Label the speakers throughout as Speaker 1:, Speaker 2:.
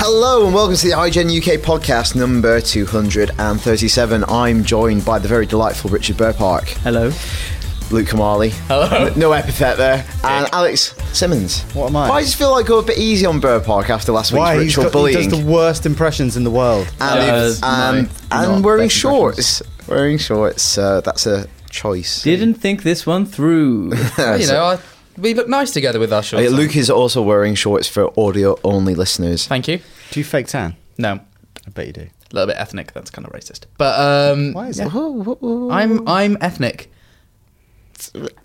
Speaker 1: Hello and welcome to the IGN UK podcast number 237. I'm joined by the very delightful Richard Burpark,
Speaker 2: Hello.
Speaker 1: Luke Kamali. Hello. No epithet there. And Alex Simmons.
Speaker 2: What am I?
Speaker 1: I just feel like go a bit easy on Burpark after last week's
Speaker 2: Why? He's
Speaker 1: ritual
Speaker 2: got- he
Speaker 1: bullying.
Speaker 2: does the worst impressions in the world.
Speaker 1: and if-
Speaker 3: Uh,
Speaker 1: and,
Speaker 3: no,
Speaker 1: and
Speaker 2: not
Speaker 1: wearing
Speaker 2: best
Speaker 1: shorts. Wearing shorts. Uh, that's a choice.
Speaker 3: Didn't think this one through.
Speaker 1: Yeah,
Speaker 3: you
Speaker 1: so-
Speaker 3: know, I, we look nice together with our
Speaker 2: Oh,
Speaker 3: shorts.
Speaker 1: Uh,
Speaker 3: on.
Speaker 1: Luke is also wearing shorts for audio only listeners.
Speaker 3: Thank you.
Speaker 2: Do you fake tan?
Speaker 3: No,
Speaker 2: I bet you do.
Speaker 3: a little bit ethnic. That's kind of racist. But um,
Speaker 2: Why is
Speaker 3: yeah.
Speaker 2: it?
Speaker 3: I'm I'm ethnic.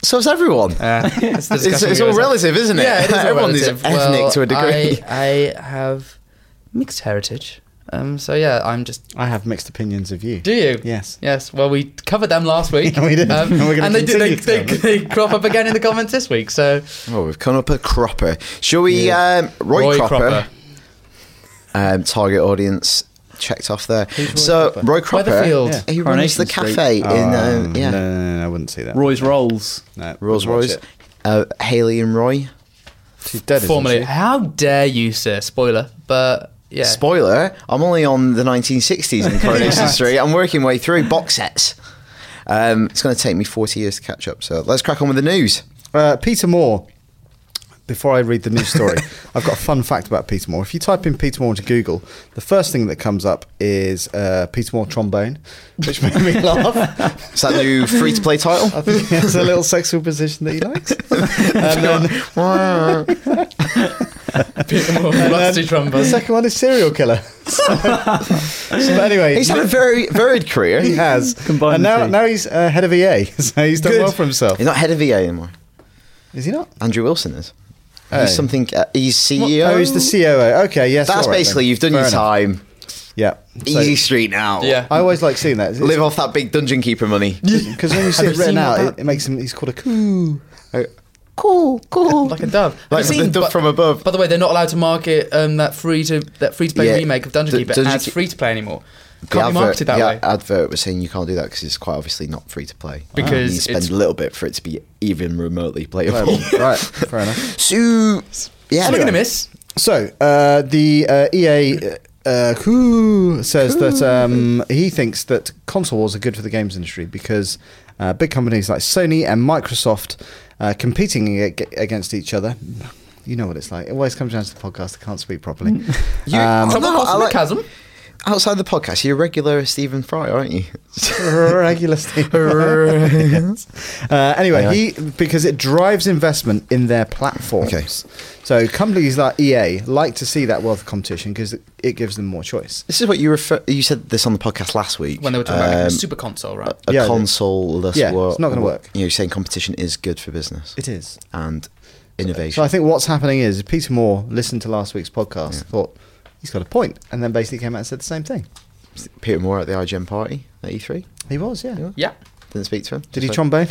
Speaker 1: So is everyone.
Speaker 3: It's, Uh, the
Speaker 1: it's
Speaker 3: discussion
Speaker 1: it's
Speaker 3: we
Speaker 1: all
Speaker 3: always have.
Speaker 1: relative, isn't it?
Speaker 3: Yeah, it is all
Speaker 1: Everyone
Speaker 3: relative.
Speaker 1: is ethnic
Speaker 3: Well,
Speaker 1: to a degree.
Speaker 3: I, I have mixed heritage. Um, so yeah, I'm just.
Speaker 2: I have mixed opinions of you.
Speaker 3: Do you?
Speaker 2: Yes.
Speaker 3: Yes. Well, we covered them last week.
Speaker 2: Yeah, we did.
Speaker 3: Um,
Speaker 2: And we're gonna
Speaker 3: and they, do, they,
Speaker 2: continue
Speaker 3: they,
Speaker 2: to
Speaker 3: they crop up again in the comments this week. So
Speaker 1: Oh, we've come up a cropper. Shall we, um, Roy,
Speaker 3: Roy
Speaker 1: Cropper,
Speaker 3: Cropper.
Speaker 1: Um, target audience checked off there.
Speaker 2: Roy
Speaker 1: so
Speaker 2: Cropper?
Speaker 1: Roy Cropper,
Speaker 3: Weatherfield.
Speaker 2: Yeah.
Speaker 1: he runs the
Speaker 3: Coronation Street.
Speaker 1: cafe in
Speaker 2: Oh,
Speaker 1: um, yeah
Speaker 2: No, no, no, no, I wouldn't see that.
Speaker 4: Roy's Rolls.
Speaker 2: No,
Speaker 1: Rolls
Speaker 2: wouldn't watch
Speaker 1: Royce,
Speaker 2: it.
Speaker 1: uh, Haley and Roy.
Speaker 2: She's dead. isn't
Speaker 3: formally,
Speaker 2: she?
Speaker 3: how dare you, sir? Spoiler, but yeah.
Speaker 1: Spoiler: I'm only on the 1960s in Coronation Street. I'm working way through box sets. Um, it's going to take me 40 years to catch up. So let's crack on with the news.
Speaker 2: Uh, Peter Moore. Before I read the news story, I've got a fun fact about Peter Moore. If you type in Peter Moore into Google, the first thing that comes up is uh, Peter Moore trombone, which made me laugh.
Speaker 1: Is that the new free-to-play
Speaker 2: I
Speaker 1: title?
Speaker 2: think it's a little sexual position that he likes. And then-
Speaker 3: Rusty
Speaker 2: Um, The
Speaker 3: trombone.
Speaker 2: second one is serial killer. so, so anyway,
Speaker 1: He's had a very varied career.
Speaker 2: he
Speaker 1: He's
Speaker 2: has.
Speaker 4: Combine
Speaker 2: and
Speaker 4: the
Speaker 2: now,
Speaker 4: two.
Speaker 2: now he's uh, head of EA, so he's done
Speaker 1: Good.
Speaker 2: well for himself.
Speaker 1: not head of EA anymore.
Speaker 2: Is he not?
Speaker 1: Andrew Wilson is.
Speaker 2: Oh.
Speaker 1: He's something. Uh, he's CEO.
Speaker 2: Oh, he's the
Speaker 3: E
Speaker 2: COO. Okay, yes.
Speaker 1: That's
Speaker 2: all right
Speaker 1: basically
Speaker 2: then.
Speaker 1: you've done
Speaker 2: Fair
Speaker 1: your
Speaker 2: enough.
Speaker 1: time.
Speaker 2: Yeah. So
Speaker 1: Easy street now.
Speaker 3: Yeah.
Speaker 2: I always like seeing that. It's-
Speaker 1: Live off that big dungeon keeper money.
Speaker 2: Because when you see
Speaker 3: Have
Speaker 2: it
Speaker 3: you
Speaker 2: written
Speaker 3: seen
Speaker 2: out,
Speaker 3: that?
Speaker 2: it, it makes him. He's called a coo. Oh,
Speaker 1: cool, cool.
Speaker 3: like a dove. Have
Speaker 1: Like
Speaker 3: you
Speaker 1: the
Speaker 3: seen-
Speaker 1: dove
Speaker 3: but-
Speaker 1: from above.
Speaker 3: By the way, they're not allowed to market um, that free to that free to play
Speaker 1: Yeah,
Speaker 3: remake of Dungeon
Speaker 1: the
Speaker 3: Keeper
Speaker 1: Dungeon
Speaker 3: as
Speaker 1: Keep-
Speaker 3: free to play anymore. Can't
Speaker 1: The
Speaker 3: be marketed that
Speaker 1: the
Speaker 3: way. Ah.
Speaker 1: advert was saying you can't do that because it's quite obviously not free to play.
Speaker 3: Because
Speaker 1: you need to spend
Speaker 3: it's-
Speaker 1: a little bit for it to be even remotely
Speaker 2: Um,
Speaker 1: playable.
Speaker 2: right. Fair enough.
Speaker 1: so, yeah,
Speaker 3: Something gonna miss.
Speaker 2: So uh, the uh, EA. Uh, coo says that um, he thinks that console wars are good for the games industry because uh, big companies like Sony and Microsoft uh, competing ag- against each other. You know what it's like. It always comes down to the podcast. I can't speak properly.
Speaker 1: You-
Speaker 2: Um,
Speaker 1: Oh,
Speaker 3: Someone
Speaker 1: no,
Speaker 3: crossed
Speaker 1: I
Speaker 3: the
Speaker 1: like-
Speaker 3: chasm.
Speaker 1: outside the podcast, you're a regular Stephen Fry, aren't you?
Speaker 2: regular Steve. Yes. Uh, anyway, he because it drives investment in their platforms.
Speaker 1: Okay.
Speaker 2: So companies like EA like to see that wealth of competition because it, it gives them more choice.
Speaker 1: this is what you refer. You said this on the podcast last week
Speaker 3: When they were talking about like,
Speaker 1: um,
Speaker 3: a super console, right?
Speaker 1: a
Speaker 2: Yeah, it is.
Speaker 1: console-less
Speaker 2: Yeah,
Speaker 1: wor-
Speaker 2: it's not gonna
Speaker 1: wor-
Speaker 2: work.
Speaker 1: You know, you're saying competition is good for business
Speaker 2: It is.
Speaker 1: and innovation.
Speaker 2: So I think what's happening is Peter Moore listened to last week's podcast, thought he's got a point, and then basically came out and said the same thing.
Speaker 1: Peter Moore at the IGN party at E3.
Speaker 2: He was, yeah.
Speaker 1: Yeah.
Speaker 3: Yeah.
Speaker 1: Didn't speak to him.
Speaker 2: Did he trombone?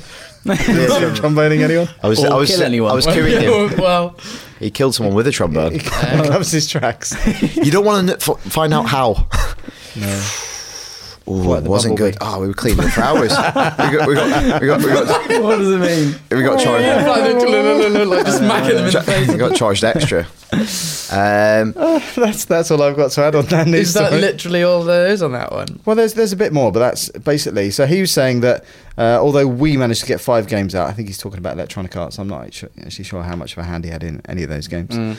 Speaker 1: Yeah,
Speaker 2: Was he tromboning anyone?
Speaker 1: I was,
Speaker 4: Or
Speaker 1: I was,
Speaker 4: kill anyone.
Speaker 1: I was cooing him.
Speaker 3: well,
Speaker 1: He killed someone with a trombone.
Speaker 2: That was his tracks.
Speaker 1: you don't want to f- find out how.
Speaker 2: No.
Speaker 1: Ooh,
Speaker 2: Quite
Speaker 1: it
Speaker 2: the
Speaker 1: wasn't good.
Speaker 2: bumblebee.
Speaker 1: Oh, we were cleaning for hours. we got, we got, we got, we got,
Speaker 4: what does it mean?
Speaker 1: we got charged.
Speaker 3: like
Speaker 1: Uh,
Speaker 3: just smacking them in the face.
Speaker 1: We got charged extra. Um,
Speaker 2: that's that's all I've got to add on that news
Speaker 3: Is that
Speaker 2: story.
Speaker 3: literally all there is on that one?
Speaker 2: Well, there's there's a bit more, but that's basically. So he was saying that uh, although we managed to get five games out, I think he's talking about Electronic Arts. I'm not actu- actually sure how much of a hand he had in any of those games.
Speaker 3: Mm.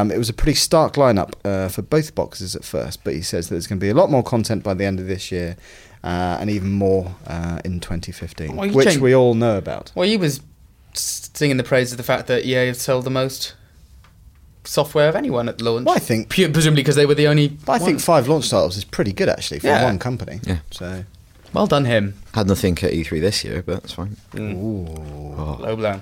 Speaker 2: Um, it was a pretty stark lineup uh, for both boxes at first, but he says that there's going to be a lot more content by the end of this year, uh, and even more uh, in 2015,
Speaker 3: Well, you
Speaker 2: which
Speaker 3: change-
Speaker 2: we all know about.
Speaker 3: Well, you was singing the praise of the fact that EA have sold the most software of anyone at launch.
Speaker 2: Well, I think-
Speaker 3: Pu- presumably because they were the only.
Speaker 2: But I think
Speaker 3: ones.
Speaker 2: five launch titles is pretty good actually for
Speaker 3: Yeah.
Speaker 2: one company.
Speaker 1: Yeah.
Speaker 2: So
Speaker 3: well done him.
Speaker 1: had nothing at E3 this year, but that's fine.
Speaker 3: Low blow.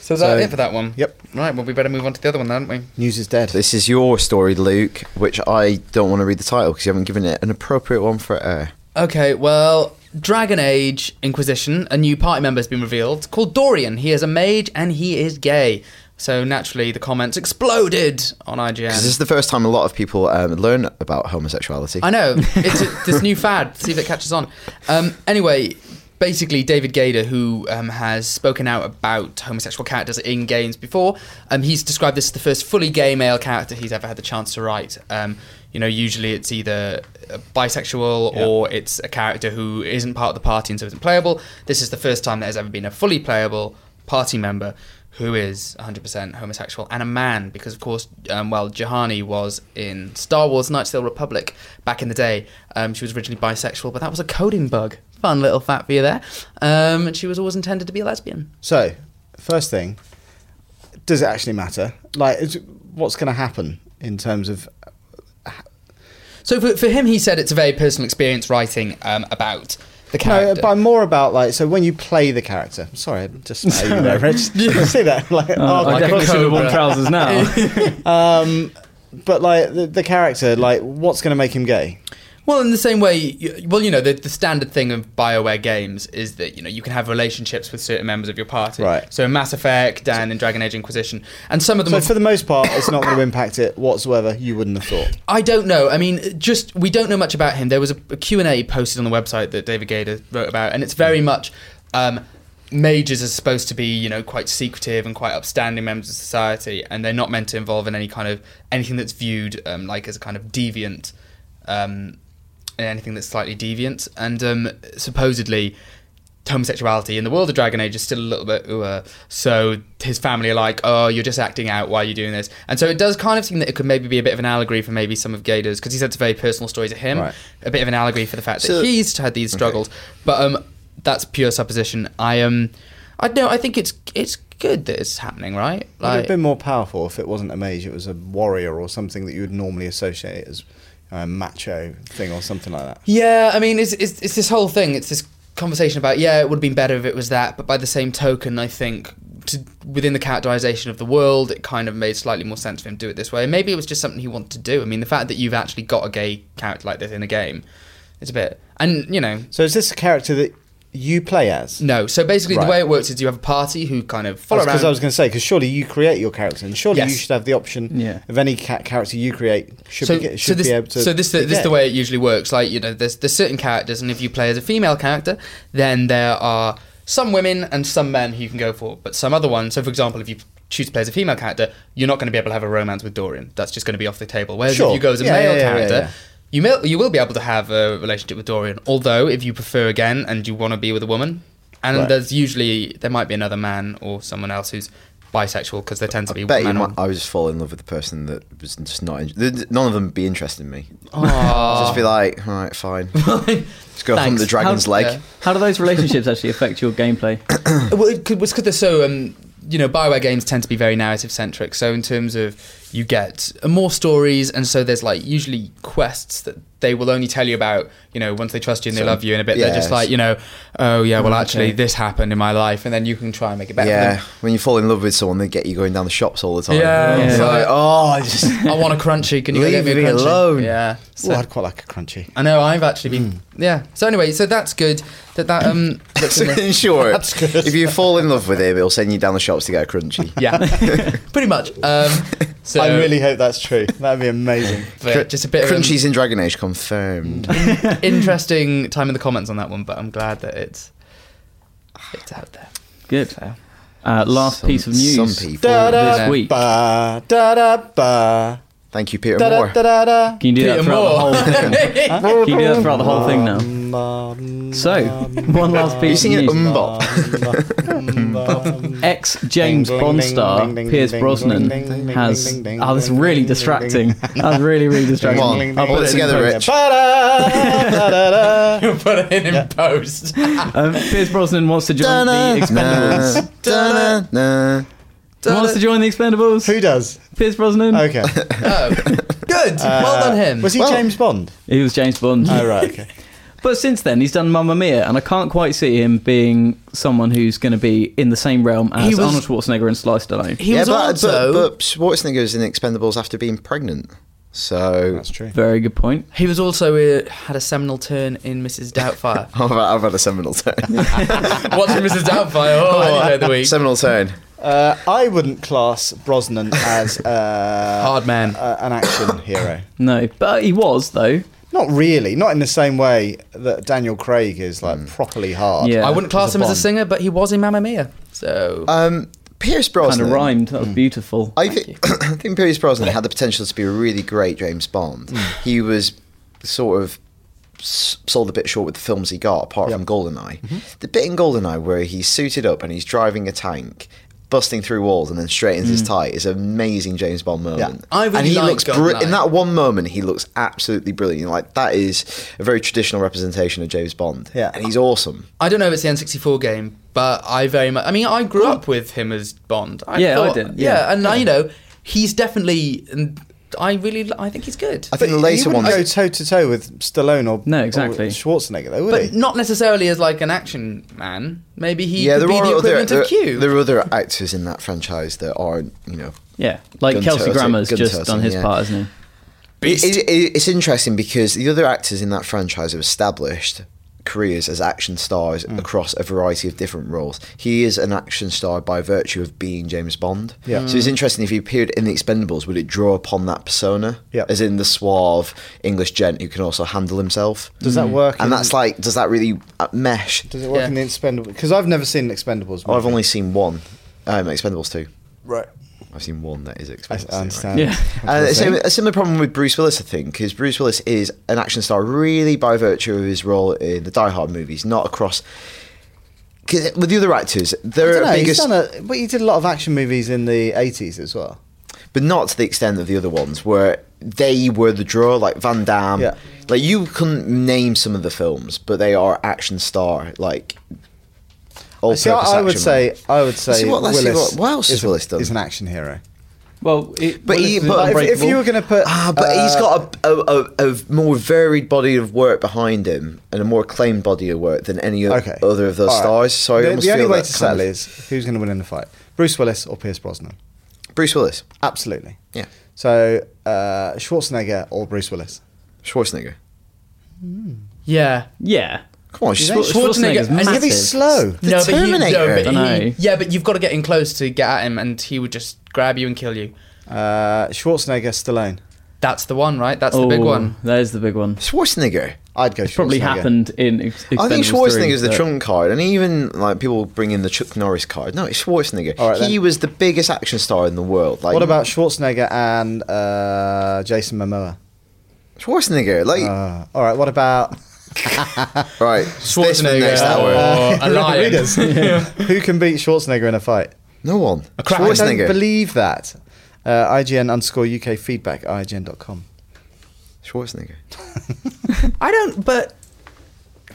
Speaker 3: So is that
Speaker 2: So-
Speaker 3: it for that one?
Speaker 2: Yep.
Speaker 3: Right. Well, we better move on to the other one, then, haven't we?
Speaker 2: news is dead.
Speaker 1: This is your story, Luke, which I don't want to read the title because you haven't given it an appropriate one for air.
Speaker 3: Okay, well, Dragon Age Inquisition, a new party member has been revealed called Dorian. He is a mage and he is gay. So naturally, the comments exploded on
Speaker 1: Because this
Speaker 3: IGN.
Speaker 1: is the first time a lot of people um, learn about homosexuality.
Speaker 3: I know it's a, this new fad. See if it catches on. Um, anyway, basically, David Gator, who um, has spoken out about homosexual characters in games before, um, he's described this as the first fully gay male character he's ever had the chance to write. Um, you know, usually it's either uh, bisexual or it's a character who isn't part of the party and so isn't playable. This is the first time there's ever been a fully playable party member who is 100% homosexual and a man because of course um, well Jahani was in Star Wars Knights of the Old Republic back in the day um, she was originally bisexual but that was a coding bug fun little fact for you there um, and she was always intended to be a lesbian
Speaker 2: So, first thing, does it actually matter? Like, is, what's going to happen in terms of?
Speaker 3: so for, for him he said it's a very personal experience writing um, about the
Speaker 2: No, uh,
Speaker 3: character
Speaker 2: but I'm more about like so when you play the character. Sorry, I just spat at you there, Rich. Did you see that? Like,
Speaker 4: Oh,
Speaker 2: oh,
Speaker 4: I
Speaker 2: my
Speaker 4: definitely
Speaker 2: God.
Speaker 4: should have worn trousers now.
Speaker 2: um, but like the, the character, like what's going to make him gay?
Speaker 3: Well, in the same way, y- well, you know, the, the standard thing of Bioware games is that you know you can have relationships with certain members of your party.
Speaker 2: Right.
Speaker 3: So in Mass Effect and in Dragon Age Inquisition, and some of them.
Speaker 2: So
Speaker 3: are-
Speaker 2: for the most part, it's not going to impact it whatsoever. You wouldn't have thought.
Speaker 3: I don't know. I mean, just we don't know much about him. There was a, a Q&A posted on the website that David Gator wrote about, and it's very much um, mages are supposed to be, you know, quite secretive and quite upstanding members of society, and they're not meant to involve in any kind of anything that's viewed um, like as a kind of deviant, um, and anything that's slightly deviant. And um, supposedly, homosexuality in the world of Dragon Age is still a little bit ooh, uh, so his family are like oh you're just acting out why are you doing this and so it does kind of seem that it could maybe be a bit of an allegory for maybe some of Gator's because he said it's a very personal story to him
Speaker 2: Right.
Speaker 3: a bit of an allegory for the fact
Speaker 1: So-
Speaker 3: that he's had these struggles but um that's pure supposition I um I don't I think it's it's good that it's happening right
Speaker 2: It would have
Speaker 3: like
Speaker 2: been more powerful if it wasn't a mage; it was a warrior or something that you would normally associate as a macho thing or something like that.
Speaker 3: Yeah, I mean, it's, it's, it's this whole thing. It's this conversation about, yeah, it would have been better if it was that. But by the same token, I think to, within the characterization of the world, it kind of made slightly more sense for him to do it this way. And Maybe it was just something he wanted to do. I mean, the fact that you've actually got a gay character like this in a game, it's a bit. And, you know,
Speaker 2: So is this a character that you play as?
Speaker 3: no. So basically,
Speaker 2: Right.
Speaker 3: the way it works is you have a party who kind of follow
Speaker 2: Because
Speaker 3: around.
Speaker 2: I was going to say, because surely you create your character, and surely you
Speaker 3: Yes.
Speaker 2: should have the option
Speaker 4: Yeah.
Speaker 2: of any ca- character you create should, be, ge- should
Speaker 3: this,
Speaker 2: be able to.
Speaker 3: So this
Speaker 2: be
Speaker 3: this is the
Speaker 2: gay.
Speaker 3: way it usually works. Like you know, there's there's certain characters, and if you play as a female character, then there are some women and some men who you can go for, but some other ones. So for example, if you choose to play as a female character, you're not going to be able to have a romance with Dorian. That's just going to be off the table. Whereas
Speaker 2: Sure.
Speaker 3: if you go as a
Speaker 2: Yeah,
Speaker 3: male
Speaker 2: yeah, yeah,
Speaker 3: character.
Speaker 2: yeah, yeah.
Speaker 3: You, may, you will be able to have a relationship with Dorian, although if you prefer again and you want to be with a woman, and
Speaker 2: Right.
Speaker 3: there's usually there might be another man or someone else who's bisexual because there tends to be
Speaker 1: I bet you
Speaker 3: man or-
Speaker 1: might, I would just fall in love with the person that was just not. In, th- th- none of them would be interested in me.
Speaker 3: Aw.
Speaker 1: Just be like, all right, fine. Let's go hunt
Speaker 3: Oh. Thanks.
Speaker 1: the dragon's
Speaker 3: How-
Speaker 1: leg.
Speaker 3: yeah.
Speaker 4: How do those relationships actually affect your gameplay?
Speaker 3: Well, it could, was because they're so, um, you know, Bioware games tend to be very narrative centric. So in terms of you get more stories, and so there's like usually quests that they will only tell you about, you know, once they trust you and they love you, and a bit they're
Speaker 1: yes.
Speaker 3: just
Speaker 1: Mm,
Speaker 3: like, you know, oh yeah, well actually
Speaker 4: okay.
Speaker 3: this happened in my life, and then you can try and make it better. for
Speaker 1: Yeah,
Speaker 3: them.
Speaker 1: when you fall in love with someone, they get you going down the shops all the time.
Speaker 3: Yeah,
Speaker 1: It's
Speaker 3: yeah.
Speaker 1: like, oh, I just
Speaker 3: I want a crunchy. Can you go
Speaker 1: Leave
Speaker 3: get me a
Speaker 1: me
Speaker 3: crunchy?
Speaker 1: alone. Hmm.
Speaker 3: Yeah. So-
Speaker 2: Well, I'd quite like a crunchy.
Speaker 3: I know I've actually been. Yeah. So anyway, so that's good. That that um. That's in there.
Speaker 1: in short, if you fall in love with him, it'll send you down the shops to get a crunchy.
Speaker 3: Yeah. Pretty much. Um. So
Speaker 2: I really hope that's true. That'd be amazing.
Speaker 3: but yeah, just a bit of um,
Speaker 1: Crunchies in Dragon Age confirmed.
Speaker 3: an Hmm. interesting time in the comments on that one, but I'm glad that it's it's out there.
Speaker 4: Good. Uh, last piece of news.
Speaker 1: Some people.
Speaker 2: Da da
Speaker 4: week.
Speaker 2: ba da da ba
Speaker 1: Thank you, Peter
Speaker 2: da da
Speaker 1: Moore.
Speaker 2: da da.
Speaker 4: Can you do that
Speaker 3: Peter
Speaker 4: throughout
Speaker 3: Moore.
Speaker 4: the whole thing? Can you do that throughout the whole thing now? So,
Speaker 2: Um,
Speaker 4: one
Speaker 1: Are
Speaker 4: last
Speaker 1: you
Speaker 4: piece of
Speaker 1: singing
Speaker 4: news.
Speaker 1: Umbop?
Speaker 4: Ex James
Speaker 2: Ding,
Speaker 4: Bond
Speaker 2: ding,
Speaker 4: star
Speaker 2: ding, ding,
Speaker 4: Pierce
Speaker 2: ding,
Speaker 4: Brosnan
Speaker 2: ding, ding, ding,
Speaker 4: has.
Speaker 2: ding, ding,
Speaker 4: Oh, this is
Speaker 2: ding,
Speaker 4: really
Speaker 2: ding,
Speaker 4: distracting. That's really, really distracting.
Speaker 1: Come on,
Speaker 4: I'll
Speaker 1: pull
Speaker 4: put
Speaker 1: it
Speaker 4: in
Speaker 1: together, Rich.
Speaker 4: post.
Speaker 3: Put it in in post.
Speaker 4: Um, Pierce Brosnan wants to join the
Speaker 1: Na,
Speaker 4: Expendables.
Speaker 1: da, na, na.
Speaker 4: wants to join the Expendables.
Speaker 2: Who does?
Speaker 4: Pierce Brosnan.
Speaker 2: Okay.
Speaker 3: Oh, good. well done, him.
Speaker 2: Uh, Was he
Speaker 1: Well-
Speaker 2: James Bond?
Speaker 4: He was James Bond.
Speaker 2: Oh right. Okay.
Speaker 4: But since then, he's done Mamma Mia, and I can't quite see him being someone who's going to be in the same realm as
Speaker 3: He was-
Speaker 4: Arnold Schwarzenegger and Sly Stallone.
Speaker 3: he
Speaker 1: Yeah,
Speaker 3: was
Speaker 1: but,
Speaker 3: also
Speaker 1: but, but Schwarzenegger's in Expendables after being pregnant. So
Speaker 2: That's true.
Speaker 4: Very good point.
Speaker 3: he was also uh, had a seminal turn in Mrs. Doubtfire.
Speaker 1: I've, I've had a seminal turn.
Speaker 3: Watching Mrs. Doubtfire. Oh, any day of the week.
Speaker 1: seminal turn.
Speaker 2: Uh, I wouldn't class Brosnan as uh,
Speaker 3: Hard man.
Speaker 2: uh, an action hero.
Speaker 4: No, but he was though.
Speaker 2: Not really. Not in the same way that Daniel Craig is
Speaker 1: Hmm.
Speaker 2: like properly hard.
Speaker 4: Yeah.
Speaker 3: I wouldn't class
Speaker 2: As a
Speaker 3: him as a
Speaker 2: Bond.
Speaker 3: singer, but he was in Mamma Mia. So
Speaker 1: Um, Pierce
Speaker 4: Kind
Speaker 1: Brosnan.
Speaker 4: of rhymed. That was beautiful.
Speaker 1: I, thi- I think Pierce Brosnan had the potential to be a really great James Bond.
Speaker 3: Mm.
Speaker 1: he was sort of s- sold a bit short with the films he got, apart from Goldeneye.
Speaker 3: Mm-hmm.
Speaker 1: The bit in Goldeneye where he's suited up and he's driving a tank, busting through walls and then straight into his tie is an amazing James Bond moment.
Speaker 3: Mm. I really
Speaker 1: and he
Speaker 3: like
Speaker 1: looks
Speaker 3: Goldeneye.
Speaker 1: in that one moment. He looks absolutely brilliant. Like that is a very traditional representation of James Bond.
Speaker 2: Yeah.
Speaker 1: and he's awesome.
Speaker 3: I don't know if it's the N64 game, but I very much. I mean, I grew up with him as Bond. I
Speaker 4: Yeah, I did, yeah.
Speaker 3: and I, you know, he's definitely. And I really, li- I think he's good.
Speaker 1: I think the
Speaker 2: He
Speaker 1: later
Speaker 2: wouldn't
Speaker 1: ones.
Speaker 2: go toe to toe with Stallone or
Speaker 4: No,
Speaker 2: or
Speaker 4: exactly.
Speaker 2: Schwarzenegger though, would
Speaker 3: but
Speaker 2: he?
Speaker 3: not necessarily as like an action man. Maybe he
Speaker 1: yeah,
Speaker 3: could
Speaker 1: there
Speaker 3: be
Speaker 1: are
Speaker 3: the
Speaker 1: other
Speaker 3: equivalent
Speaker 1: there,
Speaker 3: of Q.
Speaker 1: there are other actors in that franchise that aren't you know
Speaker 4: yeah, like
Speaker 1: Gun
Speaker 4: Kelsey
Speaker 1: Turtle-
Speaker 4: Grammer's
Speaker 1: Gun
Speaker 4: just
Speaker 1: Turtle,
Speaker 4: done his
Speaker 1: yeah.
Speaker 4: part, isn't he?
Speaker 1: It, it, it's interesting because the other actors in that franchise have established careers as action stars
Speaker 2: Hmm.
Speaker 1: across a variety of different roles. He is an action star by virtue of being James Bond.
Speaker 2: Yeah. Hmm.
Speaker 1: So it's interesting if he appeared in The Expendables, would it draw upon that persona?
Speaker 2: Yeah.
Speaker 1: As in the suave English gent who can also handle himself.
Speaker 2: Does that work?
Speaker 1: and
Speaker 2: in-
Speaker 1: that's like, does that really uh, mesh?
Speaker 2: Does it work
Speaker 3: Yeah.
Speaker 2: in the Expendables? Because I've never seen Expendables.
Speaker 1: Oh, I've
Speaker 2: movie.
Speaker 1: only seen one. Um, Expendables 2.
Speaker 2: right.
Speaker 1: I've seen one that is
Speaker 2: I,
Speaker 1: Expendables.
Speaker 2: I
Speaker 1: 2, right?
Speaker 2: understand.
Speaker 4: Yeah.
Speaker 1: Uh, a similar- a similar problem with Bruce Willis, I think, is Bruce Willis is an action star really by virtue of his role in the Die Hard movies, not across. 'cause with the other actors,
Speaker 2: I
Speaker 1: they're
Speaker 2: don't know, he's
Speaker 1: biggest,
Speaker 2: done a, but he did a lot of action movies in the 80s as well.
Speaker 1: but not to the extent of the other ones where they were the draw. Like Van Damme,
Speaker 2: Yeah.
Speaker 1: like you couldn't name some of the films, but they are action star like. All
Speaker 2: See, I, I would say, I would say,
Speaker 1: See what- let's see
Speaker 2: Willis,
Speaker 1: what- what else has
Speaker 2: is a-
Speaker 1: Willis done?
Speaker 2: is an action hero.
Speaker 4: Well, it,
Speaker 1: But he-
Speaker 4: Willis is
Speaker 1: but
Speaker 2: Like, if, if
Speaker 4: unbreakable.
Speaker 2: you were going to put,
Speaker 1: Ah, but he's
Speaker 2: uh,
Speaker 1: got a, a, a, a more varied body of work behind him and a more acclaimed body of work than any o-
Speaker 2: okay.
Speaker 1: other of those
Speaker 2: All right.
Speaker 1: stars. So I
Speaker 2: the,
Speaker 1: almost
Speaker 2: the only
Speaker 1: feel
Speaker 2: way
Speaker 1: that
Speaker 2: to
Speaker 1: kind
Speaker 2: settle
Speaker 1: of-
Speaker 2: is who's going to win in the fight: Bruce Willis or Pierce Brosnan?
Speaker 1: Bruce Willis.
Speaker 2: Absolutely.
Speaker 1: Yeah.
Speaker 2: So uh, Schwarzenegger or Bruce Willis?
Speaker 1: Schwarzenegger.
Speaker 3: yeah.
Speaker 4: yeah,
Speaker 1: Come on,
Speaker 4: Schwar-
Speaker 1: Schwarzenegger.
Speaker 4: Schwarzenegger's
Speaker 3: Schwarzenegger- and
Speaker 4: massive.
Speaker 3: if
Speaker 2: He's slow.
Speaker 1: The
Speaker 3: but he-
Speaker 1: Terminator.
Speaker 3: but
Speaker 4: I know.
Speaker 3: he- yeah, but you've got to get in close to get at him, and he would just grab you and kill you.
Speaker 2: Uh, Schwarzenegger, Stallone.
Speaker 3: That's the one, right? That's the big
Speaker 4: Oh,
Speaker 3: one.
Speaker 4: There's the big one.
Speaker 1: Schwarzenegger.
Speaker 2: I'd go.
Speaker 4: It's probably
Speaker 2: Schwarzenegger.
Speaker 4: happened in. Ex-
Speaker 1: I think
Speaker 4: Expendables 3,
Speaker 1: Schwarzenegger's the
Speaker 4: but-
Speaker 1: trump card, and even like people bring in the Chuck Norris card. No, it's Schwarzenegger.
Speaker 2: All right,
Speaker 1: he
Speaker 2: then.
Speaker 1: was the biggest action star in the world. Like
Speaker 2: What about Schwarzenegger and uh, Jason Momoa?
Speaker 1: Schwarzenegger? Like
Speaker 2: Uh, all right. What about
Speaker 1: right, this for the next hour.
Speaker 3: or Oh, a lion.
Speaker 2: Readers. Who can beat Schwarzenegger in a fight?
Speaker 1: no one.
Speaker 3: crap.
Speaker 2: I don't
Speaker 1: Schwarzenegger.
Speaker 2: believe that. Uh, IGN underscore UK feedback IGN.com.
Speaker 1: Schwarzenegger.
Speaker 3: I don't, but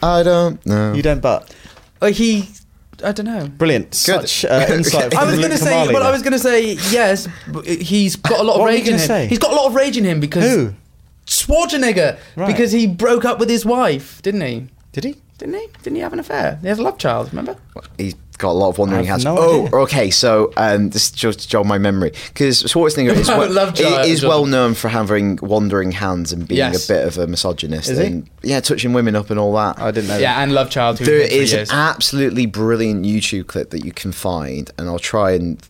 Speaker 1: I don't know.
Speaker 2: You don't, but
Speaker 3: uh, he. I don't know.
Speaker 2: Brilliant. Such uh, insight.
Speaker 3: I
Speaker 2: from
Speaker 3: was
Speaker 2: Luke
Speaker 3: going to say,
Speaker 2: Kamali
Speaker 3: but I
Speaker 2: there.
Speaker 3: was going to say yes. but He's got a lot of
Speaker 2: What were you
Speaker 3: rage in
Speaker 2: gonna
Speaker 3: him.
Speaker 2: say?
Speaker 3: He's got a lot of rage in him because
Speaker 2: Who?
Speaker 3: Schwarzenegger
Speaker 2: Right.
Speaker 3: because he broke up with his wife, didn't he?
Speaker 2: Did he?
Speaker 3: Didn't he? Didn't he have an affair? He had a love child. Remember?
Speaker 1: He's got a lot of wandering
Speaker 2: I have
Speaker 1: hats.
Speaker 2: no
Speaker 1: oh,
Speaker 2: idea.
Speaker 1: okay. So um, this just jogged my memory because Schwarzenegger is,
Speaker 3: I
Speaker 1: well,
Speaker 3: love Giant
Speaker 1: is
Speaker 3: as well.
Speaker 1: well known for having wandering hands and being
Speaker 3: Yes.
Speaker 1: a bit of a misogynist.
Speaker 2: Is he?
Speaker 1: and, Yeah, touching women up and all that.
Speaker 2: I didn't know.
Speaker 3: Yeah, and love child. Who
Speaker 1: There
Speaker 3: lived for
Speaker 1: is an
Speaker 3: years.
Speaker 1: absolutely brilliant YouTube clip that you can find, and I'll try and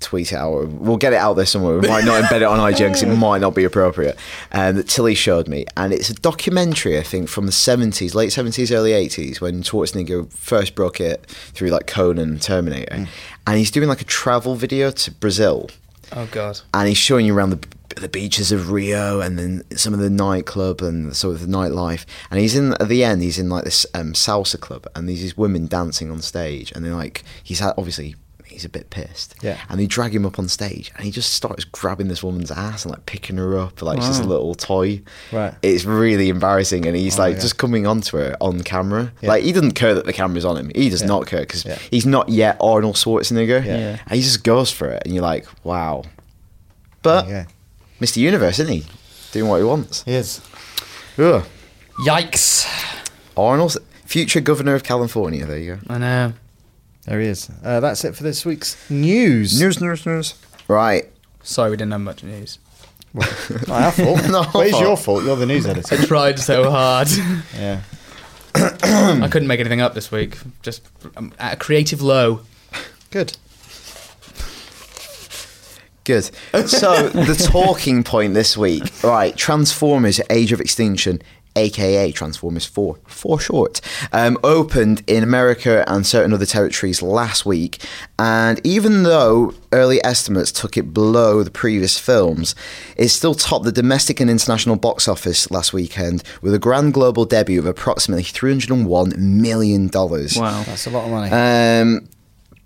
Speaker 1: tweet it out. Or we'll get it out there somewhere. We might not embed it on IGN because it might not be appropriate. Um, that Tilly showed me, and it's a documentary, I think, from the seventies, late seventies, early eighties, when Schwarzenegger first broke it through like Conan, and Terminator, and he's doing like a travel video to Brazil
Speaker 3: Oh God.
Speaker 1: and he's showing you around the, the beaches of Rio and then some of the nightclub and sort of the nightlife. And he's in at the end, he's in like this um, salsa club, and there's these women dancing on stage, and they're like, he's had, obviously. He's a bit pissed,
Speaker 2: Yeah.
Speaker 1: And they drag him up on stage, and he just starts grabbing this woman's ass and like picking her up, like she's a little toy.
Speaker 2: Mm. Right. Oh
Speaker 1: It's really embarrassing, and he's like
Speaker 2: yeah.
Speaker 1: just coming onto her on camera. Like he doesn't care that the camera's on him. He does not care because
Speaker 2: Yeah.
Speaker 1: he's not yet Arnold Schwarzenegger.
Speaker 2: Yeah.
Speaker 4: Yeah.
Speaker 1: And he just goes for it, and you're like, wow. But
Speaker 2: Yeah.
Speaker 1: Mr. Universe, isn't he? Doing what he wants.
Speaker 2: He is.
Speaker 1: Ugh.
Speaker 3: Yikes!
Speaker 1: Arnold, future governor of California. There you go.
Speaker 3: I know.
Speaker 2: There he is. Uh, that's it for this week's news.
Speaker 1: news, news. Right.
Speaker 3: Sorry, we didn't have much news.
Speaker 2: Not our fault.
Speaker 1: No.
Speaker 2: Well, it's your fault. You're the news
Speaker 3: I
Speaker 2: editor.
Speaker 3: tried so hard.
Speaker 2: Yeah.
Speaker 3: I couldn't make anything up this week. Just I'm at a creative low.
Speaker 2: Good.
Speaker 1: Good. So the talking point this week. Right. Transformers: Age of Extinction. AKA Transformers 4, for short, um, opened in America and certain other territories last week. And even though early estimates took it below the previous films, it still topped the domestic and international box office last weekend with a grand global debut of approximately $301 million.
Speaker 4: Wow.
Speaker 2: That's a lot of money.
Speaker 1: Um,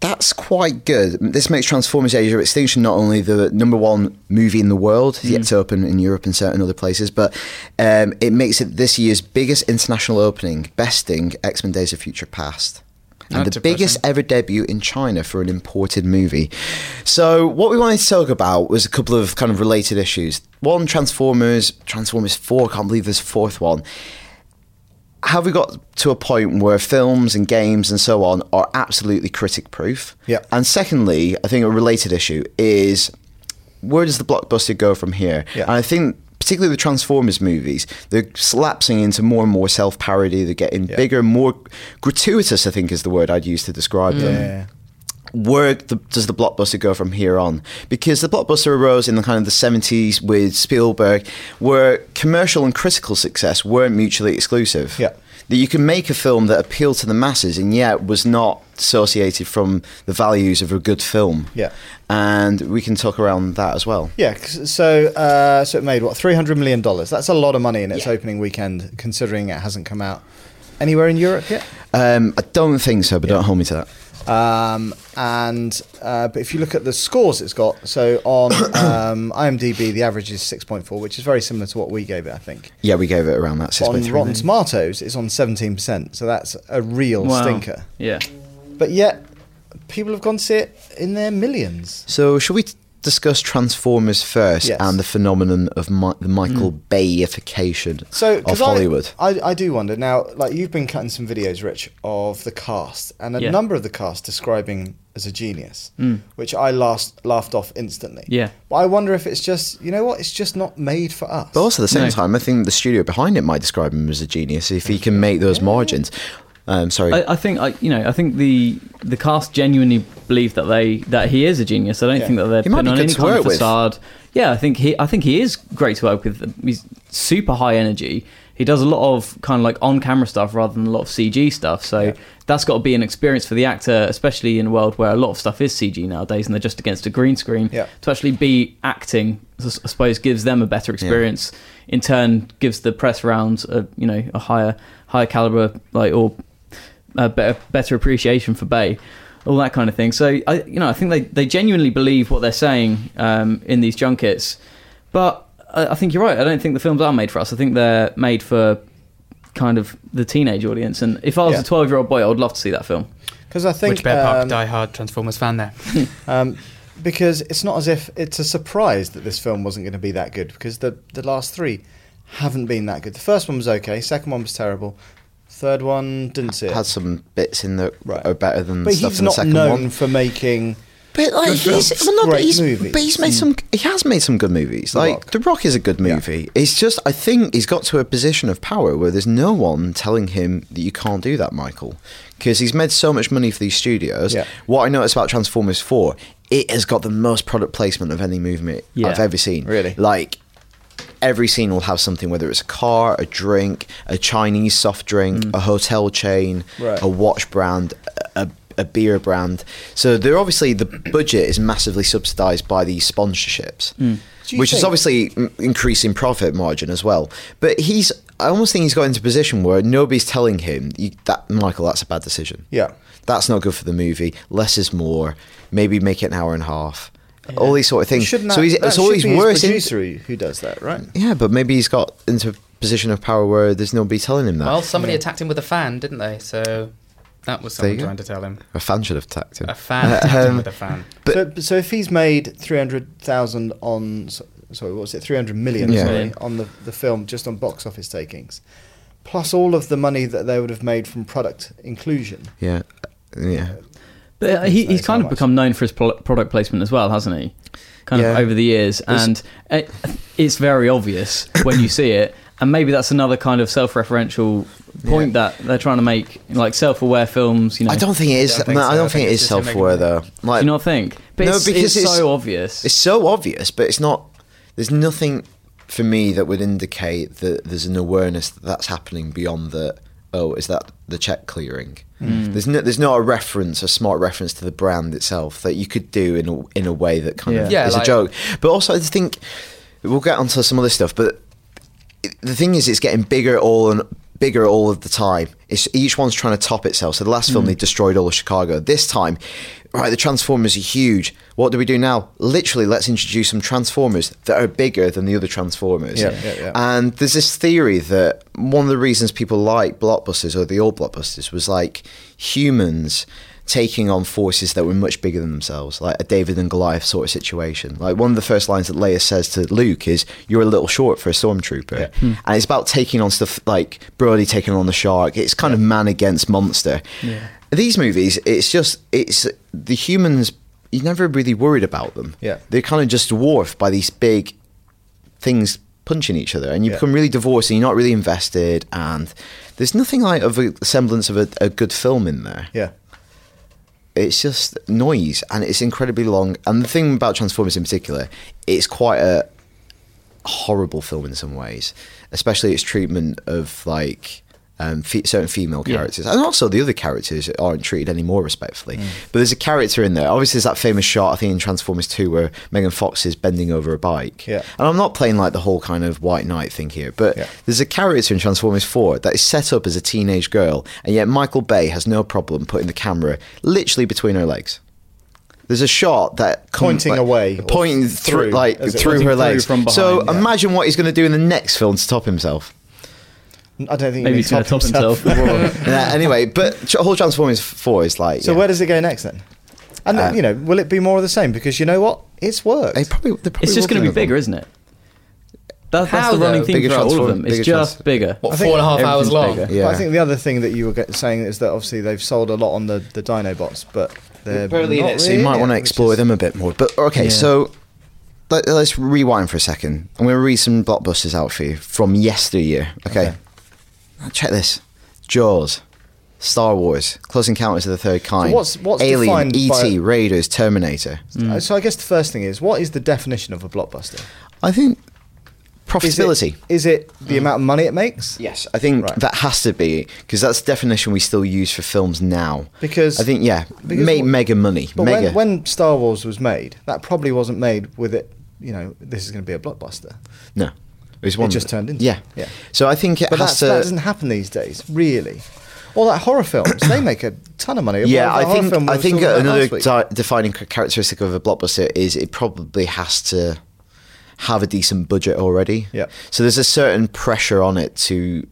Speaker 1: that's quite good. This makes Transformers Age of Extinction not only the number one movie in the world, it's yet to open in Europe and certain other places, but um, it makes it this year's biggest international opening, besting X Men Days of Future Past. And
Speaker 3: That's
Speaker 1: the biggest
Speaker 3: depressing.
Speaker 1: ever debut in China for an imported movie. So, what we wanted to talk about was a couple of kind of related issues. One, Transformers, Transformers 4, I can't believe there's a fourth one have we got to a point where films and games and so on are absolutely critic proof?
Speaker 2: Yep.
Speaker 1: And secondly, I think a related issue is where does the blockbuster go from here?
Speaker 2: Yeah.
Speaker 1: And I think particularly the Transformers movies, they're lapsing into more and more self parody, they're getting
Speaker 2: Yeah.
Speaker 1: bigger, more gratuitous, I think is the word I'd use to describe them
Speaker 2: yeah.
Speaker 1: where the, does the blockbuster go from here on? Because the blockbuster arose in the kind of the 70s with Spielberg, where commercial and critical success weren't mutually exclusive.
Speaker 2: Yeah.
Speaker 1: That you can make a film that appealed to the masses and yet was not dissociated from the values of a good film.
Speaker 2: Yeah.
Speaker 1: And we can talk around that as well.
Speaker 2: Yeah, 'cause- so uh, so it made what three hundred million dollars. That's a lot of money in its opening weekend, considering it hasn't come out anywhere in Europe yet.
Speaker 1: Um, I don't think so, but don't hold me to that.
Speaker 2: Um, and uh, but if you look at the scores it's got, so on um, IMDb the average is six point four, which is very similar to what we gave it, I think.
Speaker 1: Yeah, we gave it around that
Speaker 2: on
Speaker 1: 6.3.
Speaker 2: Rotten Tomatoes, it's on seventeen percent, so that's a real
Speaker 4: Wow.
Speaker 2: stinker.
Speaker 4: Yeah.
Speaker 2: But yet, people have gone to see it in their millions.
Speaker 1: So, should we t- discuss Transformers first
Speaker 2: Yes.
Speaker 1: and the phenomenon of Mi- the Michael Bayification
Speaker 2: So,
Speaker 1: of
Speaker 2: 'cause
Speaker 1: Hollywood?
Speaker 2: I, I, I do wonder now. Like you've been cutting some videos, Rich, of the cast, and a
Speaker 4: Yeah. Mm.
Speaker 2: number of the cast describing as a genius, which I last laughed off instantly.
Speaker 4: Yeah.
Speaker 2: but I wonder if it's just you know what, it's just not made for us.
Speaker 1: But also at the same
Speaker 4: No.
Speaker 1: time, I think the studio behind it might describe him as a genius if he can make those margins. Um, sorry.
Speaker 4: I, I think I, you know, I think the the cast genuinely believe that they that he is a genius. I don't
Speaker 2: Yeah.
Speaker 4: think that they're
Speaker 1: He might
Speaker 4: putting
Speaker 1: be
Speaker 4: on
Speaker 1: good
Speaker 4: any
Speaker 1: to
Speaker 4: kind
Speaker 1: work
Speaker 4: of
Speaker 1: with.
Speaker 4: facade. Yeah, I think he I think he is great to work with. He's super high energy. He does a lot of kind of like on camera stuff rather than a lot of CG stuff. So that's got to be an experience for the actor, especially in a world where a lot of stuff is CG nowadays and they're just against a green screen.
Speaker 2: Yeah.
Speaker 4: To actually be acting, I s- I suppose, gives them a better experience. In turn, gives the press round a you know a higher higher caliber like or a better, better appreciation for Bay, all that kind of thing. So I, you know, I think they, they genuinely believe what they're saying um, in these junkets. But I, I think you're right. I don't think the films are made for us. I think they're made for kind of the teenage audience. And if I was
Speaker 2: Yeah.
Speaker 4: a 12 year old boy, I would love to see that film.
Speaker 2: because I think
Speaker 3: Which Bear Park
Speaker 2: um,
Speaker 3: die-hard Transformers fan there?
Speaker 2: um, because it's not as if it's a surprise that this film wasn't going to be that good because the the last three haven't been that good. The first one was okay, second one was terrible, third one didn't see it.
Speaker 1: Had some bits in that
Speaker 2: Right.
Speaker 1: are better than
Speaker 2: but
Speaker 1: stuff
Speaker 2: he's
Speaker 1: in the
Speaker 2: not
Speaker 1: second
Speaker 2: known
Speaker 1: one.
Speaker 2: for making.
Speaker 1: But like
Speaker 2: Good
Speaker 1: he's
Speaker 2: films.
Speaker 1: well, no, but
Speaker 2: Great
Speaker 1: he's,
Speaker 2: movies.
Speaker 1: but he's made some. He has made some good movies.
Speaker 2: The
Speaker 1: like
Speaker 2: Rock.
Speaker 1: The Rock is a good movie. It's just I think he's got to a position of power where there's no one telling him that you can't do that, Michael, because he's made so much money for these studios.
Speaker 2: Yeah.
Speaker 1: What I noticed about Transformers Four, it has got the most product placement of any movie
Speaker 4: Yeah.
Speaker 1: I've ever seen.
Speaker 2: Really?
Speaker 1: like. Every scene will have something, whether it's a car, a drink, a Chinese soft drink, a hotel chain,
Speaker 2: Mm. Right.
Speaker 1: a watch brand, a, a beer brand. So they're obviously the budget is massively subsidised by these sponsorships,
Speaker 2: Do you
Speaker 1: which is
Speaker 2: think-
Speaker 1: obviously m- increasing profit margin as well. But he's, I almost think he's got into a position where nobody's telling him you, that Michael, that's a bad decision.
Speaker 2: Yeah.
Speaker 1: that's not good for the movie. Less is more. Maybe make it an hour and a half. All these sort of things.
Speaker 2: Shouldn't that,
Speaker 1: so he's,
Speaker 2: that
Speaker 1: it's always
Speaker 2: should be his
Speaker 1: worse. in-
Speaker 2: producer who- who does that, right?
Speaker 1: yeah, but maybe he's got into a position of power where there's nobody telling him that.
Speaker 3: Well, somebody attacked him with a fan, didn't they? So that was
Speaker 1: There you
Speaker 3: someone
Speaker 1: go.
Speaker 3: trying to tell him.
Speaker 1: a fan should have attacked him. Uh,
Speaker 3: A fan attacked him
Speaker 1: Um,
Speaker 3: with a fan.
Speaker 1: But-
Speaker 2: so, so if he's made three hundred thousand on s- sorry, what was it, three hundred million
Speaker 1: Yeah.
Speaker 2: sorry,
Speaker 4: Yeah.
Speaker 2: on the, the film just on box office takings, plus all of the money that they would have made from product inclusion.
Speaker 1: Yeah, yeah.
Speaker 4: But uh, he, he's
Speaker 2: Thanks
Speaker 4: kind
Speaker 2: so
Speaker 4: of
Speaker 2: much.
Speaker 4: become known for his pro- product placement as well, hasn't he? Kind of
Speaker 1: Yeah.
Speaker 4: over the years,
Speaker 1: It's-
Speaker 4: and it, it's very obvious when you see it. And maybe that's another kind of self-referential point that they're trying to make, like self-aware films. You know,
Speaker 1: I don't think it is.
Speaker 3: I don't think
Speaker 1: no,
Speaker 3: so.
Speaker 1: I
Speaker 3: I
Speaker 1: don't
Speaker 3: think
Speaker 1: think it
Speaker 3: it's
Speaker 1: is
Speaker 3: just him
Speaker 1: self-aware
Speaker 3: making
Speaker 1: though. Like,
Speaker 4: do you not think? But
Speaker 1: No,
Speaker 4: it's,
Speaker 1: because
Speaker 4: it's
Speaker 1: it's-
Speaker 4: so obvious.
Speaker 1: it's so obvious, but it's not. There's nothing for me that would indicate that there's an awareness that that's happening beyond the. Oh, is that the check clearing?
Speaker 3: Hmm.
Speaker 1: There's no, there's not a reference, a smart reference to the brand itself that you could do in a, in a way that kind of
Speaker 3: Yeah. Yeah,
Speaker 1: is
Speaker 3: like-
Speaker 1: a joke. But also, I think we'll get onto some other stuff. But the thing is, it's getting bigger all and bigger all of the time. It's each one's trying to top itself. So the last
Speaker 2: Mm.
Speaker 1: film they destroyed all of Chicago. This time, right, the Transformers are huge. What do we do now? Literally, let's introduce some Transformers that are bigger than the other Transformers.
Speaker 2: Yeah, yeah, yeah.
Speaker 1: And there's this theory that one of the reasons people like blockbusters or the old blockbusters was like humans taking on forces that were much bigger than themselves, like a David and Goliath sort of situation. Like one of the first lines that Leia says to Luke is, "You're a little short for a stormtrooper," and it's about taking on stuff like Brody taking on the shark. It's kind of man against monster. These movies, it's just it's the humans. You're never really worried about them.
Speaker 2: Yeah.
Speaker 1: they're kind of just dwarfed by these big things punching each other and you
Speaker 2: Yeah.
Speaker 1: become really divorced and you're not really invested and there's nothing like of a semblance of a, a good film in there
Speaker 2: Yeah.
Speaker 1: it's just noise and it's incredibly long and the thing about transformers in particular it's quite a horrible film in some ways especially its treatment of like um, fe- certain female
Speaker 4: Yeah.
Speaker 1: characters and also the other characters aren't treated any more respectfully but there's a character in there obviously there's that famous shot i think in transformers 2 where megan fox is bending over a bike
Speaker 2: Yeah.
Speaker 1: and i'm not playing like the whole kind of white knight thing here but
Speaker 2: Yeah.
Speaker 1: there's a character in Transformers 4 that is set up as a teenage girl, and yet Michael Bay has no problem putting the camera literally between her legs. There's a shot that come-
Speaker 2: Pointing
Speaker 1: like,
Speaker 2: away or
Speaker 1: pointing through,
Speaker 2: through,
Speaker 1: like
Speaker 2: as it-
Speaker 1: through
Speaker 2: pointing
Speaker 1: her
Speaker 2: through
Speaker 1: legs.
Speaker 4: from behind,
Speaker 1: so
Speaker 4: yeah.
Speaker 1: imagine what he's going to do in the next film to top himself.
Speaker 2: I don't think
Speaker 4: maybe
Speaker 2: he
Speaker 4: he's going
Speaker 2: top,
Speaker 4: to top
Speaker 2: himself.
Speaker 4: himself.
Speaker 1: Yeah, anyway, but tr- whole Transformers 4 is like
Speaker 2: So
Speaker 1: yeah.
Speaker 2: where does it go next then? And
Speaker 1: Uh,
Speaker 2: you know, will it be more of the same? Because you know what, it's worked.
Speaker 1: they probably, they probably
Speaker 4: it's just
Speaker 1: will
Speaker 4: going
Speaker 1: do
Speaker 4: to be
Speaker 1: another
Speaker 4: bigger,
Speaker 1: one.
Speaker 4: isn't it? That,
Speaker 3: How,
Speaker 4: that's the running
Speaker 3: though?
Speaker 4: thing
Speaker 1: Bigger
Speaker 4: throughout all of
Speaker 1: transform-
Speaker 4: them. It's
Speaker 1: bigger
Speaker 4: just
Speaker 1: trans-
Speaker 4: bigger.
Speaker 3: What,
Speaker 2: I think
Speaker 3: four and a half hours
Speaker 4: everything's
Speaker 3: long?
Speaker 4: bigger.
Speaker 1: Yeah.
Speaker 2: But I think the other thing that you were get, saying is that obviously they've sold a lot on the the Dinobots, but they're
Speaker 1: barely in
Speaker 2: not
Speaker 1: it, so
Speaker 2: really
Speaker 1: you
Speaker 2: in
Speaker 1: might
Speaker 2: it,
Speaker 1: want to
Speaker 2: which
Speaker 1: explore
Speaker 2: is-
Speaker 1: them a bit more. But okay,
Speaker 4: Yeah.
Speaker 1: so let, us rewind for a second. I'm going to read some blockbusters out for you from yesteryear. Okay.
Speaker 2: Okay.
Speaker 1: Now check this: Jaws, Star Wars, Close Encounters of the Third Kind,
Speaker 2: what's- what's
Speaker 1: Alien,
Speaker 2: defined
Speaker 1: E.T.,
Speaker 2: by-
Speaker 1: Raiders, Terminator.
Speaker 2: Uh, So I guess the first thing is, what is the definition of a blockbuster?
Speaker 1: I think
Speaker 2: Is
Speaker 1: profitability.
Speaker 2: it, is it the amount of money it makes?
Speaker 1: Yes, I think
Speaker 2: Right.
Speaker 1: that has to be because that's the definition we still use for films now.
Speaker 2: Because
Speaker 1: I think yeah,
Speaker 2: because
Speaker 1: ma-
Speaker 2: what-
Speaker 1: mega money,
Speaker 2: But
Speaker 1: mega.
Speaker 2: when, when Star Wars was made, that probably wasn't made with it. You know, this is going to be a blockbuster.
Speaker 1: no, it was one
Speaker 2: just turned into-
Speaker 1: yeah,
Speaker 2: yeah.
Speaker 1: So I think it
Speaker 2: But
Speaker 1: has
Speaker 2: that's,
Speaker 1: to.
Speaker 2: that doesn't happen these days, really. Or like horror films, they make a ton of money.
Speaker 1: Yeah,
Speaker 2: Well, that
Speaker 1: I
Speaker 2: horror
Speaker 1: think
Speaker 2: film we
Speaker 1: I
Speaker 2: were
Speaker 1: think
Speaker 2: talking about
Speaker 1: another
Speaker 2: last week.
Speaker 1: di- defining c- characteristic of a blockbuster is it probably has to have a decent budget already.
Speaker 2: Yeah.
Speaker 1: So there's a certain pressure on it to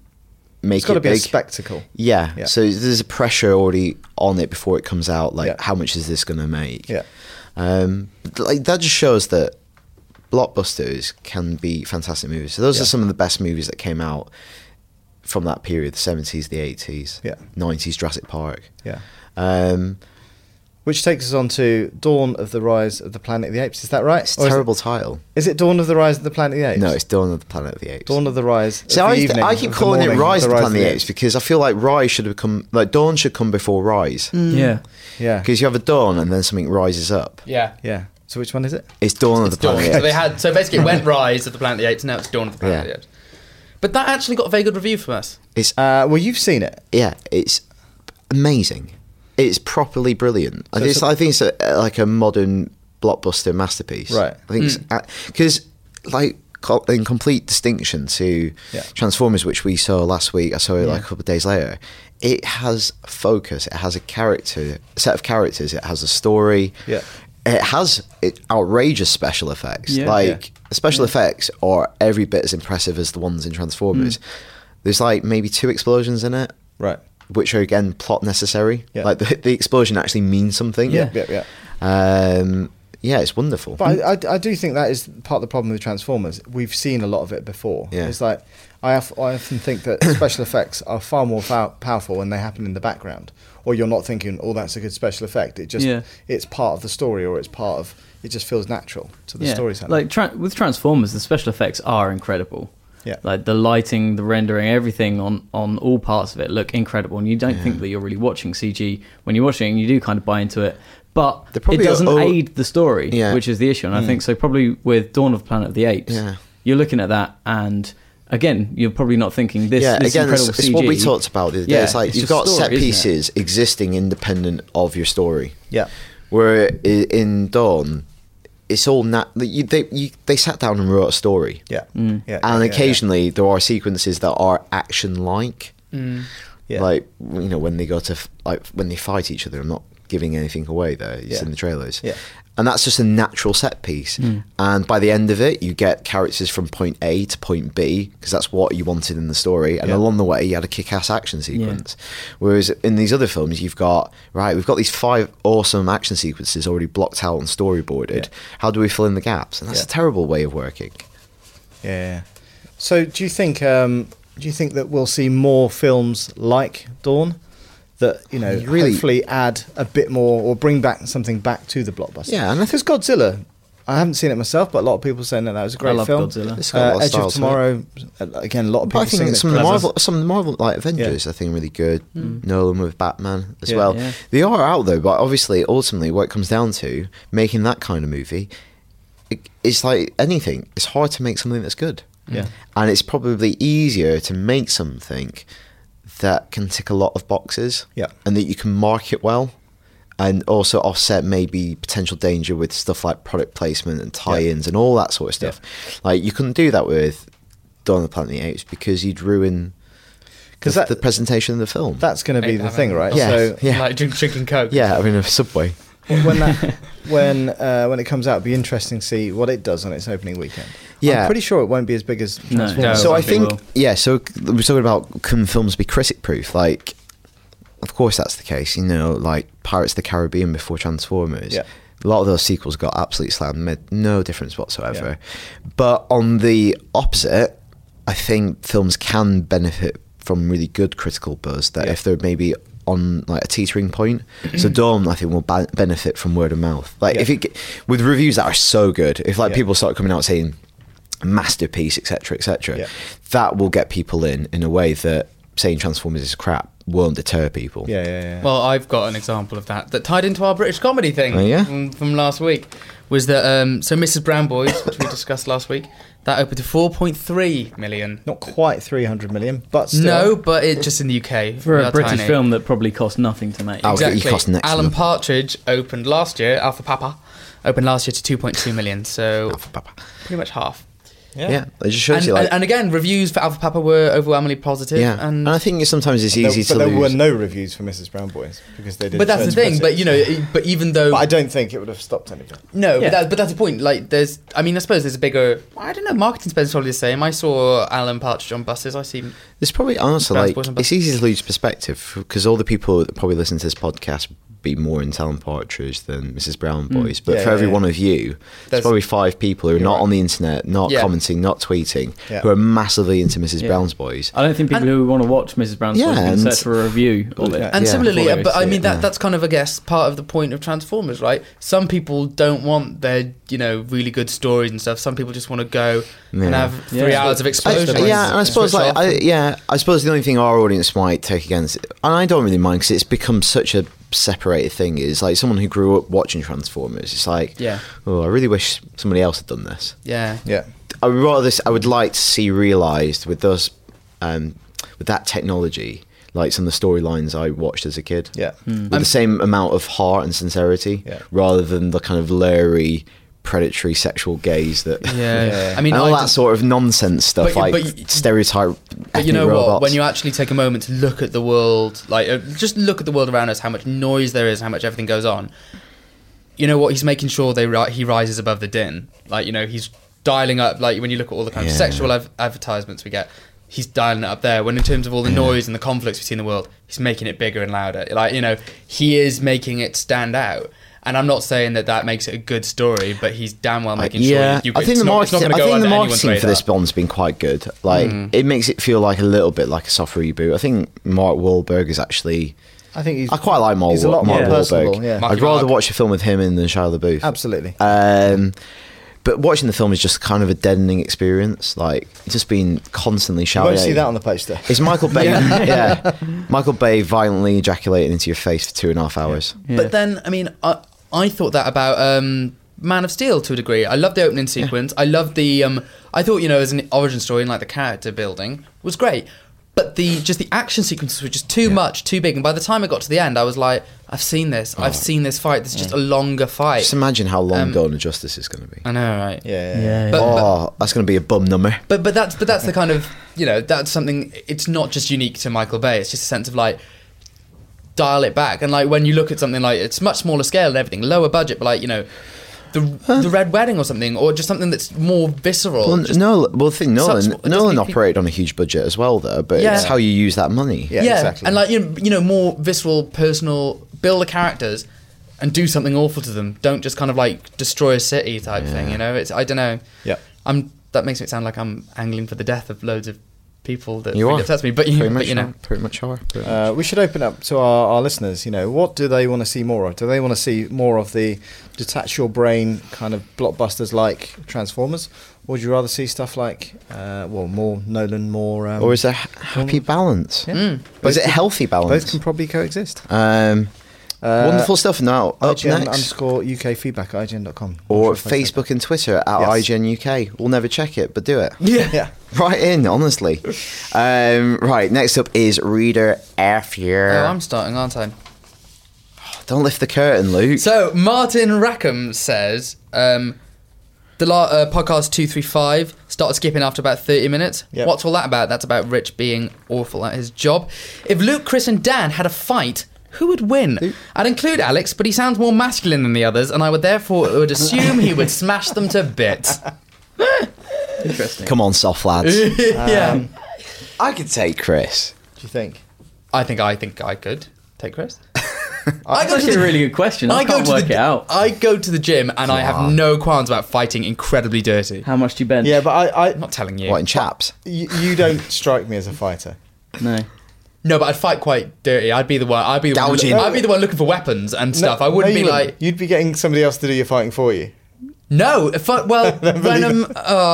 Speaker 1: make
Speaker 2: It's got to
Speaker 1: it
Speaker 2: be a
Speaker 1: big.
Speaker 2: spectacle.
Speaker 1: Yeah.
Speaker 2: Yeah.
Speaker 1: So there's a pressure already on it before it comes out. Like,
Speaker 2: Yeah.
Speaker 1: how much is this going to make?
Speaker 2: Yeah.
Speaker 1: Um, but, like that just shows that blockbusters can be fantastic movies. So those
Speaker 2: Yeah.
Speaker 1: are some of the best movies that came out from that period: the seventies, the eighties,
Speaker 2: Yeah.
Speaker 1: nineties, Jurassic Park.
Speaker 2: Yeah.
Speaker 1: Um,
Speaker 2: Which takes us on to Dawn of the Rise of the Planet of the Apes. Is that right?
Speaker 1: it's
Speaker 2: Or
Speaker 1: a
Speaker 2: is it-
Speaker 1: terrible title.
Speaker 2: Is it Dawn of the Rise of the Planet of the Apes?
Speaker 1: No, it's Dawn of the Planet of the Apes.
Speaker 2: Dawn of the Rise.
Speaker 1: See,
Speaker 2: of
Speaker 1: I,
Speaker 2: the evening,
Speaker 1: I
Speaker 2: of
Speaker 1: keep
Speaker 2: the
Speaker 1: calling it
Speaker 2: morning,
Speaker 1: Rise of the Planet of the Apes
Speaker 2: Apes.
Speaker 1: because I feel like Rise should have come, like Dawn should come before Rise.
Speaker 4: Yeah.
Speaker 2: Mm. Yeah.
Speaker 1: Because you have a dawn and then something rises up.
Speaker 3: Yeah.
Speaker 2: Yeah. So which one is it?
Speaker 1: It's Dawn of the
Speaker 3: Dawn.
Speaker 1: Planet of
Speaker 3: So
Speaker 1: the
Speaker 3: they
Speaker 1: Apes.
Speaker 3: had so basically it went Rise of the Planet of the Apes, now it's Dawn of the Planet of
Speaker 1: Yeah.
Speaker 3: the Apes. But that actually got a very good review from us.
Speaker 1: It's
Speaker 2: Uh, well, you've seen it.
Speaker 1: yeah, it's amazing. It's properly brilliant. I
Speaker 2: So
Speaker 1: think
Speaker 2: it's
Speaker 1: it's, I think it's a, like a modern blockbuster masterpiece.
Speaker 2: Right.
Speaker 1: I think
Speaker 4: Hmm.
Speaker 1: because like co- in complete distinction to
Speaker 2: Yeah.
Speaker 1: Transformers, which we saw last week, I saw it like a couple of days later. It has focus. It has a character, a set of characters. It has a story.
Speaker 2: Yeah.
Speaker 1: It has it, outrageous special effects.
Speaker 4: Yeah.
Speaker 1: like special effects are every bit as impressive as the ones in
Speaker 4: Hmm.
Speaker 1: Transformers. There's like maybe two explosions in it
Speaker 2: Right.
Speaker 1: which are again plot necessary.
Speaker 2: Yeah.
Speaker 1: Like the, the explosion actually means something.
Speaker 4: Yeah.
Speaker 2: Yeah. Yeah.
Speaker 1: Um, yeah, it's wonderful.
Speaker 2: But I, I, I do think that is part of the problem with Transformers. We've seen a lot of it before.
Speaker 1: Yeah.
Speaker 2: It's like I, of- I often think that special effects are far more fou- powerful when they happen in the background, or you're not thinking, "Oh, that's a good special effect." It just
Speaker 4: Yeah.
Speaker 2: it's part of the story, or it's part of it just feels natural to the
Speaker 4: yeah.
Speaker 2: storytelling.
Speaker 4: Like tra- with Transformers, the special effects are incredible.
Speaker 2: Yeah.
Speaker 4: Like the lighting, the rendering, everything on on all parts of it look incredible, and you don't think that you're really watching CG when you're watching. You do kind of buy into it, but
Speaker 1: They're probably
Speaker 4: it doesn't
Speaker 1: all-
Speaker 4: aid the story,
Speaker 1: Yeah. Mm.
Speaker 4: which is the issue. And I think so. Probably with Dawn of Planet of the Apes,
Speaker 1: Yeah.
Speaker 4: you're looking at that, and again, you're probably not thinking this.
Speaker 1: yeah,
Speaker 4: this
Speaker 1: again, it's,
Speaker 4: incredible
Speaker 1: it's
Speaker 4: CG.
Speaker 1: what we talked about the other day.
Speaker 4: Yeah,
Speaker 1: it's like
Speaker 4: it's
Speaker 1: you've
Speaker 4: just
Speaker 1: got
Speaker 4: story,
Speaker 1: set
Speaker 4: isn't it?
Speaker 1: pieces existing independent of your story.
Speaker 2: Yeah.
Speaker 1: Where i- in Dawn, it's all nat- you, they you, they sat down and wrote a story.
Speaker 2: yeah. yeah, yeah,
Speaker 1: and
Speaker 2: yeah,
Speaker 1: occasionally there are sequences that are action-like.
Speaker 2: yeah.
Speaker 1: Like you know when they go to f- like when they fight each other. I'm not giving anything away there. It's
Speaker 2: Yeah.
Speaker 1: in the trailers.
Speaker 2: Yeah. Mm.
Speaker 1: And that's just a natural set piece. And by the end of it, you get characters from point A to point B because that's what you wanted in the story. And
Speaker 2: Yeah.
Speaker 1: along the way, you had a kick-ass action sequence. Whereas in these other films, you've got right, we've got these five awesome action sequences already blocked out and storyboarded.
Speaker 2: Yeah.
Speaker 1: How do we fill in the gaps? And that's
Speaker 2: Yeah.
Speaker 1: a terrible way of working.
Speaker 2: Yeah. So do you think um, do you think that we'll see more films like Dawn that you know
Speaker 1: You really-
Speaker 2: hopefully add a bit more or bring back something back to the blockbuster?
Speaker 1: Yeah, and I
Speaker 2: because Godzilla, I haven't seen it myself, but a lot of people saying that that was a great
Speaker 4: love
Speaker 2: film.
Speaker 4: Godzilla.
Speaker 1: It's got a lot
Speaker 2: Uh,
Speaker 1: of
Speaker 2: Edge
Speaker 1: style
Speaker 2: of
Speaker 1: to it.
Speaker 2: Tomorrow, uh, again, a lot of people
Speaker 1: But I
Speaker 2: saying
Speaker 1: think
Speaker 2: it's
Speaker 1: some of the
Speaker 2: clever.
Speaker 1: Marvel, some of the Marvel like Avengers, I think, are really good. Nolan with Batman as
Speaker 2: Yeah.
Speaker 1: well.
Speaker 4: Yeah.
Speaker 1: They are out though, but obviously, ultimately, what it comes down to making that kind of movie, it, it's like anything. It's hard to make something that's good.
Speaker 2: Yeah.
Speaker 1: and it's probably easier to make something that can tick a lot of boxes.
Speaker 2: Yeah.
Speaker 1: and that you can market well. And also offset maybe potential danger with stuff like product placement and tie-ins and all that sort of stuff. Like you couldn't do that with Dawn of the Planet of the Apes because you'd ruin
Speaker 2: 'Cause
Speaker 1: because
Speaker 2: that-
Speaker 1: the presentation of the film.
Speaker 2: That's going to be
Speaker 3: Eight
Speaker 2: the
Speaker 3: hours.
Speaker 2: thing, right?
Speaker 1: Yeah.
Speaker 2: So
Speaker 1: Yeah.
Speaker 3: Like drink, drinking Coke.
Speaker 1: yeah, I mean a subway.
Speaker 2: when that when uh, when it comes out, it'll be interesting to see what it does on its opening weekend. I'm
Speaker 1: Yeah.
Speaker 2: pretty sure it won't be as big as Transformers.
Speaker 4: No,
Speaker 1: so I
Speaker 4: something
Speaker 1: think
Speaker 4: will.
Speaker 1: yeah. So c- we're talking about can films be critic proof? Like, of course that's the case. You know, like Pirates of the Caribbean before Transformers.
Speaker 2: Yeah.
Speaker 1: A lot of those sequels got absolutely slammed, made no difference whatsoever. But on the opposite, I think films can benefit from really good critical buzz that
Speaker 2: Yeah.
Speaker 1: if they're maybe on like a teetering point. so Dawn, I think, will ban benefit from word of mouth. Like
Speaker 2: Yeah.
Speaker 1: if it g- with reviews that are so good, if like
Speaker 2: Yeah.
Speaker 1: people start coming out saying masterpiece, etc., etc.,
Speaker 2: Yeah.
Speaker 1: that will get people in in a way that saying Transformers is crap won't deter people.
Speaker 2: Yeah, yeah, yeah.
Speaker 3: Well, I've got an example of that that tied into our British comedy thing
Speaker 1: Oh, yeah?
Speaker 3: from, from last week. Was that um, so? Mrs. Brown Boys, which we discussed last week, that opened to 4.3 million.
Speaker 2: not quite 300 million, but still.
Speaker 3: No, but it just in the UK
Speaker 4: for
Speaker 3: we
Speaker 4: a
Speaker 3: are
Speaker 4: British
Speaker 3: tiny.
Speaker 4: film that probably cost nothing to make.
Speaker 1: Oh, okay.
Speaker 3: Exactly.
Speaker 1: You cost next to
Speaker 3: Alan
Speaker 1: them.
Speaker 3: Partridge opened last year. Alpha Papa opened last year to 2.2 million. So
Speaker 1: Alpha Papa.
Speaker 3: pretty much half.
Speaker 1: Yeah, it just shows
Speaker 3: And,
Speaker 1: you like.
Speaker 3: and, and again, reviews for Alpha Papa were overwhelmingly positive.
Speaker 1: yeah,
Speaker 3: and
Speaker 1: and I think sometimes it's easy
Speaker 2: but
Speaker 1: to
Speaker 2: there
Speaker 1: lose.
Speaker 2: were no reviews for Mrs. Brown Boys because they didn't.
Speaker 3: but that's the thing.
Speaker 2: interpret
Speaker 3: But
Speaker 2: it.
Speaker 3: you know, it- but even though
Speaker 2: but I don't think it would have stopped anything.
Speaker 3: No,
Speaker 4: Yeah.
Speaker 3: but, that, but that's the point. Like, there's, I mean, I suppose there's a bigger, I don't know, marketing spend's probably the same. I saw Alan Partridge on buses. I see.
Speaker 1: It's probably honestly
Speaker 3: Brown
Speaker 1: like
Speaker 3: boys and
Speaker 1: it's
Speaker 3: buses.
Speaker 1: easy to lose perspective because all the people that probably listen to this podcast be more in Talon Partridge than Mrs. Brown
Speaker 3: Mm.
Speaker 1: Boys. But
Speaker 2: Yeah,
Speaker 1: for
Speaker 2: yeah,
Speaker 1: every
Speaker 2: yeah.
Speaker 1: one of you, there's,
Speaker 3: There's-
Speaker 1: probably five people who are not
Speaker 2: right.
Speaker 1: on the internet, not
Speaker 3: Yeah.
Speaker 1: commenting, not tweeting,
Speaker 2: Yeah.
Speaker 1: who are massively into Mrs. Brown's Boys.
Speaker 4: I don't think people who want to watch Mrs. Brown's
Speaker 1: Yeah,
Speaker 4: yeah, can
Speaker 1: and-
Speaker 4: search for a review of it.
Speaker 3: And
Speaker 1: Yeah.
Speaker 3: similarly,
Speaker 4: Before
Speaker 3: uh,
Speaker 4: they
Speaker 3: but I
Speaker 4: see
Speaker 3: mean,
Speaker 4: it,
Speaker 3: that
Speaker 1: yeah.
Speaker 3: that's kind of, I guess, part of the point of Transformers, right? Some people don't want their, you know, really good stories and stuff. Some people just want to go
Speaker 1: Yeah.
Speaker 3: and have three
Speaker 4: Yeah.
Speaker 3: hours of
Speaker 1: I-
Speaker 3: explosions.
Speaker 1: yeah, and I suppose
Speaker 3: Switch
Speaker 1: like
Speaker 3: off.
Speaker 1: I, yeah, I suppose the only thing our audience might take against, and I don't really mind because it's become such a separated thing. Is like someone who grew up watching Transformers. It's like,
Speaker 3: Yeah.
Speaker 1: oh, I really wish somebody else had done this.
Speaker 3: yeah.
Speaker 2: Yeah,
Speaker 1: I would rather this. I would like to see realised with those, um, with that technology, like some of the storylines I watched as a kid.
Speaker 2: yeah.
Speaker 3: Hmm.
Speaker 1: with the same amount of heart and sincerity,
Speaker 2: Yeah.
Speaker 1: rather than the kind of leery, predatory sexual gaze that.
Speaker 3: Yeah. I mean,
Speaker 1: and all
Speaker 3: I
Speaker 1: that sort of nonsense stuff,
Speaker 3: But
Speaker 1: like
Speaker 3: you- but you-
Speaker 1: stereotype.
Speaker 3: But you
Speaker 1: ethnic
Speaker 3: know what?
Speaker 1: robots.
Speaker 3: When you actually take a moment to look at the world, like uh, just look at the world around us, how much noise there is, how much everything goes on. You know what? He's making sure they ri- he rises above the din. Like you know, he's dialing up. Like when you look at all the kind
Speaker 1: Yeah.
Speaker 3: of sexual ad- advertisements we get, he's dialing it up there. When in terms of all the noise and the conflicts we see in the world, he's making it bigger and louder. Like you know, he is making it stand out. And I'm not saying that that makes it a good story, but he's damn well making
Speaker 1: yeah,
Speaker 3: sure. You,
Speaker 1: I think
Speaker 3: it's
Speaker 1: the
Speaker 3: not- it's not
Speaker 1: marketing.
Speaker 3: gonna
Speaker 1: I
Speaker 3: go
Speaker 1: think the
Speaker 3: under anyone's
Speaker 1: marketing for
Speaker 3: radar.
Speaker 1: this Bond's been quite good. Like
Speaker 3: Hmm.
Speaker 1: it makes it feel like a little bit like a soft reboot. I think Mark Wahlberg is actually.
Speaker 5: I think he's.
Speaker 1: I quite like Mark,
Speaker 5: He's a lot
Speaker 1: Mark
Speaker 5: more personable.
Speaker 1: Wahlberg.
Speaker 5: Yeah,
Speaker 3: Mark- Marky
Speaker 1: I'd rather
Speaker 3: Mark.
Speaker 1: watch a film with him in than Shia LaBeouf.
Speaker 5: absolutely.
Speaker 1: Um, but watching the film is just kind of a deadening experience. Like just being constantly
Speaker 2: You
Speaker 1: shouted.
Speaker 2: won't see that on the poster.
Speaker 1: It's Michael Bay. yeah. Michael Bay violently ejaculating into your face for two and a half hours.
Speaker 3: But then, I mean, I, I thought that about um, Man of Steel to a degree. I loved the opening sequence. I loved the. Um, I thought you know, as an origin story and like the character building was great. But the just the action sequences were just too much, too big. And by the time I got to the end, I was like, I've seen this. I've seen this fight. This is just a longer fight.
Speaker 1: Just imagine how long
Speaker 3: Um,
Speaker 1: Dawn of Justice is going to be.
Speaker 3: I know, right?
Speaker 2: Yeah, yeah.
Speaker 4: Yeah,
Speaker 3: But-
Speaker 1: oh, that's going to be a bum number.
Speaker 3: But but that's but that's the kind of you know that's something. It's not just unique to Michael Bay. It's just a sense of like dial it back and like when you look at something like it's much smaller scale and everything, lower budget, but like you know. The, the Red Wedding or something, or just something that's more visceral.
Speaker 1: Well,
Speaker 3: just-
Speaker 1: no, well, the thing Nolan,
Speaker 3: such- it
Speaker 1: Nolan
Speaker 3: doesn't-
Speaker 1: operated on a huge budget as well, though. But it's
Speaker 3: Yeah.
Speaker 1: how you use that money.
Speaker 2: Yeah. exactly.
Speaker 3: And like you know, you know, more visceral, personal, build the characters and do something awful to them. Don't just kind of like destroy a city type thing. You know, it's I don't know.
Speaker 2: Yeah.
Speaker 3: I'm. That makes it sound like I'm angling for the death of loads of people that
Speaker 1: You are.
Speaker 3: really upsets me. But you,
Speaker 1: Pretty
Speaker 3: but,
Speaker 1: much,
Speaker 3: you know,
Speaker 1: are. pretty much are. Pretty much.
Speaker 2: Uh, we should open up to our, our listeners. You know, what do they want to see more of? Do they want to see more of the detach your brain kind of blockbusters like Transformers, or would you rather see stuff like, uh, well, more Nolan, more? Um,
Speaker 1: or is there h- happy balance?
Speaker 2: Yeah.
Speaker 3: Mm.
Speaker 1: Or is it healthy
Speaker 2: Both can
Speaker 1: balance?
Speaker 2: probably coexist.
Speaker 1: Um,
Speaker 2: Uh,
Speaker 1: wonderful stuff. Now up
Speaker 2: IGN
Speaker 1: next.
Speaker 2: underscore UK feedback at IGN.com.
Speaker 1: or
Speaker 2: I'm sure if I said
Speaker 1: Facebook and Twitter at
Speaker 2: Yes.
Speaker 1: IGN UK. We'll never check it, but do it.
Speaker 2: that. Yeah.
Speaker 1: Right in, honestly. Um, right, next up is Reader F
Speaker 3: Oh,
Speaker 1: year.
Speaker 3: I'm starting, aren't I?
Speaker 1: Don't lift the curtain, Luke.
Speaker 3: So Martin Rackham says um, the la- uh, podcast two three five started skipping after about thirty minutes.
Speaker 2: Yep.
Speaker 3: What's all that about? That's about Rich being awful at his job. If Luke, Chris, and Dan had a fight. Who would win? I'd include Alex, but he sounds more masculine than the others, and I would therefore would assume he would smash them to bits.
Speaker 4: interesting.
Speaker 1: Come on, soft lads.
Speaker 3: yeah,
Speaker 1: I could take Chris.
Speaker 2: Do you think?
Speaker 3: I think I think I could take Chris.
Speaker 4: That's actually a really good question. I,
Speaker 3: I go
Speaker 4: can't
Speaker 3: to
Speaker 4: work
Speaker 3: the,
Speaker 4: it out.
Speaker 3: I go to the gym, and I have no qualms about fighting incredibly dirty.
Speaker 4: How much do you bench?
Speaker 2: Yeah, but I, I
Speaker 3: I'm not telling you.
Speaker 1: What, in chaps?
Speaker 2: you, you don't strike me as a fighter.
Speaker 4: no.
Speaker 3: No, but I'd fight quite dirty. I'd be the one. I'd be the
Speaker 1: Gouging.
Speaker 3: one. I'd be the one looking for weapons and stuff. I wouldn't
Speaker 2: No, you
Speaker 3: be like,
Speaker 2: you'd be getting somebody else to do your fighting for you.
Speaker 3: no. If I, well, when I'm, uh,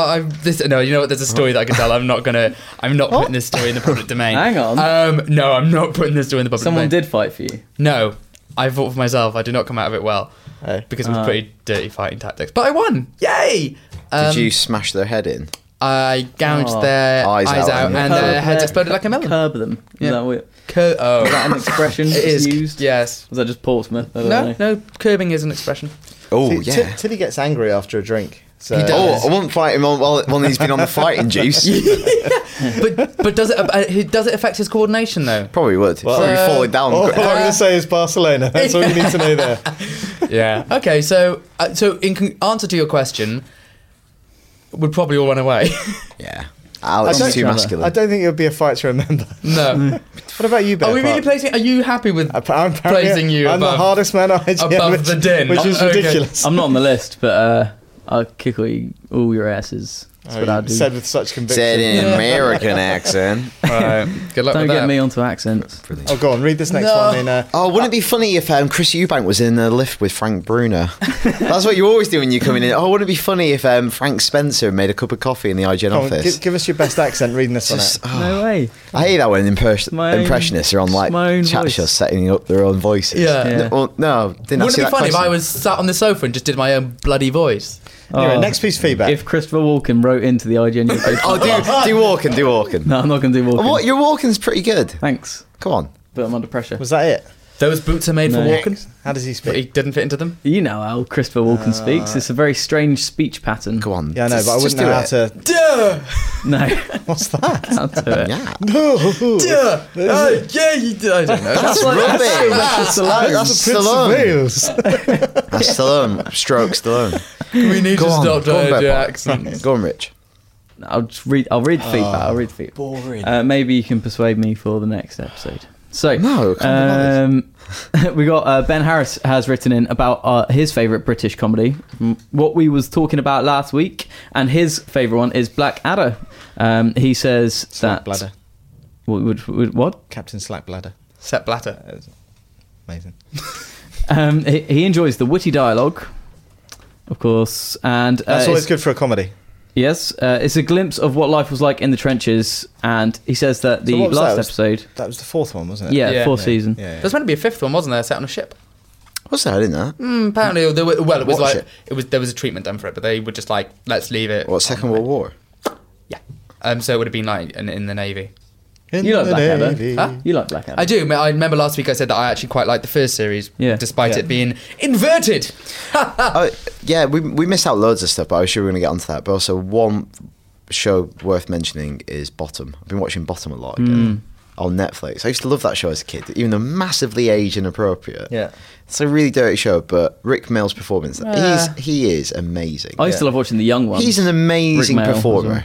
Speaker 3: I'm this. No, you know what? There's a story that I can tell. I'm not gonna. I'm not putting this story in the public domain.
Speaker 4: Hang on.
Speaker 3: Um, no, I'm not putting this story in the public.
Speaker 4: Someone
Speaker 3: domain.
Speaker 4: did fight for you.
Speaker 3: No, I fought for myself. I did not come out of it well
Speaker 2: Oh.
Speaker 3: because it
Speaker 4: Uh.
Speaker 3: was pretty dirty fighting tactics. But I won. Yay! Um,
Speaker 1: Did you smash their head in?
Speaker 3: I gouged
Speaker 4: Oh.
Speaker 3: their eyes,
Speaker 1: Eyes
Speaker 3: out,
Speaker 1: out, yeah.
Speaker 3: and
Speaker 4: Curb
Speaker 3: their heads
Speaker 4: their-
Speaker 3: exploded like a melon.
Speaker 4: Curb them. Is
Speaker 3: Yeah.
Speaker 4: that what,
Speaker 3: Cur- oh,
Speaker 4: is that an expression
Speaker 3: it
Speaker 4: that's
Speaker 3: is
Speaker 4: used?
Speaker 3: Yes.
Speaker 4: Was that just Portsmouth? I don't
Speaker 3: No,
Speaker 4: know.
Speaker 3: no. Curbing is an expression.
Speaker 1: Oh,
Speaker 2: Till-
Speaker 1: yeah.
Speaker 2: till he gets angry after a drink. So,
Speaker 3: He does.
Speaker 1: Oh, I wouldn't fight him on, while one he's been on the fighting juice.
Speaker 3: but but does it uh, does it affect his coordination though?
Speaker 1: Probably would. Probably
Speaker 3: Uh,
Speaker 1: falling down.
Speaker 2: All um, oh, I'm going to say is Barcelona. That's all you need to know there.
Speaker 3: Yeah. Okay. So uh, so in con- answer to your question, we'd probably all run away.
Speaker 1: Yeah. Alex
Speaker 2: I
Speaker 1: is too
Speaker 4: don't-
Speaker 2: I
Speaker 1: masculine.
Speaker 2: don't think it would be a fight to remember.
Speaker 3: no.
Speaker 2: What about you, Ben?
Speaker 3: Are Oh, we really
Speaker 2: Clark?
Speaker 3: placing? Are you happy with?
Speaker 2: Appa- I'm apparently-
Speaker 3: Praising you
Speaker 2: I'm the
Speaker 3: above-
Speaker 2: hardest man on IGN,
Speaker 3: above
Speaker 2: which,
Speaker 3: the din.
Speaker 2: which is
Speaker 3: Oh, okay.
Speaker 2: ridiculous.
Speaker 4: I'm not on the list, but uh, I'll kick all, you, all your asses. That's what I
Speaker 2: Oh,
Speaker 4: do.
Speaker 2: said with such conviction.
Speaker 1: Said in an American accent.
Speaker 3: Good luck
Speaker 4: Don't
Speaker 3: with
Speaker 4: get
Speaker 3: that.
Speaker 4: me onto accents.
Speaker 2: Oh, go on, read this next
Speaker 3: No.
Speaker 2: one. In, uh,
Speaker 1: Oh, wouldn't it be funny if um, Chris Eubank was in the lift with Frank Bruner? That's what you always do when you're coming in. Oh, wouldn't it be funny if um, Frank Spencer made a cup of coffee in the IGN
Speaker 2: come on,
Speaker 1: office?
Speaker 2: give, give us your best accent reading this
Speaker 1: Just-
Speaker 2: one out.
Speaker 4: No way.
Speaker 1: I hate that when impers-
Speaker 4: My own-
Speaker 1: impressionists are on like
Speaker 4: my own
Speaker 1: chat
Speaker 4: voice.
Speaker 1: shows setting up their own voices.
Speaker 3: Yeah.
Speaker 4: Yeah.
Speaker 1: No, well, no, didn't I
Speaker 3: Wouldn't
Speaker 1: see
Speaker 3: it be
Speaker 1: that
Speaker 3: funny if I
Speaker 1: question?
Speaker 3: was sat on the sofa and just did my own bloody voice?
Speaker 2: Anyway,
Speaker 4: Oh,
Speaker 2: next piece of feedback.
Speaker 4: If Christopher Walken wrote into the IGN, you'd go-
Speaker 1: Oh, do do walking, do walking.
Speaker 4: no, I'm not going to do Walken.
Speaker 1: What your walking's pretty good.
Speaker 4: Thanks,
Speaker 1: Come on.
Speaker 4: but I'm under pressure.
Speaker 2: Was that it?
Speaker 3: Those boots are made for
Speaker 4: No.
Speaker 3: walking.
Speaker 2: How does he
Speaker 3: But he
Speaker 2: speak?
Speaker 3: didn't fit into them.
Speaker 4: You know how Christopher Walken speaks. It's a very strange speech pattern.
Speaker 1: Go on.
Speaker 2: Yeah, I know,
Speaker 1: just-
Speaker 2: but I
Speaker 1: just
Speaker 2: wouldn't
Speaker 1: do
Speaker 2: know how
Speaker 1: it.
Speaker 2: to.
Speaker 3: Duh,
Speaker 4: No,
Speaker 2: What's that?
Speaker 4: can't do it.
Speaker 1: Yeah.
Speaker 3: duh. Oh, yeah, you did. I don't know.
Speaker 1: That's rubbish.
Speaker 4: That's allowed.
Speaker 1: That's
Speaker 2: Prince of
Speaker 1: Stallone.
Speaker 2: Wales.
Speaker 1: That's Stallone. Stroke Stallone.
Speaker 3: we need
Speaker 1: Go
Speaker 3: to
Speaker 1: on,
Speaker 3: stop
Speaker 1: go on,
Speaker 3: doing your
Speaker 1: Beppo.
Speaker 3: accents.
Speaker 1: Go on, Rich.
Speaker 4: I'll just read. I'll read the feedback. I'll read the feedback.
Speaker 2: Ah, Boring.
Speaker 4: Uh, maybe you can persuade me for the next episode. So
Speaker 1: No, can't
Speaker 4: um, we got uh, Ben Harris has written in about uh, his favorite British comedy, m- what we was talking about last week, and his favorite one is Blackadder. Um, he says that
Speaker 2: Blackbladder.
Speaker 4: What? what- what- what?
Speaker 2: Captain Slackbladder.
Speaker 3: Set blatter.
Speaker 2: Amazing.
Speaker 4: Um, he, he enjoys the witty dialogue, of course, and uh,
Speaker 2: That's always
Speaker 4: it's-
Speaker 2: good for a comedy.
Speaker 4: Yes, uh, it's a glimpse of what life was like in the trenches, and he says that the
Speaker 2: what was
Speaker 4: last
Speaker 2: that?
Speaker 4: episode,
Speaker 2: That was the fourth one, wasn't it?
Speaker 4: yeah,
Speaker 3: Yeah.
Speaker 4: fourth
Speaker 2: Yeah.
Speaker 4: season,
Speaker 2: Yeah, yeah.
Speaker 3: There's meant to be a fifth one, wasn't there? Set on a ship.
Speaker 1: What's that in that?
Speaker 3: Mm, apparently, there were, well, it was
Speaker 1: Watch
Speaker 3: like it.
Speaker 1: it.
Speaker 3: was. There was a treatment done for it, but they were just like, let's leave it. Um,
Speaker 1: What, Second World War?
Speaker 3: Yeah. Um, so it would have been like in, in the navy.
Speaker 2: In
Speaker 4: You like
Speaker 2: the
Speaker 4: Blackadder?
Speaker 2: Navy.
Speaker 3: Huh?
Speaker 4: you like Blackadder.
Speaker 3: I do. I remember last week I said that I actually quite liked the first series,
Speaker 4: Yeah.
Speaker 3: despite
Speaker 2: Yeah.
Speaker 3: it being inverted.
Speaker 1: Oh, yeah, we, we missed out loads of stuff, but I was sure we were going to get onto that. But also, one show worth mentioning is Bottom. I've been watching Bottom a lot again
Speaker 4: Hmm.
Speaker 1: on Netflix. I used to love that show as a kid, even though massively age inappropriate.
Speaker 2: Yeah.
Speaker 1: It's a really dirty show, but Rick Mail's performance,
Speaker 3: Yeah.
Speaker 1: he's, he is amazing.
Speaker 4: I used to love watching the young ones.
Speaker 1: He's an amazing
Speaker 4: Rick Mail,
Speaker 1: performer.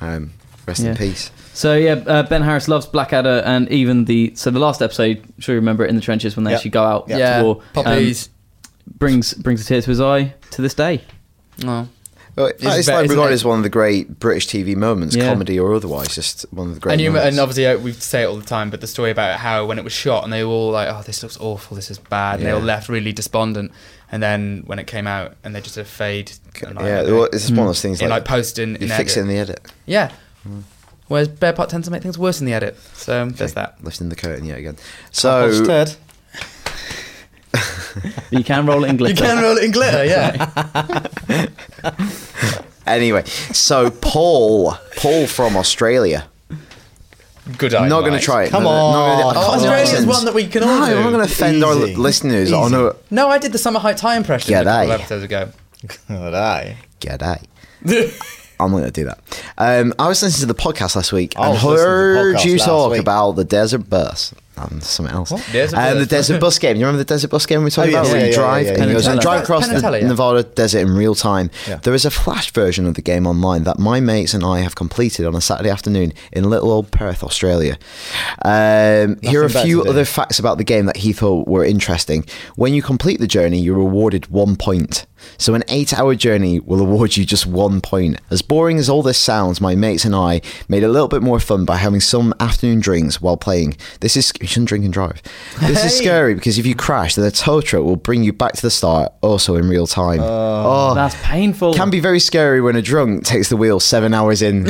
Speaker 1: Um, rest
Speaker 4: Yeah.
Speaker 1: in peace.
Speaker 4: so yeah, uh, Ben Harris loves Blackadder, and even the so the last episode, I'm sure you remember it in the trenches when they
Speaker 2: Yeah.
Speaker 4: actually go out
Speaker 3: yeah,
Speaker 4: to war, um,
Speaker 3: poppies.
Speaker 4: brings brings a tear to his eye to this day.
Speaker 3: No.
Speaker 1: Well, it's
Speaker 3: Isn't it-
Speaker 1: like
Speaker 3: isn't
Speaker 1: regarded
Speaker 3: it-
Speaker 1: as one of the great British TV moments,
Speaker 4: Yeah.
Speaker 1: comedy or otherwise. Just one of the great.
Speaker 3: and you
Speaker 1: moments.
Speaker 3: and obviously uh, we say it all the time, but the story about how when it was shot and they were all like, "Oh, this looks awful. This is bad," and they all
Speaker 1: Yeah.
Speaker 3: left really despondent. And then when it came out, and they just did a fade. And like,
Speaker 1: yeah,
Speaker 3: okay.
Speaker 1: well, it's just one of those things
Speaker 3: in
Speaker 1: like,
Speaker 3: like post in,
Speaker 1: you
Speaker 3: in
Speaker 1: fix it in
Speaker 3: edit.
Speaker 1: the edit.
Speaker 3: Yeah. Whereas Bear Part tends to make things worse in the edit. So there's
Speaker 1: Hmm. Okay,
Speaker 3: that.
Speaker 1: Lifting the curtain yet again. So
Speaker 2: Hofstad.
Speaker 4: But you can roll it in
Speaker 3: You
Speaker 4: glitter.
Speaker 3: can roll it in glitter, yeah.
Speaker 1: anyway, so Paul, Paul from Australia.
Speaker 3: Good idea.
Speaker 1: not going to try it.
Speaker 2: Come
Speaker 1: No, no,
Speaker 2: on.
Speaker 1: no, I can't
Speaker 3: Oh,
Speaker 1: do
Speaker 3: Australia's
Speaker 1: accents.
Speaker 3: one that we can all
Speaker 1: No, I'm
Speaker 3: do.
Speaker 1: not going to offend our
Speaker 2: Easy.
Speaker 1: listeners on
Speaker 2: Easy.
Speaker 1: a
Speaker 3: No, I did the Summer High Tie impression a couple
Speaker 1: G'day.
Speaker 3: of episodes ago.
Speaker 2: God, aye.
Speaker 1: g'day. I'm not going to do that. Um, I was listening to the podcast last week
Speaker 2: I
Speaker 1: and
Speaker 2: was listening to the
Speaker 1: heard
Speaker 2: podcast
Speaker 1: you
Speaker 2: last
Speaker 1: talk
Speaker 2: week.
Speaker 1: about the desert bus and something else.
Speaker 3: Desert
Speaker 1: Um, the
Speaker 3: bus.
Speaker 1: desert bus game. You remember the desert bus game we talked
Speaker 2: Oh, yes,
Speaker 1: about?
Speaker 2: yeah,
Speaker 1: where you
Speaker 2: yeah,
Speaker 1: drive
Speaker 2: yeah, yeah,
Speaker 1: and you
Speaker 2: yeah.
Speaker 1: go and
Speaker 3: Pennatello.
Speaker 1: drive across the
Speaker 3: Pennatello, yeah.
Speaker 1: Nevada desert in real time.
Speaker 2: Yeah.
Speaker 1: There is a flash version of the game online that my mates and I have completed on a Saturday afternoon in little old Perth, Australia. Um, here are a
Speaker 2: better
Speaker 1: few
Speaker 2: to do.
Speaker 1: other facts about the game that he thought were interesting. When you complete the journey, you're awarded one point. So an eight-hour journey will award you just one point. As boring as all this sounds, my mates and I made it a little bit more fun by having some afternoon drinks while playing. This is you shouldn't drink and drive. This is scary because if you crash, then a tow truck will bring you back to the start, also in real time. oh,
Speaker 4: That's painful.
Speaker 1: can be very scary when a drunk takes the wheel seven hours in.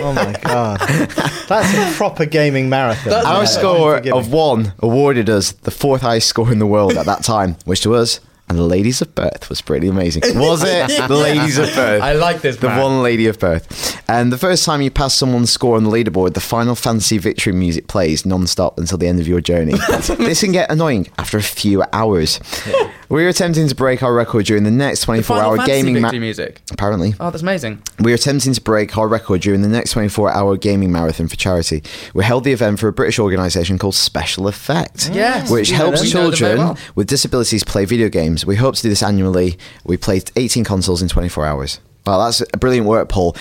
Speaker 2: Oh my god. That's a proper gaming marathon.
Speaker 1: Our
Speaker 2: Yeah.
Speaker 1: score
Speaker 2: Unforgiving.
Speaker 1: of one awarded us the fourth highest score in the world at that time, which to us And the ladies of birth was pretty amazing. Was it? The ladies of birth.
Speaker 3: I like this,
Speaker 1: The
Speaker 3: man.
Speaker 1: one lady of birth. And the first time you pass someone's score on the leaderboard, the final fantasy victory music plays non-stop until the end of your journey. this can get annoying after a few hours. We were attempting to break our record during the next
Speaker 3: The
Speaker 1: 24
Speaker 3: Final
Speaker 1: hour
Speaker 3: Fantasy
Speaker 1: gaming
Speaker 3: victory
Speaker 1: match.
Speaker 3: music.
Speaker 1: Apparently.
Speaker 3: Oh, that's amazing.
Speaker 1: We are attempting to break our record during the next 24 hour gaming marathon for charity. We held the event for a British organisation called Special Effect,
Speaker 3: Yes,
Speaker 1: which
Speaker 3: we know
Speaker 1: helps
Speaker 3: them. We know them very
Speaker 1: children
Speaker 3: well.
Speaker 1: with disabilities play video games. We hope to do this annually. We played 18 consoles in 24 hours. Wow, that's a brilliant work, Paul.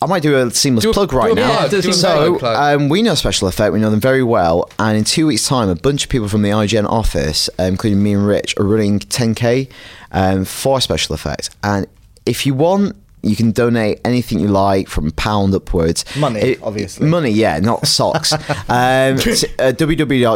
Speaker 1: I might do a seamless
Speaker 3: Do a-
Speaker 1: plug
Speaker 3: do a
Speaker 1: right now.
Speaker 3: plug, do a seamless
Speaker 1: so,
Speaker 3: plug.
Speaker 1: um, we know Special Effect, we know them very well. And in two weeks' time, a bunch of people from the IGN office, um, including me and Rich, are running 10K um, for Special Effect. And if you want, you can donate anything you like from a pound upwards.
Speaker 2: Money, obviously.
Speaker 1: Money, yeah, not socks. um, s- uh,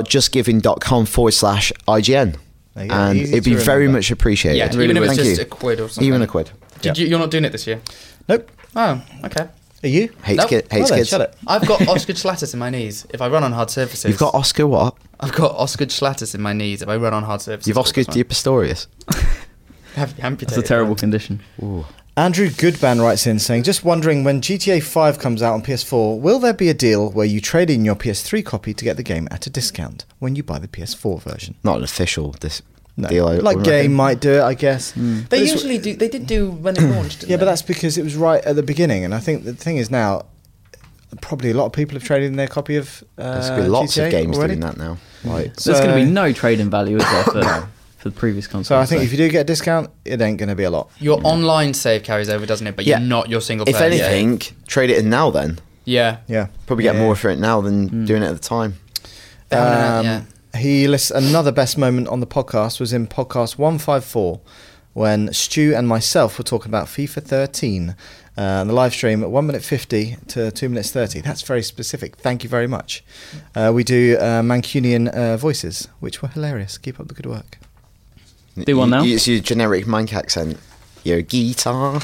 Speaker 1: www.justgiving.com forward slash IGN.
Speaker 2: There you go,
Speaker 1: And
Speaker 2: easy
Speaker 1: it'd
Speaker 2: to
Speaker 1: be very
Speaker 2: remember.
Speaker 1: much appreciated.
Speaker 3: Yeah, even if it's
Speaker 1: Thank
Speaker 3: just
Speaker 1: you.
Speaker 3: a quid or something.
Speaker 1: Even a quid.
Speaker 3: Did you, you're not doing it this year.
Speaker 2: Nope.
Speaker 3: Oh, okay.
Speaker 2: Are you?
Speaker 1: Hates,
Speaker 3: Nope.
Speaker 1: kid, hates
Speaker 2: Well then,
Speaker 1: kids.
Speaker 2: shut it.
Speaker 3: I've got Oscar Schlatters in my knees if I run on hard surfaces.
Speaker 1: You've got Oscar what?
Speaker 3: I've got Oscar Schlatters in my knees if I run on hard surfaces.
Speaker 1: You've
Speaker 3: all the
Speaker 1: Oscar
Speaker 3: time.
Speaker 1: Di Pistorius.
Speaker 3: Have you amputated
Speaker 4: That's a terrible condition.
Speaker 2: Andrew Goodban writes in saying, just wondering when GTA 5 comes out on PS4, will there be a deal where you trade in your PS3 copy to get the game at a discount when you buy the PS4 version?
Speaker 1: Not an official dis-
Speaker 2: No.
Speaker 1: deal. I- I
Speaker 2: like Game
Speaker 1: reckon. Hmm.
Speaker 2: might do it, I guess.
Speaker 3: They
Speaker 2: But it's-
Speaker 3: usually do. They did do when it launched. Didn't
Speaker 2: Yeah, but
Speaker 3: they?
Speaker 2: that's because it was right at the beginning, and I think the thing is now, probably a lot of people have traded in their copy of uh,
Speaker 1: There's been lots
Speaker 2: GTA
Speaker 1: of games
Speaker 2: already.
Speaker 1: doing that now. Like,
Speaker 4: There's going to
Speaker 2: So-
Speaker 4: be no trading value is there for, for the previous console.
Speaker 2: So I think if you do get a discount, it ain't going to be a lot.
Speaker 3: your online save carries over, doesn't it? But
Speaker 1: Yeah.
Speaker 3: you're not your single
Speaker 1: if
Speaker 3: player.
Speaker 1: anything, trade it in now then.
Speaker 3: yeah. yeah. Mm.
Speaker 2: Yeah,
Speaker 1: Probably get
Speaker 2: Yeah.
Speaker 1: more for it now than doing it at the time.
Speaker 3: They haven't announced- yeah.
Speaker 2: Um, He lists another best moment on the podcast was in podcast 154 when Stu and myself were talking about FIFA 13. Uh, the live stream at 1 minute 50 to 2 minutes 30. That's very specific. Thank you very much. Uh, we do uh, Mancunian uh, voices, which were hilarious. Keep up the good work.
Speaker 4: Do one
Speaker 1: You-
Speaker 4: now?
Speaker 1: you- It's your generic Mank accent. Your guitar.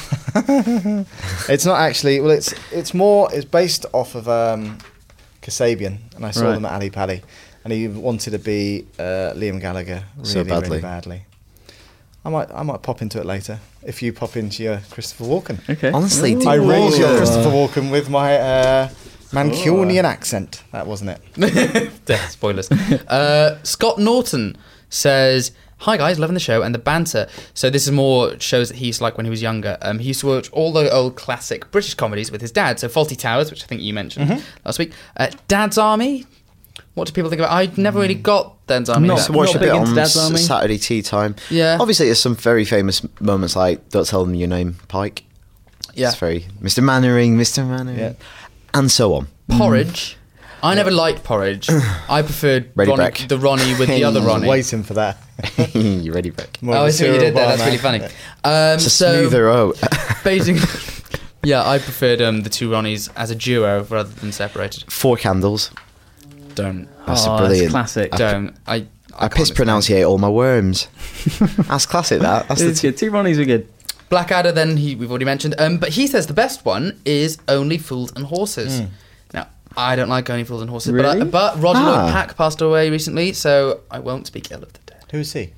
Speaker 2: It's not actually. Well, it's it's more. It's based off of um, Kasabian, and I saw
Speaker 4: Right.
Speaker 2: them at Ali Pally, and he wanted to be uh, Liam Gallagher really,
Speaker 1: So badly.
Speaker 2: really badly. I might I might pop into it later if you pop into your Christopher Walken.
Speaker 4: Okay.
Speaker 1: Honestly, do
Speaker 2: I
Speaker 1: more.
Speaker 2: raised your Christopher Walken with my uh,
Speaker 3: Oh.
Speaker 2: Mancunian accent. That wasn't it.
Speaker 3: Yeah, spoilers. uh, Scott Norton says, "Hi guys, loving the show and the banter." So this is more shows that he's like when he was younger. Um, he used to watch all the old classic British comedies with his dad. So Faulty Towers, which I think you mentioned
Speaker 1: Mm-hmm.
Speaker 3: last week. Uh, Dad's Army. What do people think about? I never really got Dad's Army.
Speaker 1: Not
Speaker 3: That-
Speaker 1: to watch
Speaker 4: not
Speaker 1: a bit
Speaker 4: big into
Speaker 1: on
Speaker 4: Dad's Army.
Speaker 1: s- Saturday tea time.
Speaker 3: Yeah.
Speaker 1: Obviously, there's some very famous moments like "Don't tell them your name, Pike."
Speaker 3: yeah.
Speaker 1: It's very Mr. Mannering, Mr. Mannering,
Speaker 2: Yeah.
Speaker 1: and so on.
Speaker 3: Porridge. I never liked porridge. I preferred
Speaker 1: Ready
Speaker 3: Ronnie,
Speaker 1: Breck.
Speaker 3: the Ronnie with the other
Speaker 1: Hey,
Speaker 3: Ronnie.
Speaker 2: Waiting for that.
Speaker 1: you ready, Rick?
Speaker 2: More of
Speaker 3: Oh,
Speaker 2: a
Speaker 3: I see what
Speaker 2: Cyril
Speaker 3: you did there. That's
Speaker 2: Barnett.
Speaker 3: really funny. Um,
Speaker 1: It's a
Speaker 3: so
Speaker 1: smoother O.
Speaker 3: basically, yeah, I preferred um, the two Ronnies as a duo rather than separated.
Speaker 1: Four candles.
Speaker 3: Don't,
Speaker 1: That's
Speaker 4: Oh,
Speaker 1: a
Speaker 4: that's
Speaker 1: brillispronounced
Speaker 4: classic.
Speaker 3: don't. I,
Speaker 1: I,
Speaker 3: can't explain.
Speaker 1: mispronunciate all my worms. That's classic. That. That's the
Speaker 4: It's good. Two Ronnies are good.
Speaker 3: Blackadder. Then he, we've already mentioned. Um, but he says the best one is Only Fools and
Speaker 1: Hmm.
Speaker 3: Horses. Now I don't like Only Fools and Horses,
Speaker 4: Really?
Speaker 3: but I, but Roger
Speaker 1: Ah.
Speaker 3: Lloyd Pack passed away recently, so I won't speak ill of the dead.
Speaker 2: Who is he?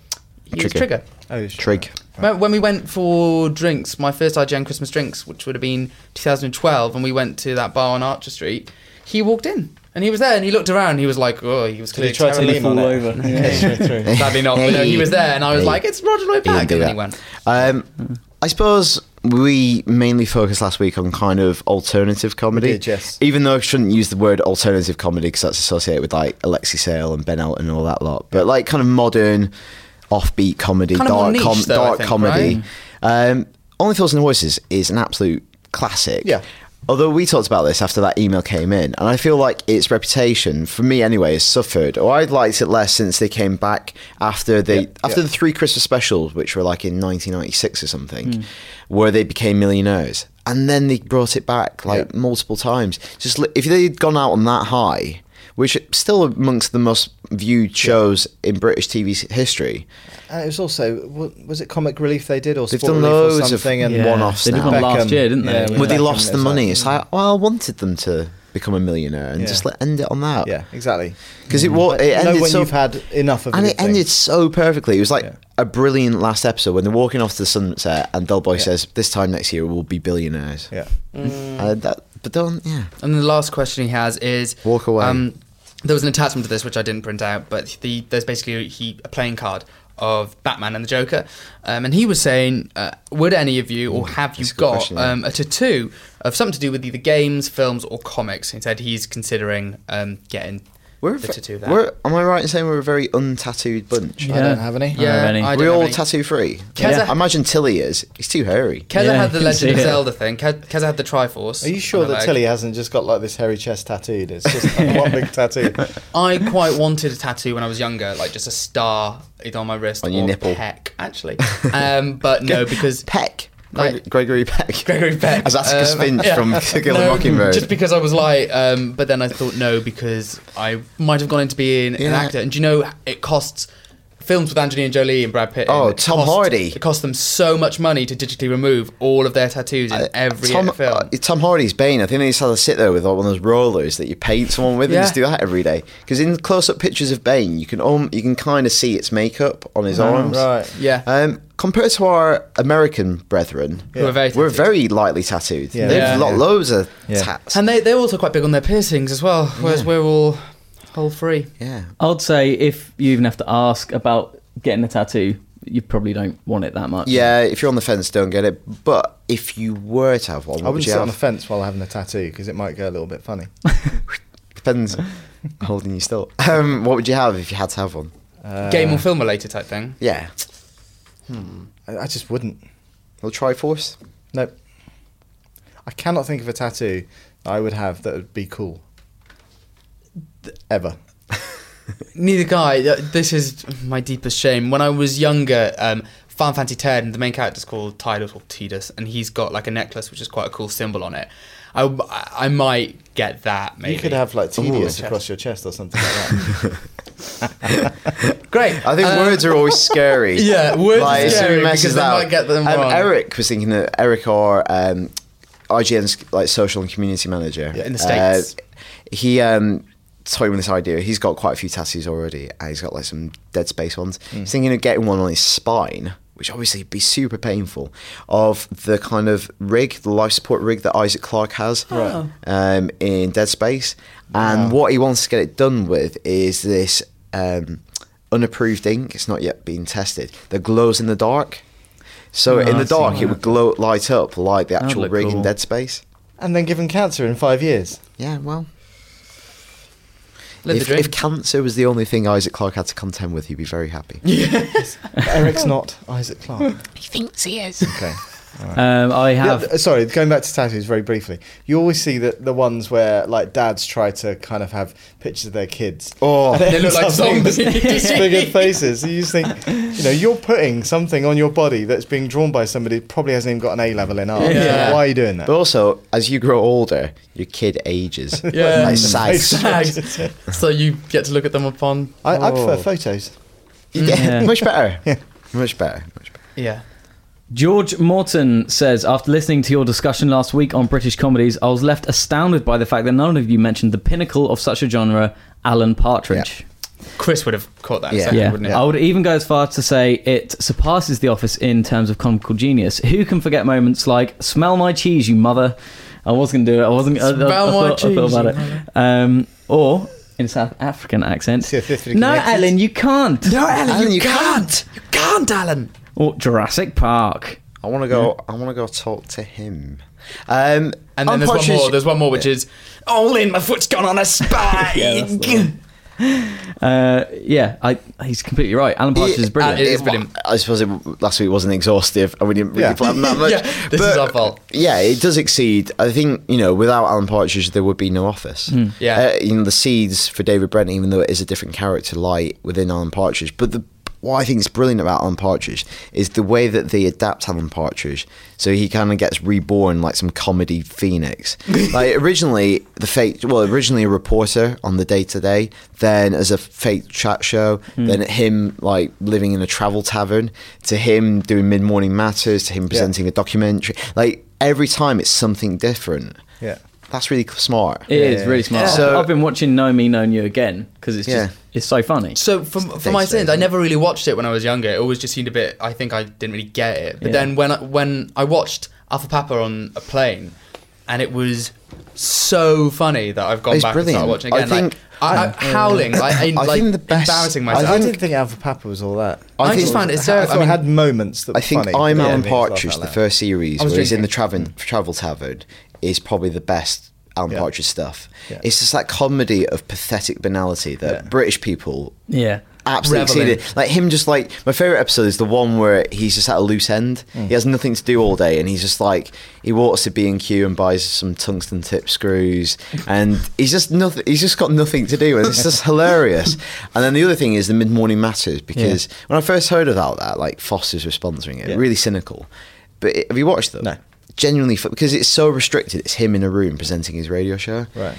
Speaker 3: He was
Speaker 1: Trigger.
Speaker 3: Trigger.
Speaker 2: Oh, he's-
Speaker 1: trig.
Speaker 3: Remember when we went for drinks, my first IGN Christmas drinks, which would have been 2012, and we went to that bar on Archer Street, he walked in and he was there and he looked around. And he was like, oh, he was
Speaker 2: Did he
Speaker 3: clearly
Speaker 2: try to
Speaker 3: terribly
Speaker 2: lean on
Speaker 4: fall
Speaker 2: it?
Speaker 4: over.
Speaker 2: Okay, straight through.
Speaker 3: Sadly not. But no, he was there and I was
Speaker 1: Hey.
Speaker 3: like, it's Roger Lloyd
Speaker 1: He didn't
Speaker 3: Pack.
Speaker 1: do
Speaker 3: And then
Speaker 1: that.
Speaker 3: he went.
Speaker 1: Um, I suppose we mainly focused last week on kind of alternative comedy.
Speaker 2: did, yes.
Speaker 1: Even though I shouldn't use the word alternative comedy because that's associated with like Alexi Sale and Ben Elton and all that lot, but like kind of modern, offbeat comedy,
Speaker 3: Kind of
Speaker 1: dark,
Speaker 3: more niche, though, I
Speaker 1: dark
Speaker 3: think,
Speaker 1: comedy. Um, Only Fools and Horses is an absolute classic.
Speaker 2: Yeah.
Speaker 1: Although we talked about this after that email came in, and I feel like its reputation, for me anyway, has suffered, or I'd liked it less since they came back after they
Speaker 2: Yeah,
Speaker 1: after
Speaker 2: yeah.
Speaker 1: the three Christmas specials, which were like in 1996 or something,
Speaker 2: Hmm.
Speaker 1: where they became millionaires, and then they brought it back like
Speaker 2: Yeah.
Speaker 1: multiple times. Just li- if they'd gone out on that high, which is still amongst the most viewed shows in British TV s- history,
Speaker 2: And it was also wa- was it comic relief they did or
Speaker 1: They've
Speaker 2: sport
Speaker 1: done
Speaker 2: relief
Speaker 1: loads
Speaker 2: or
Speaker 1: of
Speaker 2: something and
Speaker 1: Yeah. one-offs
Speaker 4: They did
Speaker 1: now.
Speaker 4: one last
Speaker 2: Beckham.
Speaker 4: year, didn't they?
Speaker 2: Yeah,
Speaker 1: well, they
Speaker 2: Beckham,
Speaker 1: lost the
Speaker 2: it's like- hmm.
Speaker 1: money. It's like, well, I "Oh, wanted them to. become a millionaire and
Speaker 2: Yeah.
Speaker 1: just let end it on that.
Speaker 2: Yeah, exactly.
Speaker 1: Because it was
Speaker 2: Like,
Speaker 1: it
Speaker 2: know
Speaker 1: ended
Speaker 2: when
Speaker 1: so
Speaker 2: you've had enough of
Speaker 1: and
Speaker 2: the
Speaker 1: it
Speaker 2: good
Speaker 1: ended
Speaker 2: things.
Speaker 1: so perfectly. It was like
Speaker 2: Yeah.
Speaker 1: a brilliant last episode when they're walking off to the sunset, and Dull Boy
Speaker 2: Yeah.
Speaker 1: says, "This time next year we'll be billionaires."
Speaker 2: Yeah.
Speaker 1: Uh, that, but don't, yeah.
Speaker 3: And the last question he has is um,
Speaker 1: Walk away.
Speaker 3: there was an attachment to this which I didn't print out, but the, there's basically he, a playing card of Batman and the Joker, um, and he was saying, uh, would any of you or have you
Speaker 1: that's a good
Speaker 3: got
Speaker 1: question, yeah.
Speaker 3: um, a tattoo of something to do with either games, films, or comics? He said he's considering um, getting
Speaker 1: We're, a
Speaker 3: the
Speaker 1: ve-
Speaker 3: tattoo of that.
Speaker 1: we're am I right in saying we're a very untattooed bunch?
Speaker 2: I don't have any.
Speaker 3: yeah,
Speaker 4: any.
Speaker 3: I don't
Speaker 1: We're
Speaker 3: have
Speaker 1: all
Speaker 3: any.
Speaker 1: tattoo free.
Speaker 3: Keza-
Speaker 1: I imagine Tilly is. He's too hairy.
Speaker 3: Keza
Speaker 4: Yeah,
Speaker 3: had
Speaker 4: I
Speaker 3: the
Speaker 4: can
Speaker 3: Legend of
Speaker 4: see it.
Speaker 3: Zelda thing. Ke- Keza had the Triforce.
Speaker 2: Are you
Speaker 3: on
Speaker 2: sure
Speaker 3: her
Speaker 2: that
Speaker 3: leg.
Speaker 2: Tilly hasn't just got like this hairy chest tattooed? It's just one big tattoo.
Speaker 3: I quite wanted a tattoo when I was younger, like just a star either on my wrist
Speaker 1: On your
Speaker 3: or
Speaker 1: nipple.
Speaker 3: peck, actually. Um, but no, because
Speaker 1: Peck.
Speaker 3: Like-
Speaker 1: Greg- Gregory Peck.
Speaker 3: Gregory Peck.
Speaker 1: As Atticus
Speaker 3: um,
Speaker 1: Finch
Speaker 3: yeah.
Speaker 1: from To Kill a
Speaker 3: No,
Speaker 1: Mockingbird.
Speaker 3: Just because I was like, um, but then I thought no, because I might have gone into being an
Speaker 1: Yeah.
Speaker 3: actor. And do you know it costs films with Angelina Jolie and Brad Pitt?
Speaker 1: Oh,
Speaker 3: it
Speaker 1: Tom
Speaker 3: cost-
Speaker 1: Hardy.
Speaker 3: It costs them so much money to digitally remove all of their tattoos in
Speaker 1: Uh,
Speaker 3: every
Speaker 1: Tom,
Speaker 3: film.
Speaker 1: uh, Tom Hardy's Bane. I think they just had to sit there with like, one of those rollers that you paint someone with
Speaker 3: Yeah.
Speaker 1: and just do that every day. Because in close-up pictures of Bane, you can um, you can kind of see its makeup on his arms.
Speaker 2: right.
Speaker 3: Ah, yeah.
Speaker 1: Um, compared to our American brethren,
Speaker 3: Who are very
Speaker 1: we're
Speaker 3: tattooed.
Speaker 1: very lightly tattooed.
Speaker 2: Yeah.
Speaker 1: They've
Speaker 3: Yeah.
Speaker 1: got loads of
Speaker 2: Yeah.
Speaker 1: tats.
Speaker 3: and they they're also quite big on their piercings as well, whereas we're all hole free.
Speaker 1: yeah.
Speaker 4: I'd say if you even have to ask about getting a tattoo, you probably don't want it that much.
Speaker 1: Yeah, if you're on the fence, don't get it. But if you were to have one,
Speaker 2: I
Speaker 1: what
Speaker 2: wouldn't
Speaker 1: would you
Speaker 2: sit on the
Speaker 1: have?
Speaker 2: fence while having a tattoo because it might go a little bit funny.
Speaker 1: Depends. holding you still. Um, what would you have if you had to have one?
Speaker 3: Game or film related type thing.
Speaker 1: Yeah.
Speaker 2: I, I just wouldn't.
Speaker 1: Well, Triforce.
Speaker 2: Nope. I cannot think of a tattoo that I would have that would be cool. Ever.
Speaker 3: Neither guy. Th- This is my deepest shame. When I was younger, um, Final Fantasy X, the main character's called Tidus or Tidus, and he's got like a necklace which is quite a cool symbol on it. I, I might get that. Maybe
Speaker 2: You could have like tedious
Speaker 3: Chest.
Speaker 2: across your chest or something like that.
Speaker 3: great.
Speaker 1: I think
Speaker 3: Um,
Speaker 1: words are always scary.
Speaker 3: Yeah, words are
Speaker 1: if
Speaker 3: scary
Speaker 1: someone
Speaker 3: because they
Speaker 1: up-
Speaker 3: might get them
Speaker 1: um,
Speaker 3: wrong.
Speaker 1: Eric was thinking that Eric or um, IGN's like social and community manager
Speaker 3: In the States.
Speaker 1: uh, he um, toyed with this idea. He's got quite a few tattoos already, and he's got like some Dead Space ones.
Speaker 4: Hmm.
Speaker 1: He's thinking of getting one on his spine. Which obviously would be super painful, of the kind of rig, the life support rig that Isaac Clarke has um, in Dead Space. And what he wants to get it done with is this um, unapproved ink. It's not yet been tested. That glows in the dark. So in the
Speaker 4: I've seen
Speaker 1: dark, it would glow, light up like the actual
Speaker 4: look
Speaker 1: rig
Speaker 4: cool.
Speaker 1: in Dead Space.
Speaker 2: and then given cancer in five years.
Speaker 1: Yeah, well,
Speaker 3: Live the
Speaker 1: if,
Speaker 3: dream.
Speaker 1: if cancer was the only thing Isaac Clarke had to contend with, he'd be very happy.
Speaker 2: Eric's not Isaac Clarke.
Speaker 6: He thinks he is.
Speaker 2: Okay.
Speaker 4: Um, I
Speaker 2: Yeah,
Speaker 4: have.
Speaker 2: th- sorry, going back to tattoos very briefly. You always see that the ones where like dads try to kind of have pictures of their kids.
Speaker 1: Oh.
Speaker 2: And
Speaker 3: They look like
Speaker 2: ends up being
Speaker 3: zombies.
Speaker 2: Just bigger faces. You just think, you know, you're putting something on your body that's being drawn by somebody who probably hasn't even got an A level in art.
Speaker 3: Yeah.
Speaker 2: Why are you doing that?
Speaker 1: But also, as you grow older, your kid ages.
Speaker 3: Yeah.
Speaker 1: like size.
Speaker 3: Sags. so you get to look at them upon.
Speaker 2: I, I prefer
Speaker 1: Oh.
Speaker 2: photos.
Speaker 1: Yeah,
Speaker 4: Yeah.
Speaker 1: much better. Much better. Much better.
Speaker 3: Yeah.
Speaker 4: George Morton says, after listening to your discussion last week on British comedies, I was left astounded by the fact that none of you mentioned the pinnacle of such a genre, Alan Partridge.
Speaker 3: Chris would have caught that in a
Speaker 1: Yeah. Oh,
Speaker 3: second,
Speaker 4: Yeah,
Speaker 3: wouldn't it?
Speaker 4: I would even go as far to say it surpasses The Office in terms of comical genius. Who can forget moments like "Smell my cheese, you mother"? I was gonna do it. I wasn't. I, I, I
Speaker 3: Smell my
Speaker 4: thought, I thought
Speaker 3: cheese,
Speaker 4: about
Speaker 3: you
Speaker 4: it. Um, or in a South African accent,
Speaker 2: South African
Speaker 4: no,
Speaker 2: accent.
Speaker 4: Ellen, you can't.
Speaker 3: No, Alan,
Speaker 1: Alan,
Speaker 3: you,
Speaker 1: you
Speaker 3: can't. You can't, Alan.
Speaker 4: Or Jurassic Park.
Speaker 1: I want to go. I want to go talk to him. Um,
Speaker 3: And then
Speaker 1: on
Speaker 3: there's one
Speaker 1: Partridge-
Speaker 3: more. There's one more, which is all in. My foot's gone on a spike.
Speaker 4: Uh, yeah, I, he's completely right. Alan Partridge is brilliant.
Speaker 1: uh,
Speaker 3: It is brilliant.
Speaker 1: I suppose it, last week wasn't exhaustive, and we didn't really
Speaker 2: Yeah.
Speaker 1: plan that much.
Speaker 3: Yeah, this is our fault.
Speaker 1: Yeah, it does exceed. I think you know, without Alan Partridge, there would be no Office.
Speaker 3: Yeah.
Speaker 1: uh, you know, the seeds for David Brent, even though it is a different character, lie within Alan Partridge. But the what I think is brilliant about Alan Partridge is the way that they adapt Alan Partridge. So he kind of gets reborn like some comedy phoenix. like originally the fake, well, originally a reporter on the day to day, then as a fake chat show, then him like living in a travel tavern, to him doing mid morning matters, to him presenting a documentary. Like every time it's something different.
Speaker 2: Yeah.
Speaker 1: That's really smart.
Speaker 4: It is really smart.
Speaker 1: Yeah. So-
Speaker 4: I've been watching Know Me, Known You again because it's just
Speaker 1: Yeah.
Speaker 4: it's so funny.
Speaker 3: So for, for
Speaker 1: day-to-day,
Speaker 3: my sins, I
Speaker 1: isn't
Speaker 3: never really watched it when I was younger. It always just seemed a bit. I think I didn't really get it.
Speaker 4: Yeah.
Speaker 3: But then when I, when I watched Alpha Papa on a plane, and it was so funny that I've gone
Speaker 1: It's
Speaker 3: back
Speaker 1: brilliant.
Speaker 3: and started watching
Speaker 1: I
Speaker 3: again. like,
Speaker 1: think- uh,
Speaker 3: I, I, howling, like, I,
Speaker 1: I
Speaker 3: like
Speaker 1: think the best-
Speaker 3: embarrassing
Speaker 1: I
Speaker 3: myself.
Speaker 2: I didn't think Alpha Papa was all that.
Speaker 3: I
Speaker 2: thought
Speaker 3: just
Speaker 2: it
Speaker 3: found
Speaker 2: was-
Speaker 3: it so-
Speaker 2: I, thought
Speaker 3: I mean-
Speaker 2: it had moments that were
Speaker 1: I think
Speaker 2: funny.
Speaker 1: I'm
Speaker 2: Yeah,
Speaker 1: Alan
Speaker 2: I mean, it was
Speaker 1: Partridge,
Speaker 2: like
Speaker 1: the
Speaker 2: that.
Speaker 1: first series
Speaker 3: I
Speaker 1: where
Speaker 3: was
Speaker 1: he's in the
Speaker 3: drinking.
Speaker 1: Traven, Travel Tavern, is probably the best Alan
Speaker 2: Yeah.
Speaker 1: Partridge stuff.
Speaker 2: Yeah.
Speaker 1: It's just that comedy of pathetic banality that
Speaker 2: Yeah.
Speaker 1: British people
Speaker 4: yeah.
Speaker 1: absolutely
Speaker 3: Revel in.
Speaker 1: exceeded. Like him, just like my favorite episode is the one where he's just at a loose end.
Speaker 2: Hmm.
Speaker 1: He has nothing to do all day, and he's just like he walks to B and Q and buys some tungsten tip screws, and he's just nothing. He's just got nothing to do, and it's just hilarious. And then the other thing is the mid morning matters because when I first heard about that, like Foster's were sponsoring it,
Speaker 2: Yeah.
Speaker 1: really cynical. But it, have you watched them?
Speaker 2: No.
Speaker 1: Genuinely, fu- because it's so restricted, it's him in a room presenting his radio show
Speaker 2: Right.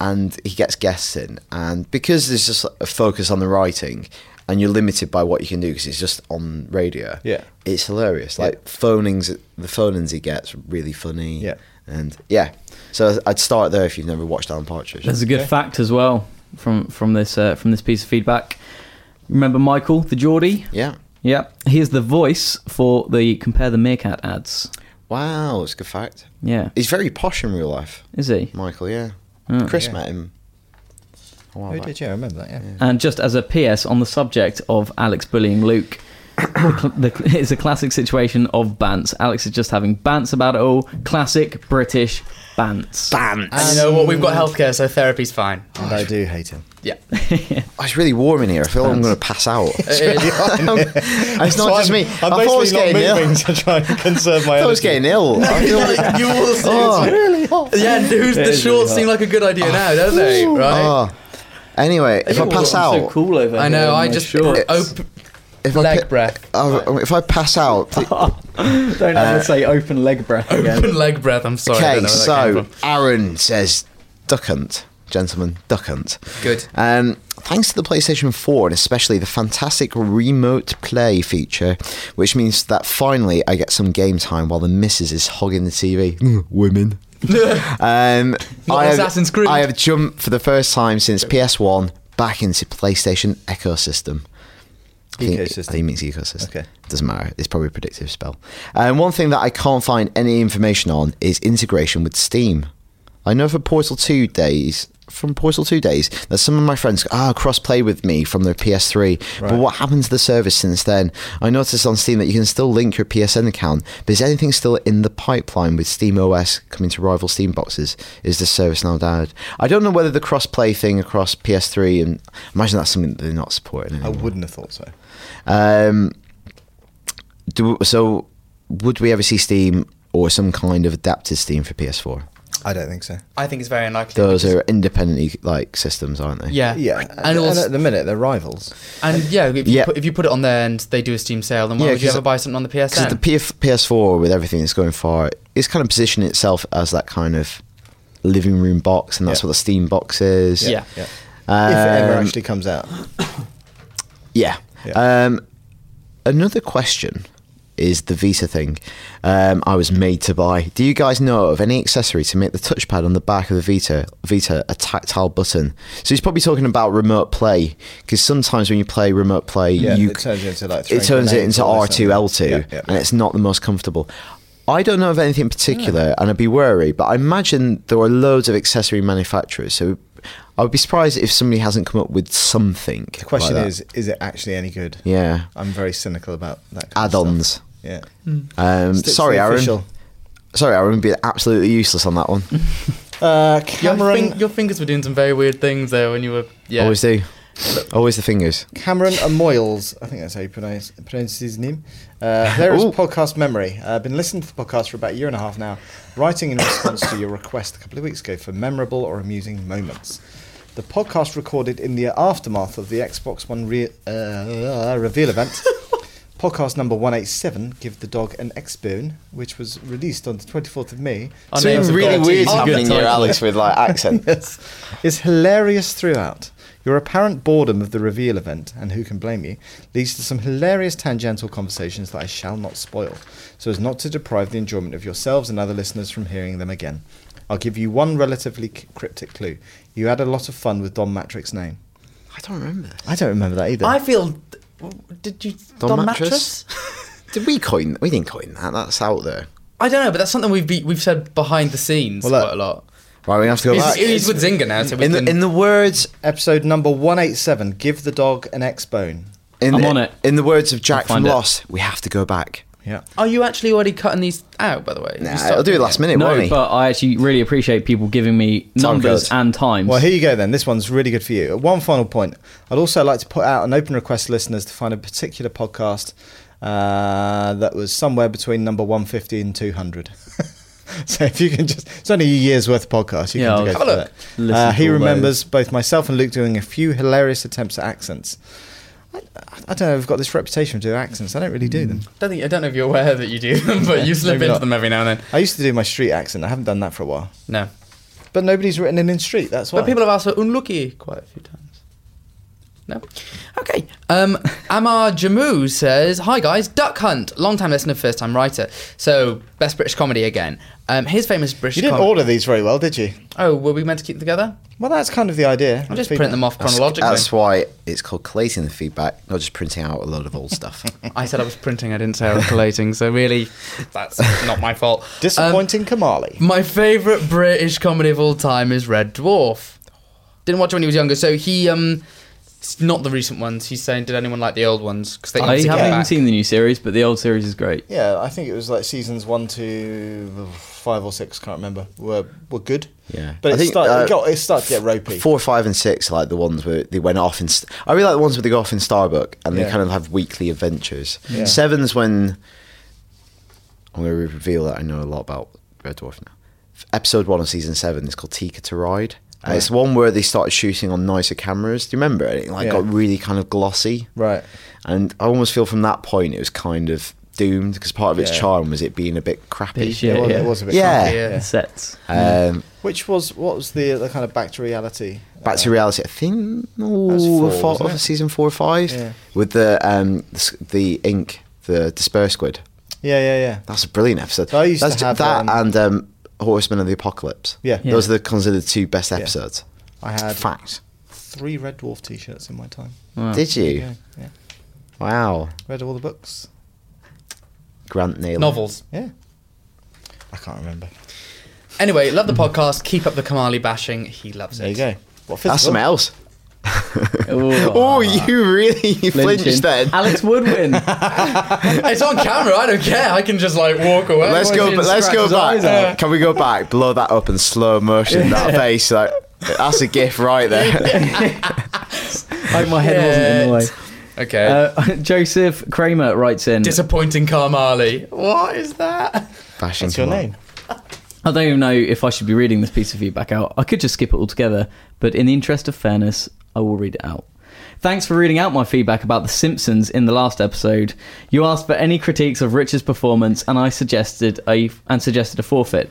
Speaker 1: and he gets guests in and because there's just a focus on the writing and you're limited by what you can do because it's just on radio
Speaker 2: Yeah.
Speaker 1: it's hilarious
Speaker 2: Yeah.
Speaker 1: like phonings the phonings he gets are really funny
Speaker 2: Yeah.
Speaker 1: and yeah so i'd start there if you've never watched alan partridge
Speaker 4: There's a good fact as well from from this uh, from this piece of feedback. Remember Michael the Geordie?
Speaker 1: yeah
Speaker 4: Yeah, he is the voice for the compare the meerkat ads.
Speaker 1: wow it's a good fact
Speaker 4: Yeah,
Speaker 1: he's very posh in real life
Speaker 4: is he?
Speaker 1: michael yeah
Speaker 4: Oh.
Speaker 1: chris
Speaker 2: Yeah.
Speaker 1: met him a while
Speaker 2: Who
Speaker 1: back.
Speaker 2: did you? I remember that. Yeah.
Speaker 4: And just as a PS on the subject of Alex bullying Luke, the cl- the, it's a classic situation of bants. Alex is just having bants about it all. Classic British bants.
Speaker 3: and you know what? We've got
Speaker 1: Mm.
Speaker 3: healthcare, so therapy's fine.
Speaker 2: And I do hate him.
Speaker 3: Yeah.
Speaker 1: Oh, it's really warm in here. I feel like I'm going to pass out. it's not just me. i
Speaker 2: I'm
Speaker 1: thought I was getting
Speaker 2: basically not
Speaker 1: ill.
Speaker 2: moving to try and conserve
Speaker 1: I thought I
Speaker 2: my energy.
Speaker 1: was getting ill. I feel like-
Speaker 3: you will see.
Speaker 1: Oh.
Speaker 3: Yeah, who's, the shorts seem like a good idea now, don't they? Right?
Speaker 1: Oh. Anyway, if I
Speaker 4: Ooh,
Speaker 1: pass
Speaker 4: I'm so
Speaker 1: out,
Speaker 4: cool over
Speaker 3: I
Speaker 4: here
Speaker 3: know.
Speaker 4: in
Speaker 3: I
Speaker 4: my
Speaker 3: just
Speaker 4: shorts.
Speaker 3: op-
Speaker 1: if I
Speaker 3: leg
Speaker 1: pa-
Speaker 3: breath.
Speaker 1: Oh, if I pass out,
Speaker 4: don't
Speaker 1: Uh,
Speaker 4: ever say open leg breath again.
Speaker 3: leg breath. I'm sorry. I don't
Speaker 1: okay.
Speaker 3: know where that came
Speaker 1: So
Speaker 3: from.
Speaker 1: Aaron says, "Duck hunt, gentlemen, duck hunt."
Speaker 3: Good.
Speaker 1: Um, thanks to the PlayStation 4 and especially the fantastic remote play feature, which means that finally I get some game time while the missus is hogging the TV. Women. um,
Speaker 3: Not
Speaker 1: I,
Speaker 3: Assassin's
Speaker 1: have,
Speaker 3: Creed.
Speaker 1: I have jumped for the first time since PS1 back into PlayStation ecosystem. I think,
Speaker 2: Ecosystem.
Speaker 1: I think it means ecosystem.
Speaker 2: Okay.
Speaker 1: Doesn't matter. It's probably a predictive spell. And one thing that I can't find any information on is integration with Steam. I know for Portal 2 days, from Portal 2 days, that some of my friends go, ah cross play with me from their PS3. But
Speaker 2: Right.
Speaker 1: what happened to the service since then? I noticed on Steam that you can still link your PSN account, but is anything still in the pipeline with Steam OS coming to rival Steam boxes? Is the service now dead? I don't know whether the cross play thing across PS3 and imagine that's something that they're not supporting.
Speaker 2: I
Speaker 1: Anymore.
Speaker 2: wouldn't have thought so.
Speaker 1: Um, do so. Would we ever see Steam or some kind of adapted Steam for PS4?
Speaker 2: I don't think so.
Speaker 3: I think it's very unlikely.
Speaker 1: Those
Speaker 3: because-
Speaker 1: are independently like systems, aren't they?
Speaker 3: Yeah.
Speaker 2: Yeah,
Speaker 3: And,
Speaker 2: and, and
Speaker 3: also,
Speaker 2: at the minute they're rivals.
Speaker 3: and yeah, if you,
Speaker 1: uh, Yeah.
Speaker 3: Put, if you put it on there and they do a Steam sale, then why
Speaker 1: Yeah,
Speaker 3: would you
Speaker 1: 'cause-
Speaker 3: ever buy something on the
Speaker 1: Because the
Speaker 3: PSN?
Speaker 1: PF- PS4 with everything that's going for it, it's kind of positioning itself as that kind of living room box, and that's
Speaker 2: Yeah.
Speaker 1: what the Steam box is.
Speaker 4: Yeah.
Speaker 2: Yeah.
Speaker 1: Um,
Speaker 2: if it ever actually comes out.
Speaker 1: Yeah.
Speaker 2: Yeah.
Speaker 1: Um, another question is the Vita thing. Um, I was made to buy. Do you guys know of any accessory to make the touchpad on the back of the Vita Vita a tactile button? So he's probably talking about remote play because sometimes when you play remote play,
Speaker 2: Yeah,
Speaker 1: you
Speaker 2: it turns into like
Speaker 1: it
Speaker 2: throwing
Speaker 1: turns it
Speaker 2: grenades
Speaker 1: into
Speaker 2: or
Speaker 1: R two L two,
Speaker 2: something. Yeah, yeah.
Speaker 1: and it's not the most comfortable. I don't know of anything in particular, and I'd be wary, but I imagine there are loads of accessory manufacturers. So I would be surprised if somebody hasn't come up with something.
Speaker 2: The question
Speaker 1: like that.
Speaker 2: is, is it actually any good?
Speaker 1: yeah,
Speaker 2: I'm very cynical about that. Kind Of
Speaker 1: add-ons.
Speaker 2: stuff. Yeah.
Speaker 1: Um,
Speaker 2: Stick to
Speaker 1: sorry,
Speaker 2: the
Speaker 1: Aaron.
Speaker 2: official.
Speaker 1: Sorry, Aaron. Would be absolutely useless on that one.
Speaker 2: Uh,
Speaker 3: Your,
Speaker 2: Cameron,
Speaker 3: fin- your fingers were doing some very weird things there when you were. Yeah.
Speaker 1: Always do. Always the fingers.
Speaker 2: Cameron Amoyles, I think that's how you pronounce, pronounce his name. Uh, there is
Speaker 1: Ooh.
Speaker 2: podcast memory. Uh, I've been listening to the podcast for about a year and a half now, writing in response to your request a couple of weeks ago for memorable or amusing moments. The podcast recorded in the aftermath of the Xbox One re- uh, reveal event. Podcast number 187, Give the Dog an X Bone, which was released on the 24th of May.
Speaker 3: Our names have got- Our title.
Speaker 1: with like accent.
Speaker 2: Yes. is hilarious throughout. Your apparent boredom of the reveal event, and who can blame you, leads to some hilarious tangential conversations that I shall not spoil, so as not to deprive the enjoyment of yourselves and other listeners from hearing them again. I'll give you one relatively c- cryptic clue. You had a lot of fun with Don Matrick's name.
Speaker 1: I don't remember.
Speaker 2: I don't remember that either.
Speaker 3: I feel. Did you
Speaker 1: Don
Speaker 3: Don,
Speaker 1: Mattress?
Speaker 3: mattress?
Speaker 1: Did we coin? We didn't coin that. That's out there.
Speaker 3: I don't know, but that's something we've be, we've said behind the scenes
Speaker 2: Well, look,
Speaker 3: quite a lot.
Speaker 1: Right, we have to go
Speaker 3: He's,
Speaker 1: back.
Speaker 3: he's with Zynga now, so we
Speaker 1: in
Speaker 3: can.
Speaker 1: the in the words
Speaker 2: Episode number 187 Give the Dog an X Bone.
Speaker 1: in
Speaker 4: I'm
Speaker 1: the,
Speaker 4: on it.
Speaker 1: in the words of Jack from
Speaker 4: I'll find it.
Speaker 1: Lost, we have to go back.
Speaker 2: Yeah.
Speaker 3: Are you actually already cutting these out, by the way?
Speaker 1: Nah,
Speaker 3: You start
Speaker 1: I'll do it
Speaker 3: doing
Speaker 1: last minute, won't
Speaker 4: No,
Speaker 1: he?
Speaker 4: but I actually really appreciate people giving me numbers
Speaker 1: codes.
Speaker 4: and times.
Speaker 2: Well, here you go then. This one's really good for you. One final point. I'd also like to put out an open request to listeners to find a particular podcast uh, that was somewhere between number 150 and 200. so if you can just, it's only a year's worth of podcast. You
Speaker 4: Yeah,
Speaker 2: can go
Speaker 4: I'll have
Speaker 3: a
Speaker 2: through
Speaker 3: look.
Speaker 2: that.
Speaker 4: Listen
Speaker 2: Uh,
Speaker 4: to
Speaker 2: he
Speaker 4: all
Speaker 2: remembers both myself and Luke doing a few hilarious attempts at accents. I, I don't know. I've got this reputation for doing accents. I don't really
Speaker 4: Hmm.
Speaker 2: do them.
Speaker 3: I don't think I don't know if you're aware that you do them, but you slip
Speaker 2: maybe
Speaker 3: into
Speaker 2: not.
Speaker 3: them every now and then.
Speaker 2: I used to do my street accent. I haven't done that for a while.
Speaker 3: No,
Speaker 2: But nobody's written it in street. That's why.
Speaker 3: but people have asked for unlucky quite a few times. No, okay. Um, Amar Jamu says, "Hi guys, Duck Hunt, long time listener, first time writer. So best British comedy again. Um, his famous British.
Speaker 2: you didn't
Speaker 3: com-
Speaker 2: order these very well, did you?
Speaker 3: Oh, were we meant to keep them together?
Speaker 2: Well, that's kind of the idea.
Speaker 3: I'll just print them off chronologically.
Speaker 1: That's why it's called collating the feedback, not just printing out a load of old stuff.
Speaker 3: I said I was printing. I didn't say I was collating. So really, that's not my fault. Um,
Speaker 2: Disappointing Kamali.
Speaker 3: My favourite British comedy of all time is Red Dwarf. Didn't watch it when he was younger, so he um, it's not the recent ones. He's saying, did anyone like the old ones? Because they
Speaker 4: I
Speaker 3: need to
Speaker 4: haven't
Speaker 3: get
Speaker 4: even
Speaker 3: back.
Speaker 4: seen the new series, but the old series is great.
Speaker 2: Yeah, I think it was like seasons one to five or six. Can't remember. were were good.
Speaker 1: Yeah.
Speaker 2: but
Speaker 1: I
Speaker 2: it,
Speaker 1: think,
Speaker 2: started,
Speaker 1: uh,
Speaker 2: it, got, it started to get ropey.
Speaker 1: Four, five, and six are like the ones where they went off. In st- I really like the ones where they go off in Starbuck and they
Speaker 2: Yeah.
Speaker 1: kind of have weekly adventures.
Speaker 2: Yeah.
Speaker 1: Seven's when I'm going to reveal that I know a lot about Red Dwarf now. F- Episode one of season seven is called Tika to Ride. And It's one where they started shooting on nicer cameras. Do you remember? And it like
Speaker 2: Yeah.
Speaker 1: got really kind of glossy.
Speaker 2: Right.
Speaker 1: And I almost feel from that point it was kind of doomed because part of its
Speaker 2: Yeah.
Speaker 1: charm was it being a bit crappy.
Speaker 4: Bit shit,
Speaker 2: it, was,
Speaker 4: yeah.
Speaker 2: it was a bit.
Speaker 1: Yeah.
Speaker 2: clunky.
Speaker 3: Yeah.
Speaker 4: The sets.
Speaker 1: Um,
Speaker 2: Which was what was the the kind of back to reality?
Speaker 1: Back to reality. I think
Speaker 2: was
Speaker 1: oh,
Speaker 2: four,
Speaker 1: four,
Speaker 2: wasn't it?
Speaker 1: season four or five
Speaker 2: Yeah.
Speaker 1: with the um the, s- the ink, the disperse squid.
Speaker 2: Yeah, yeah, yeah.
Speaker 1: That's a brilliant episode.
Speaker 2: I used to
Speaker 1: That's ju-
Speaker 2: have,
Speaker 1: that
Speaker 2: um,
Speaker 1: and um, Horseman of the Apocalypse.
Speaker 2: Yeah. Yeah.
Speaker 1: those are the considered two best episodes.
Speaker 2: I had
Speaker 1: Fact.
Speaker 2: three Red Dwarf T-shirts in my time.
Speaker 4: Wow.
Speaker 1: Did you?
Speaker 2: Yeah, yeah.
Speaker 1: Wow.
Speaker 2: Read all the books.
Speaker 1: Grant Naylor.
Speaker 3: Novels.
Speaker 2: Yeah. I can't remember.
Speaker 3: Anyway, love the podcast. Keep up the Kamali bashing. He loves it.
Speaker 2: There you go. What
Speaker 1: That's something else.
Speaker 4: Oh,
Speaker 1: Oh, you really you
Speaker 4: flinching.
Speaker 1: flinched then.
Speaker 4: Alex Woodwin.
Speaker 3: It's on camera. I don't care. I can just like walk away.
Speaker 1: Let's go.
Speaker 4: Woodwin
Speaker 1: Let's go
Speaker 4: scratched his eyes
Speaker 1: back.
Speaker 4: out.
Speaker 1: Can we go back? Blow that up in slow motion. That face, like that's a gif right there.
Speaker 4: Hope my head wasn't in the way.
Speaker 3: Okay.
Speaker 4: Uh, Joseph Kramer writes in.
Speaker 3: Disappointing Kamali. What is that?
Speaker 1: Bashing
Speaker 2: What's your
Speaker 1: come on.
Speaker 2: name?
Speaker 4: I don't even know if I should be reading this piece of feedback out. I could just skip it altogether, but in the interest of fairness, I will read it out. Thanks for reading out my feedback about The Simpsons in the last episode. You asked for any critiques of Richard's performance, and I suggested a and suggested a forfeit.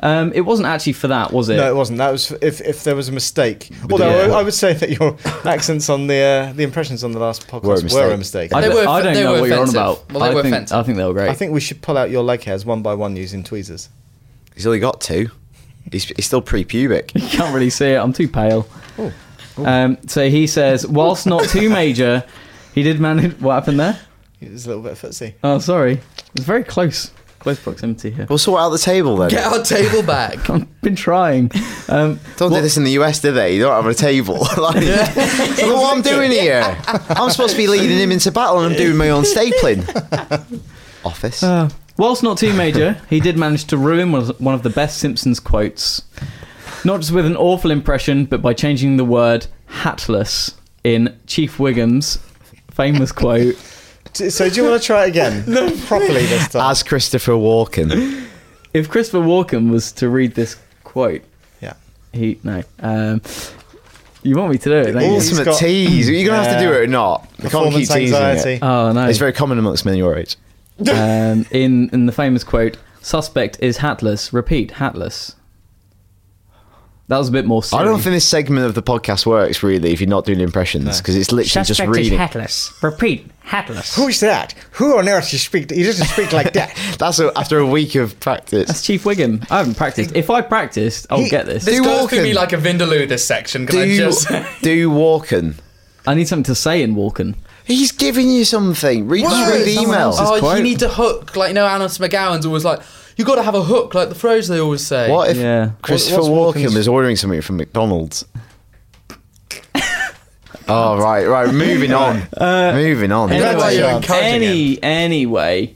Speaker 4: Um, it wasn't actually for that, was it?
Speaker 2: No, it wasn't. That was if, if there was a mistake. Although
Speaker 1: yeah.
Speaker 2: I, I would say that your accents on the uh, the impressions on the last podcast
Speaker 1: Were
Speaker 2: were
Speaker 1: a
Speaker 2: a mistake.
Speaker 1: mistake.
Speaker 4: I,
Speaker 3: They
Speaker 4: d-
Speaker 3: were
Speaker 4: I don't
Speaker 3: offen- they
Speaker 4: know
Speaker 3: were
Speaker 4: what you're on
Speaker 3: offensive.
Speaker 4: about.
Speaker 3: Well, they
Speaker 4: I,
Speaker 3: were
Speaker 4: think,
Speaker 3: offensive.
Speaker 4: I think they were great.
Speaker 2: I think we should pull out your leg hairs one by one using tweezers.
Speaker 1: He's only got two. He's, he's still pre-pubic.
Speaker 4: You can't really see it. I'm too pale. Um, so he says, whilst not too major, he did manage. What happened there?
Speaker 2: It was a little bit footsie.
Speaker 4: Oh, sorry. It's very close. Close proximity here.
Speaker 1: We'll sort out the table then.
Speaker 3: Get our table back.
Speaker 4: I've been trying. Um,
Speaker 1: don't
Speaker 4: what-
Speaker 1: do this in the US, do they? You don't have a table. like, so what I'm doing here? I'm supposed to be leading him into battle, and I'm doing my own stapling. Office.
Speaker 4: uh, whilst not too major, he did manage to ruin one of- one of the best Simpsons quotes. Not just with an awful impression, but by changing the word hatless in Chief Wiggum's famous quote.
Speaker 2: T- So do you want to try it again properly this time?
Speaker 1: As Christopher Walken.
Speaker 4: If Christopher Walken was to read this quote,
Speaker 2: yeah.
Speaker 4: He no. Um, you want me to do it? Don't you?
Speaker 2: Awesome.
Speaker 1: Ultimate
Speaker 2: got-
Speaker 1: tease. Are you going to have to do it or not? We can't keep
Speaker 2: Performance
Speaker 1: teasing
Speaker 2: anxiety.
Speaker 1: it.
Speaker 4: Oh no.
Speaker 1: It's very common amongst men your age.
Speaker 4: um, in in the famous quote, "Suspect is hatless." Repeat, hatless. That was a bit more.
Speaker 1: I
Speaker 4: Silly.
Speaker 1: don't think this segment of the podcast works really if you're not doing impressions because it's literally just reading.
Speaker 6: hatless. Repeat, hatless.
Speaker 2: Who's that? Who on earth you speak? He doesn't speak like that.
Speaker 1: That's a, after a week of practice.
Speaker 4: That's Chief Wiggum. I haven't practiced. If I practiced, I'll
Speaker 2: He-
Speaker 4: get this.
Speaker 3: This
Speaker 1: Do
Speaker 3: goes through
Speaker 1: Walken.
Speaker 3: me like a Vindaloo. This section, can
Speaker 1: Do
Speaker 3: I
Speaker 1: you,
Speaker 3: just?
Speaker 1: do you Walken?
Speaker 4: I need something to say in Walken.
Speaker 1: He's giving you something. Read, just read the
Speaker 4: Someone
Speaker 1: email.
Speaker 4: else's
Speaker 3: oh,
Speaker 4: quote.
Speaker 3: you need to hook. Like you know, Alice McGowan's always like, you got to have a hook, like the phrase they always say.
Speaker 1: What if
Speaker 4: Yeah.
Speaker 1: Christopher
Speaker 2: What's Walken's-
Speaker 1: Walken was ordering something from McDonald's? oh right, right. Moving on.
Speaker 4: Uh,
Speaker 1: moving on.
Speaker 2: That's why you're encouraging
Speaker 4: any, anyway.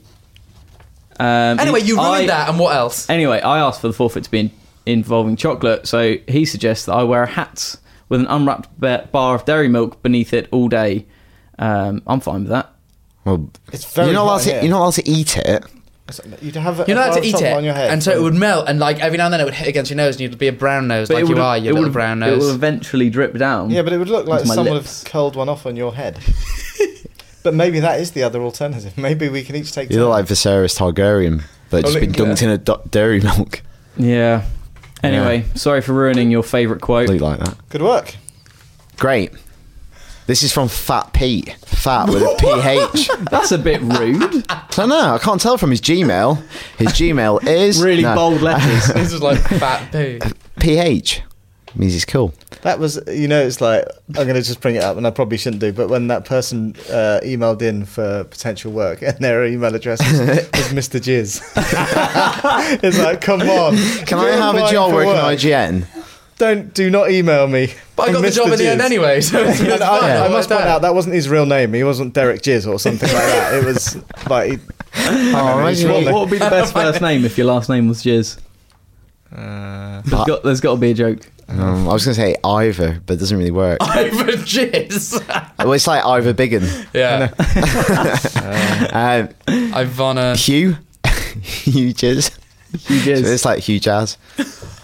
Speaker 4: Um,
Speaker 3: Anyway, you ruined
Speaker 4: I-
Speaker 3: that, and what else?
Speaker 4: Anyway, I asked for the forfeit to be in, involving chocolate, so he suggests that I wear a hat with an unwrapped ba- bar of dairy milk beneath it all day. Um, I'm fine with that.
Speaker 1: Well,
Speaker 2: It's very
Speaker 1: you're not allowed
Speaker 2: hot
Speaker 1: to.
Speaker 2: here.
Speaker 1: You're not allowed to eat it.
Speaker 2: You'd have a,
Speaker 3: You're not
Speaker 2: a
Speaker 3: allowed to eat
Speaker 2: chocolate
Speaker 3: it,
Speaker 2: on your head.
Speaker 3: and so it would melt, and like every now and then it would hit against your nose, and you'd be a brown nose,
Speaker 4: But
Speaker 3: like you
Speaker 4: would've-
Speaker 3: are, you little
Speaker 4: would've-
Speaker 3: brown
Speaker 4: It will
Speaker 3: nose.
Speaker 4: eventually drip down.
Speaker 2: Yeah, but it would look like
Speaker 4: into my
Speaker 2: someone
Speaker 4: lips.
Speaker 2: have curled one off on your head. but maybe that is the other alternative. Maybe we can each take.
Speaker 1: You look
Speaker 2: turns.
Speaker 1: like Viserys Targaryen, but just
Speaker 2: look,
Speaker 1: been dunked in a du- dairy milk.
Speaker 4: Yeah. Anyway, sorry for ruining your favourite quote.
Speaker 1: Look like that.
Speaker 2: Good work.
Speaker 1: Great. This is from Fat Pete. Fat with a PH.
Speaker 4: That's a bit rude.
Speaker 1: I know. I can't tell from his Gmail. His Gmail is
Speaker 4: really
Speaker 1: no,
Speaker 4: bold letters.
Speaker 3: this is like fat poo.
Speaker 1: PH. Means he's cool.
Speaker 2: That was, you know, it's like I'm going to just bring it up, and I probably shouldn't do. But when that person uh, emailed in for potential work, and their email address is, is Mr. Jizz, it's like, come on,
Speaker 1: Can I
Speaker 2: You're
Speaker 1: have a
Speaker 2: applying
Speaker 1: job
Speaker 2: for
Speaker 1: working
Speaker 2: work.
Speaker 1: at IGN?
Speaker 2: Don't do not email me.
Speaker 3: But I
Speaker 2: I'm
Speaker 3: got the
Speaker 2: Mr.
Speaker 3: job in the end
Speaker 2: Jizz.
Speaker 3: anyway, so it's,
Speaker 2: And
Speaker 3: it's fine,
Speaker 2: I, I
Speaker 3: it
Speaker 2: must
Speaker 3: worked
Speaker 2: point out that wasn't his real name. He wasn't Derek Jizz or something like that. It was like he,
Speaker 1: Oh, imagine
Speaker 4: what,
Speaker 1: he-
Speaker 4: what would be the best first name if your last name was Jizz?
Speaker 1: Uh,
Speaker 4: there's got there's got to be a joke.
Speaker 1: Um, I was going to say Ivor, but it doesn't really work.
Speaker 3: Over jizz.
Speaker 1: well, it's like Ivor Biggin.
Speaker 3: yeah,
Speaker 1: Um,
Speaker 3: Ivana.
Speaker 1: Hugh. Hugh Jizz.
Speaker 4: You Jizz.
Speaker 1: So it's like Hugh Jazz.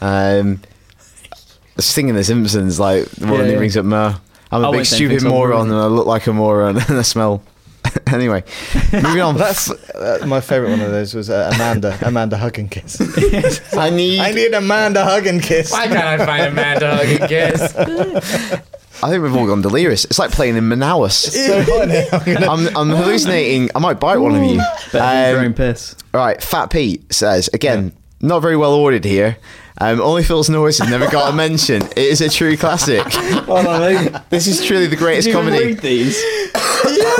Speaker 1: Um, I was thinking The Simpsons, like the one
Speaker 4: Yeah,
Speaker 1: that
Speaker 4: yeah.
Speaker 1: rings up Mer. I'm a
Speaker 4: I
Speaker 1: big
Speaker 4: won't say
Speaker 1: stupid
Speaker 4: anything, so I'm
Speaker 1: moron
Speaker 4: ruined.
Speaker 1: and I look like a moron and I smell. anyway, moving on.
Speaker 2: that's uh, my favourite one of those was uh, Amanda Amanda Hug and Kiss.
Speaker 1: I need.
Speaker 2: I need Amanda Hug and Kiss.
Speaker 3: Why can't I find a man to hug and kiss?
Speaker 1: I think we've all gone delirious. It's like playing in Manaus.
Speaker 2: So hot in here. I'm gonna-
Speaker 1: I'm, I'm hallucinating. I might bite one of you.
Speaker 4: Better than your
Speaker 1: Um,
Speaker 4: own piss.
Speaker 1: All right, Fat Pete says again, not very well ordered here. Um, only Phil's noises never got a mention. It is a true classic. this is truly the greatest comedy.
Speaker 4: these.
Speaker 3: yeah,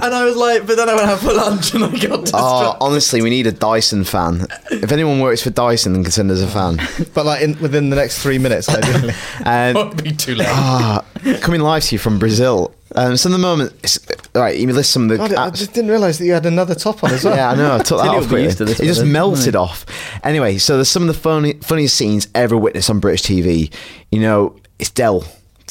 Speaker 3: and I was like, but then I went out for lunch and I got distracted.
Speaker 1: Oh, honestly, we need a Dyson fan. If anyone works for Dyson, then send us a fan.
Speaker 2: but like in, within the next three minutes, ideally.
Speaker 1: Um,
Speaker 3: Would be too late.
Speaker 1: ah, coming live to you from Brazil. Um, so, in the moment, it's, all right, you list some of the.
Speaker 2: God, I
Speaker 1: apps-
Speaker 2: just didn't realise that you had another top on as well.
Speaker 1: Yeah, I know. I took that
Speaker 4: Tilly will
Speaker 1: off
Speaker 4: be
Speaker 1: quickly.
Speaker 4: used to this
Speaker 1: It just
Speaker 4: weather.
Speaker 1: melted off. Anyway, so there's some of the funny, funniest scenes ever witnessed on British TV. You know, it's Dell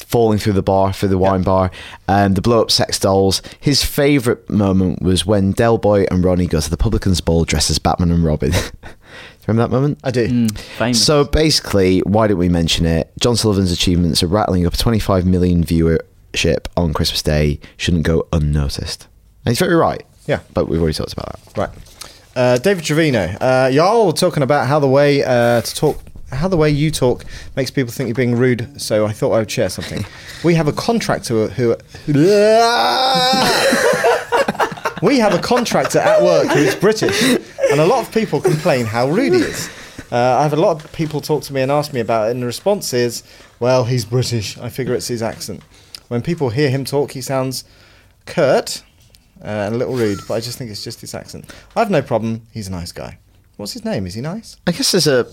Speaker 1: falling through the bar, through the wine bar, and the blow up sex dolls. His favourite moment was when Del Boy and Ronnie go to the Publican's Ball dressed as Batman and Robin. Do you remember that moment?
Speaker 2: I do.
Speaker 4: Famous.
Speaker 1: So basically, why didn't we mention it? John Sullivan's achievements are rattling up 25 million viewership on Christmas Day. Shouldn't go unnoticed. And he's very right.
Speaker 2: Yeah.
Speaker 1: But we've already talked about that.
Speaker 2: Right. Uh, David Trevino, uh, y'all were talking about how the way uh, to talk, how the way you talk makes people think you're being rude. So I thought I would share something. we have a contractor who. Ah! who we have a contractor at work who is British, and a lot of people complain how rude he is. Uh, I have a lot of people talk to me and ask me about it, and the response is, "Well, he's British. I figure it's his accent." When people hear him talk, he sounds curt uh, and a little rude, but I just think it's just his accent. I've no problem. He's a nice guy. What's his name? Is he nice?
Speaker 1: I guess there's a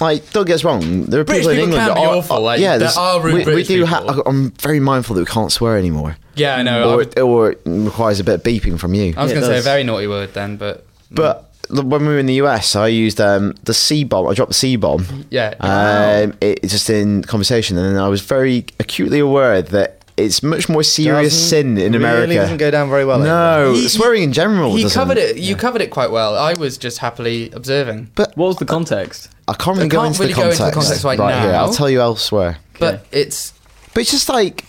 Speaker 1: like. Don't get us wrong. There are
Speaker 3: British
Speaker 1: people in
Speaker 3: people
Speaker 1: England
Speaker 3: can
Speaker 1: that
Speaker 3: be
Speaker 1: are
Speaker 3: awful, like,
Speaker 1: yeah,
Speaker 3: there
Speaker 1: there's-
Speaker 3: are rude
Speaker 1: we,
Speaker 3: British
Speaker 1: we do.
Speaker 3: people.
Speaker 1: I'm very mindful that we can't swear anymore.
Speaker 3: yeah, I know. I,
Speaker 1: or,
Speaker 3: would-
Speaker 1: or it requires a bit of beeping from you.
Speaker 3: I was
Speaker 4: Yeah, it
Speaker 3: going to say a
Speaker 4: does.
Speaker 3: very naughty word then, but
Speaker 1: but l- when we were in the US, I used um, the C bomb. I dropped the C bomb.
Speaker 3: yeah.
Speaker 1: Um, it, it's just in conversation, and I was very acutely aware that it's much more serious sin
Speaker 2: Doesn't-
Speaker 1: in America.
Speaker 2: Really doesn't go down very well. over
Speaker 1: no,
Speaker 3: He-
Speaker 1: Oh, swearing in general.
Speaker 3: he
Speaker 1: doesn't.
Speaker 3: covered it. You covered it quite well. I was just happily observing.
Speaker 4: what was the context?
Speaker 1: I can't really,
Speaker 3: I
Speaker 1: go,
Speaker 3: can't
Speaker 1: into
Speaker 3: really
Speaker 1: the
Speaker 3: go into
Speaker 1: context
Speaker 3: the context right
Speaker 1: here.
Speaker 3: now.
Speaker 1: I'll tell you elsewhere.
Speaker 3: But it's
Speaker 1: But it's just like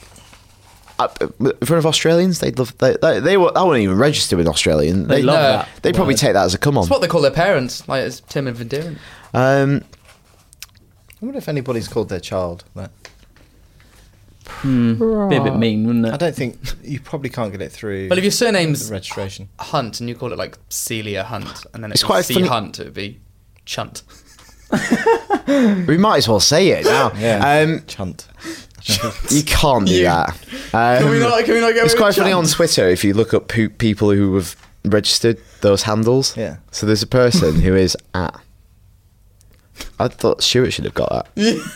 Speaker 1: uh, in front of Australians, they'd love they they, they were I wouldn't even register with Australian.
Speaker 4: They love
Speaker 3: that
Speaker 1: They probably
Speaker 4: word.
Speaker 1: take that as a come on.
Speaker 3: it's what they call their parents. Like it's Tim and Vindirin.
Speaker 1: Um,
Speaker 2: I wonder if anybody's called their child that.
Speaker 4: Be a bit mean, wouldn't
Speaker 2: I
Speaker 4: it?
Speaker 2: don't think you probably can't get it through.
Speaker 3: Well, if your surname's
Speaker 2: the registration.
Speaker 3: Hunt and you call it like Celia Hunt, and then
Speaker 1: It's
Speaker 3: it's
Speaker 1: quite
Speaker 3: quite
Speaker 1: a
Speaker 3: C
Speaker 1: funny-
Speaker 3: Hunt, it would be Chunt.
Speaker 1: We might as well say it now.
Speaker 2: Yeah.
Speaker 1: um,
Speaker 2: Chunt.
Speaker 1: you can't do that. Um,
Speaker 3: Can we not? Can we not go?
Speaker 1: it's
Speaker 3: with
Speaker 1: quite funny
Speaker 3: Chunt?
Speaker 1: on Twitter if you look up who, people who have registered those handles.
Speaker 2: Yeah.
Speaker 1: So there's a person who is at. I thought Stuart should have got that.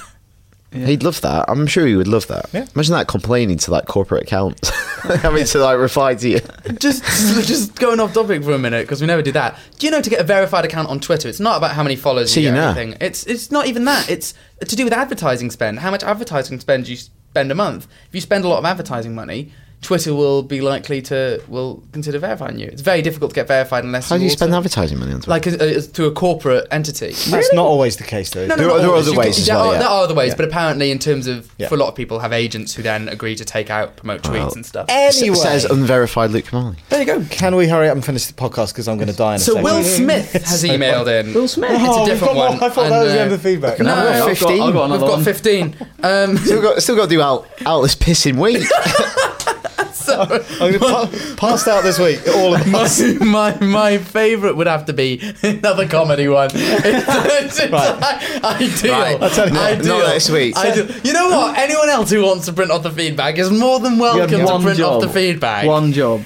Speaker 1: He'd love that. I'm sure he would love that.
Speaker 2: Yeah.
Speaker 1: Imagine that complaining to like corporate accounts, having to like reply to you.
Speaker 3: just just going off topic for a minute because we never do that. Do you know to get a verified account on Twitter? It's not about how many followers
Speaker 1: See,
Speaker 3: you get.
Speaker 1: nah.
Speaker 3: or Anything. It's it's not even that. It's to do with advertising spend. How much advertising spend you spend a month? If you spend a lot of advertising money, Twitter will be likely to will consider verifying you. It's very difficult to get verified unless
Speaker 1: How do you spend
Speaker 3: also-
Speaker 1: advertising money on Twitter?
Speaker 3: like uh, uh, through a corporate entity.
Speaker 2: That's not always the case, though. is
Speaker 3: No,
Speaker 2: it?
Speaker 3: no,
Speaker 1: There
Speaker 3: not
Speaker 1: are- there are
Speaker 3: always.
Speaker 1: other
Speaker 3: You can-
Speaker 1: ways as
Speaker 3: there
Speaker 1: well,
Speaker 3: are-
Speaker 1: yeah.
Speaker 3: There are other ways, but apparently, in terms of
Speaker 2: Yeah.
Speaker 3: for a lot of people, have agents who then agree to take out promote tweets and stuff.
Speaker 2: Anyway,
Speaker 1: says unverified Luke Kamali.
Speaker 2: there you go. Can we hurry up and finish the podcast because I'm going to die in a
Speaker 3: So
Speaker 2: second.
Speaker 3: Will Smith has emailed in. Will
Speaker 4: Smith.
Speaker 3: It's
Speaker 2: Oh,
Speaker 3: a
Speaker 2: we've
Speaker 3: different
Speaker 2: got more-
Speaker 3: one.
Speaker 2: I thought that was the
Speaker 3: uh,
Speaker 2: end of the feedback.
Speaker 3: No,
Speaker 1: I've got
Speaker 3: I've got,
Speaker 1: 15.
Speaker 4: I've got another
Speaker 3: I've got
Speaker 4: one.
Speaker 3: 15. Um,
Speaker 1: Still got, still got to do out out this pissing week.
Speaker 3: so
Speaker 2: I'm gonna pa- passed out this week. All of
Speaker 3: my, my, my favourite would have to be another comedy one. It's, it's like ideal.
Speaker 1: Right. I'll
Speaker 2: tell you what,
Speaker 3: ideal.
Speaker 1: not next week.
Speaker 3: Ideal. You know what? Anyone else who wants to print off the feedback is more than
Speaker 4: You had
Speaker 3: welcome to
Speaker 4: one
Speaker 3: print
Speaker 4: job.
Speaker 3: off the feedback.
Speaker 4: One job.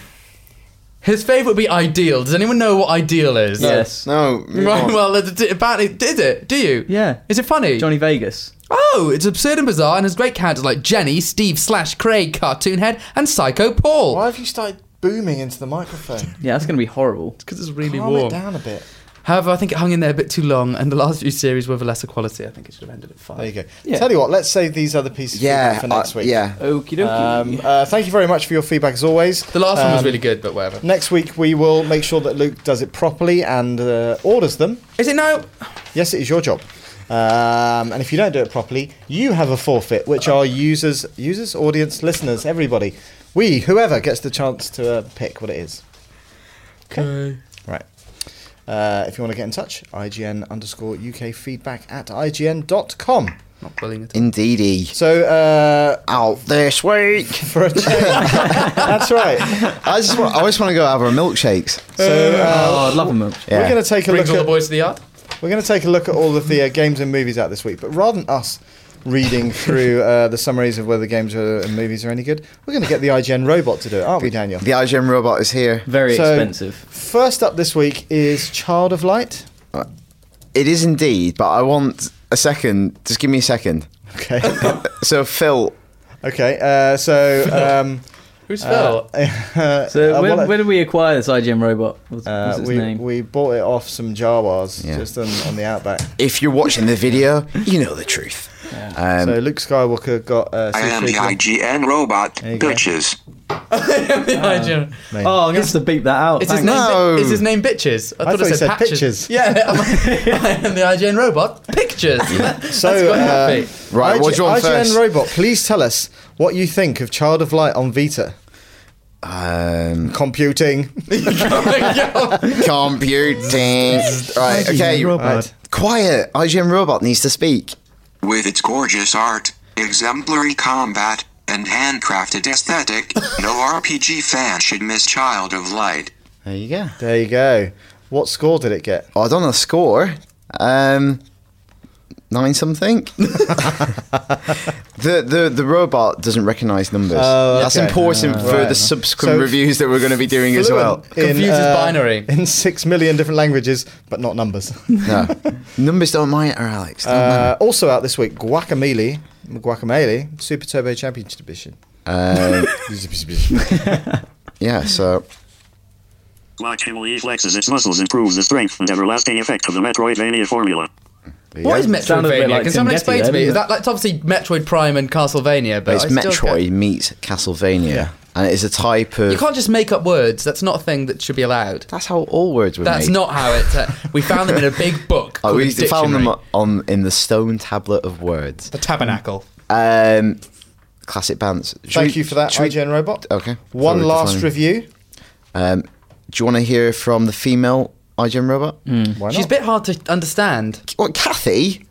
Speaker 3: His favourite would be ideal. Does anyone know what ideal is?
Speaker 4: Yes.
Speaker 1: no, move
Speaker 3: Right,
Speaker 1: on.
Speaker 3: well, it- it- apparently, did it? Do you?
Speaker 4: Yeah.
Speaker 3: Is it funny?
Speaker 4: Johnny Vegas.
Speaker 3: Oh, it's absurd and bizarre, and has great characters like Jenny, Steve slash Craig, Cartoon Head, and Psycho
Speaker 2: Why
Speaker 3: Paul.
Speaker 2: have you started booming into the microphone?
Speaker 4: Yeah, that's going to be horrible.
Speaker 3: Because it's really
Speaker 2: Calm
Speaker 3: warm.
Speaker 2: it down a bit.
Speaker 3: However, I think it hung in there a bit too long, and the last few series were of a lesser quality. I think it should have ended at five.
Speaker 2: There you go.
Speaker 4: Yeah.
Speaker 2: Tell you what, let's save these other pieces
Speaker 1: yeah,
Speaker 2: for next
Speaker 1: uh,
Speaker 2: week.
Speaker 1: yeah.
Speaker 4: Okie dokie.
Speaker 2: Um, uh, thank you very much for your feedback as always.
Speaker 3: The last one was
Speaker 2: Um,
Speaker 3: really good, but whatever.
Speaker 2: Next week we will make sure that Luke does it properly and uh, orders them.
Speaker 3: Is it now?
Speaker 2: Yes, it is your job. Um, and if you don't do it properly, you have a forfeit, which are users, users, audience, listeners, everybody. We, whoever gets the chance to uh, pick what it is.
Speaker 3: Okay.
Speaker 2: Right. Uh, if you want to get in touch, IGN underscore UK feedback at IGN.com.
Speaker 3: Not bullying at all.
Speaker 1: Indeedy.
Speaker 2: So, uh,
Speaker 1: Out this week.
Speaker 2: for a change. That's right.
Speaker 1: I just want, I just want to go have our milkshakes.
Speaker 2: So, uh,
Speaker 4: oh, I'd love a milk.
Speaker 1: Yeah.
Speaker 2: we're going to take a
Speaker 3: Brings
Speaker 2: look
Speaker 3: all the
Speaker 2: at.
Speaker 3: boys to the yard.
Speaker 2: We're going to take a look at all of the uh, games and movies out this week, but rather than us reading through uh, the summaries of whether games are, and movies are any good, we're going to get the IGN robot to do it, aren't we, Daniel?
Speaker 1: The IGM robot is here.
Speaker 4: Very
Speaker 2: So-
Speaker 4: expensive.
Speaker 2: First up this week is Child of Light.
Speaker 1: It is indeed, but I want a second. Just give me a second.
Speaker 2: Okay.
Speaker 1: So Phil,
Speaker 2: okay. Uh, so. Um,
Speaker 3: Who's Phil?
Speaker 2: uh,
Speaker 4: So
Speaker 2: uh,
Speaker 4: when,
Speaker 2: well,
Speaker 4: when did we acquire this IGM robot? What's,
Speaker 2: uh,
Speaker 4: what's its
Speaker 2: we,
Speaker 4: name?
Speaker 2: we bought it off some Jawas
Speaker 1: Yeah.
Speaker 2: just on, on the outback.
Speaker 1: if you're watching the video, you know the truth. Um,
Speaker 2: so Luke Skywalker got. Uh,
Speaker 7: I am the
Speaker 2: C-3PO.
Speaker 7: IGN robot,
Speaker 2: you go.
Speaker 7: bitches.
Speaker 2: um,
Speaker 3: Nigel.
Speaker 4: oh, I'm going to have to beep that out.
Speaker 3: Is his,
Speaker 4: Thanks.
Speaker 3: name,
Speaker 1: No.
Speaker 3: is his name Bitches? I
Speaker 2: thought you said
Speaker 3: Patches.
Speaker 2: pictures.
Speaker 3: Yeah, I'm, I am the IGN robot. Pictures.
Speaker 2: So,
Speaker 3: That's quite
Speaker 2: uh,
Speaker 3: happy.
Speaker 1: Right, what do you want
Speaker 2: IGN
Speaker 1: first?
Speaker 2: Robot, please tell us what you think of Child of Light on Vita.
Speaker 1: um,
Speaker 2: Computing.
Speaker 1: computing. right. Okay.
Speaker 2: Robot.
Speaker 1: Quiet. IGM robot needs to speak.
Speaker 7: With its gorgeous art, exemplary combat, and handcrafted aesthetic, no RPG fan should miss Child of Light.
Speaker 1: There you go.
Speaker 2: There you go. What score did it get?
Speaker 1: Oh, I don't know the score. Um, nine something. the, the the robot doesn't recognise numbers.
Speaker 2: Oh,
Speaker 1: That's
Speaker 2: okay.
Speaker 1: important for
Speaker 2: right.
Speaker 1: the subsequent
Speaker 2: So
Speaker 1: reviews that we're going to be doing as well.
Speaker 2: Fluent
Speaker 3: Confuses binary.
Speaker 2: uh, In six million different languages, but not numbers.
Speaker 1: No, numbers don't matter, Alex. Don't matter.
Speaker 2: Uh, also out this week, Guacamole, Guacamole, Super Turbo Championship Edition.
Speaker 1: Uh, yeah. So
Speaker 8: Guacamole flexes its muscles, improves the strength and everlasting effect of the Metroidvania formula.
Speaker 3: What is
Speaker 4: Sounded a bit
Speaker 3: Metroidvania?
Speaker 4: like
Speaker 3: Can someone
Speaker 4: Tendetti
Speaker 3: explain
Speaker 4: there,
Speaker 3: to me?
Speaker 4: didn't
Speaker 3: Is
Speaker 4: it?
Speaker 3: that like it's obviously Metroid Prime and Castlevania? But
Speaker 1: it's
Speaker 3: I still
Speaker 1: Metroid
Speaker 3: get-
Speaker 1: meets Castlevania, and it is a type
Speaker 3: You
Speaker 1: of.
Speaker 3: can't just make up words. That's not a thing that should be allowed.
Speaker 1: That's how all words were
Speaker 3: That's
Speaker 1: made.
Speaker 3: not how it. Uh, we found them in a big book.
Speaker 1: Oh,
Speaker 3: called
Speaker 1: we
Speaker 3: a
Speaker 1: found them
Speaker 3: dictionary.
Speaker 1: on in the stone tablet of words.
Speaker 3: The tabernacle.
Speaker 1: Um, classic bands. Should
Speaker 2: Thank
Speaker 1: we-
Speaker 2: you for that,
Speaker 1: should we-
Speaker 2: IGN Robot.
Speaker 1: Okay.
Speaker 2: One
Speaker 1: Sorry,
Speaker 2: last
Speaker 1: defining.
Speaker 2: review.
Speaker 1: Um, do you want to hear from the female IGN robot?
Speaker 2: Why
Speaker 3: She's a
Speaker 2: not?
Speaker 3: bit hard to understand.
Speaker 1: What, Kathy?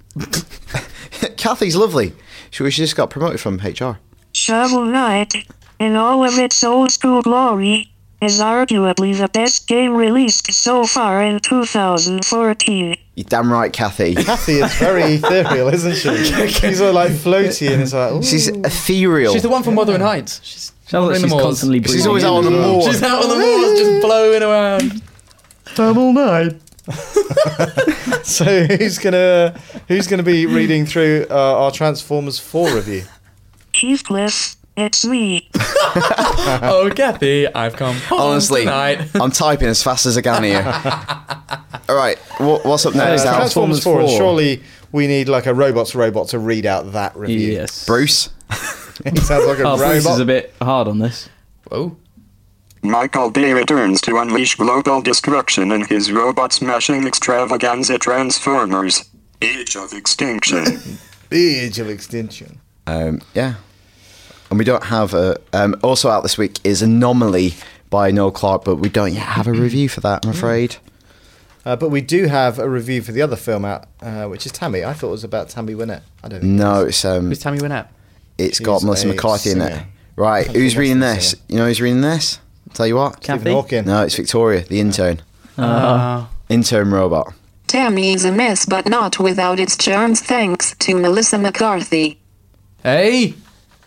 Speaker 1: Kathy's lovely. She, she just got promoted from HR.
Speaker 9: Shovel Knight, in all of its old school glory, is arguably the best game released so far in 2014.
Speaker 1: You're damn right, Kathy.
Speaker 2: Kathy is very ethereal, isn't she? She's all like floaty and it's like. ooh.
Speaker 1: She's ethereal.
Speaker 3: She's the one from Wuthering Heights. She's,
Speaker 4: Sounds like
Speaker 3: in the
Speaker 4: she's
Speaker 3: moors.
Speaker 4: constantly breathing.
Speaker 1: She's always
Speaker 4: in
Speaker 1: out on the
Speaker 4: as well.
Speaker 1: moor.
Speaker 3: she's out on the walls just blowing around.
Speaker 2: So who's gonna who's gonna be reading through uh, our Transformers Four review?
Speaker 9: Heathcliff, it's me.
Speaker 3: oh, Kathy, I've come home
Speaker 1: Honestly,
Speaker 3: tonight.
Speaker 1: I'm typing as fast as I can here. All right, what, what's up next? Al?
Speaker 2: Uh, Transformers, Four. and surely we need like a robots robot to read out that review.
Speaker 4: Yes.
Speaker 1: Bruce.
Speaker 2: It sounds like a
Speaker 4: Oh, Bruce is a
Speaker 2: robot.
Speaker 4: bit hard on this.
Speaker 3: Oh,
Speaker 7: Michael Bay returns to unleash global destruction in his robot smashing extravaganza Transformers Age of Extinction.
Speaker 2: Age of extinction.
Speaker 1: Um, yeah. And we don't have a. Um, also out this week is Anomaly by Noel Clark, but we don't yet have a review for that, I'm
Speaker 2: Mm.
Speaker 1: afraid.
Speaker 2: Uh, but we do have a review for the other film out, uh, which is Tammy. I thought it was about Tammy Wynette. I don't. Think
Speaker 1: No, it's um,
Speaker 3: who's Tammy Wynette?
Speaker 1: it's got
Speaker 2: She's
Speaker 1: Melissa
Speaker 2: a
Speaker 1: McCarthy in it.
Speaker 2: singer.
Speaker 1: Right,
Speaker 2: Country
Speaker 1: who's reading
Speaker 2: western
Speaker 1: this?
Speaker 2: singer.
Speaker 1: You know who's reading this? Tell you what.
Speaker 2: Stephen
Speaker 4: Kathy?
Speaker 2: Hawking.
Speaker 1: No, it's Victoria, the intern.
Speaker 3: Uh,
Speaker 1: Intern robot.
Speaker 9: Tammy is a mess, but not without its charms, thanks to Melissa McCarthy.
Speaker 3: hey,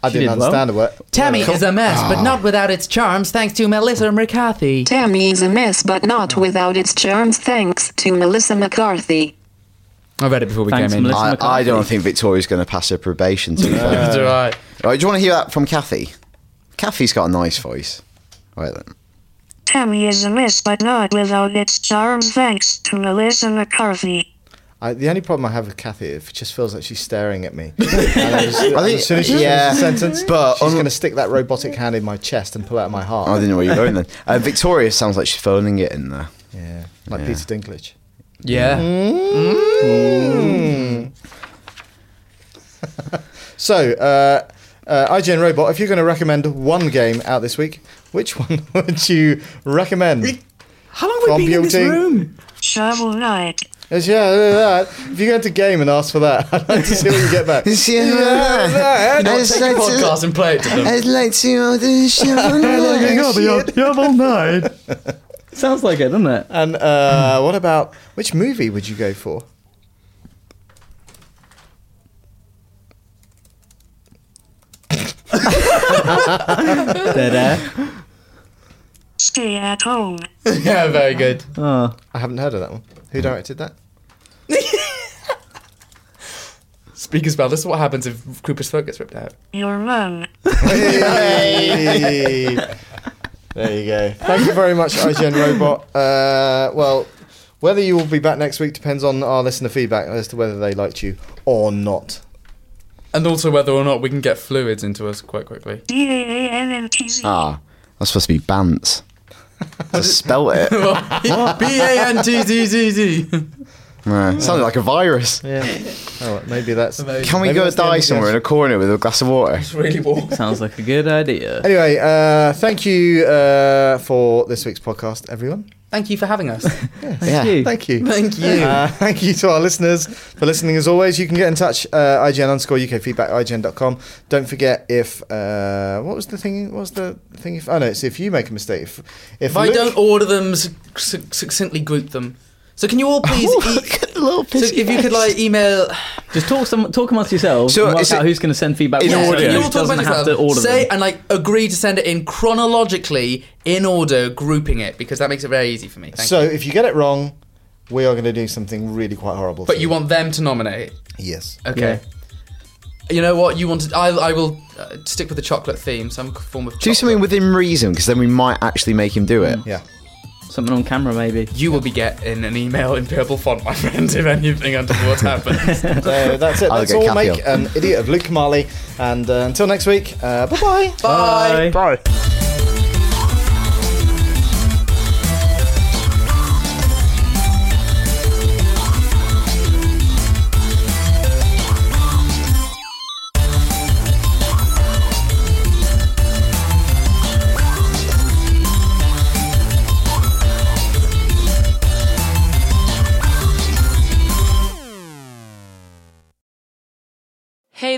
Speaker 2: I didn't
Speaker 4: did well.
Speaker 2: understand the word.
Speaker 3: Tammy is a mess, but not without its charms, thanks to Melissa McCarthy.
Speaker 9: Tammy is a mess, but not without its charms, thanks to Melissa McCarthy.
Speaker 3: I read it before we
Speaker 4: Thanks,
Speaker 3: came in.
Speaker 4: Melissa.
Speaker 1: I, I
Speaker 4: McCarthy.
Speaker 1: don't think Victoria's going to pass her probation. To be fair.
Speaker 3: That's all right.
Speaker 1: All right, do you want to hear that from Kathy? Kathy's got a nice voice. All right then.
Speaker 9: Tammy is a mess, but not without its charms, thanks to Melissa McCarthy.
Speaker 2: I, the only problem I have with Kathy, it just feels like she's staring at me. And I, just, I
Speaker 1: think-
Speaker 2: think as soon as she
Speaker 1: Uh, yeah,
Speaker 2: yeah, sentence,
Speaker 1: but
Speaker 2: she's
Speaker 1: on-
Speaker 2: going to stick that robotic hand in my chest and pull out my heart.
Speaker 1: Oh, I didn't know where you were going then. Uh, Victoria sounds like she's phoning it in there.
Speaker 2: yeah, like
Speaker 1: Yeah.
Speaker 2: Peter Dinklage.
Speaker 3: Yeah.
Speaker 2: So, uh, uh, IGN Robot, if you're going to recommend one game out this week, which one would you recommend?
Speaker 3: How long have we been in this
Speaker 2: Computing.
Speaker 3: room?
Speaker 9: Shovel Knight.
Speaker 2: Yes, yeah, look at that. If you go to game and ask for that, I'd like to see what you get back.
Speaker 1: I'd
Speaker 3: I'll take a podcast and play it to them.
Speaker 1: like to order
Speaker 4: Sounds like it, doesn't it?
Speaker 2: And uh, what about which movie would you go for?
Speaker 4: Da-da.
Speaker 9: Stay at home.
Speaker 3: yeah, very good.
Speaker 4: Oh,
Speaker 2: I haven't heard of that one. Who directed that?
Speaker 3: Speak as well. This is what happens if Cooper's throat gets ripped out.
Speaker 9: Your mum.
Speaker 2: There you go. Thank you very much, IGN Robot. Uh, well, whether you will be back next week depends on our listener feedback as to whether they liked you or not.
Speaker 3: And also whether or not we can get fluids into us quite quickly.
Speaker 9: D-A-A-N-N-T-Z.
Speaker 1: Ah, that's supposed to be Bants. Just spell it.
Speaker 3: B A N T Z Z Z.
Speaker 1: No, it sounded like a virus.
Speaker 2: Yeah. Oh, well, maybe that's.
Speaker 1: Can we
Speaker 2: Maybe
Speaker 1: go
Speaker 2: that's the end
Speaker 1: die
Speaker 2: of the
Speaker 1: somewhere in a corner with a glass of water?
Speaker 3: Really warm.
Speaker 4: sounds like a good idea.
Speaker 2: Anyway, uh, thank you uh, for this week's podcast, everyone.
Speaker 3: Thank you for having us.
Speaker 1: Yeah.
Speaker 4: Phew.
Speaker 2: Thank you.
Speaker 3: Thank you.
Speaker 2: Uh, thank you to our listeners for listening as always. You can get in touch, uh, IGN underscore UK feedback, IGN.com. Don't forget if, uh, what was the thing, what was the thing? If, oh no, it's if you make a mistake. If, if,
Speaker 3: If I
Speaker 2: Luke-
Speaker 3: don't order them, suc- suc- succinctly group them. So can you all please? e- so if you could like email,
Speaker 4: Just talk some, talk amongst yourselves
Speaker 1: So
Speaker 4: and work
Speaker 1: is it-
Speaker 4: out who's going to send feedback.
Speaker 1: in
Speaker 4: when, so
Speaker 1: order.
Speaker 3: Can
Speaker 4: you
Speaker 3: you all talk
Speaker 4: doesn't
Speaker 3: about
Speaker 4: have
Speaker 3: yourself,
Speaker 4: to order
Speaker 3: say
Speaker 4: them.
Speaker 3: and like agree to send it in chronologically in order, grouping it because that makes it very easy for me. Thank
Speaker 2: So
Speaker 3: you.
Speaker 2: if you get it wrong, we are going to do something really quite horrible.
Speaker 3: But
Speaker 2: to
Speaker 3: you want them to nominate.
Speaker 2: yes.
Speaker 3: Okay. You know what? You wanted. I I will uh, stick with the chocolate theme. Some form of
Speaker 1: Do
Speaker 3: chocolate.
Speaker 1: something within reason, because then we might actually make him do it.
Speaker 2: Yeah.
Speaker 4: Something on camera, maybe.
Speaker 3: You will be getting an email in purple font, my friend, if anything untoward happens.
Speaker 2: So uh, that's it.
Speaker 1: I'll
Speaker 2: Let's
Speaker 1: get
Speaker 2: all
Speaker 1: Kathy
Speaker 2: make an idiot of Luke Marley. And uh, until next week, uh, bye bye.
Speaker 3: Bye.
Speaker 4: Bye.
Speaker 10: Hey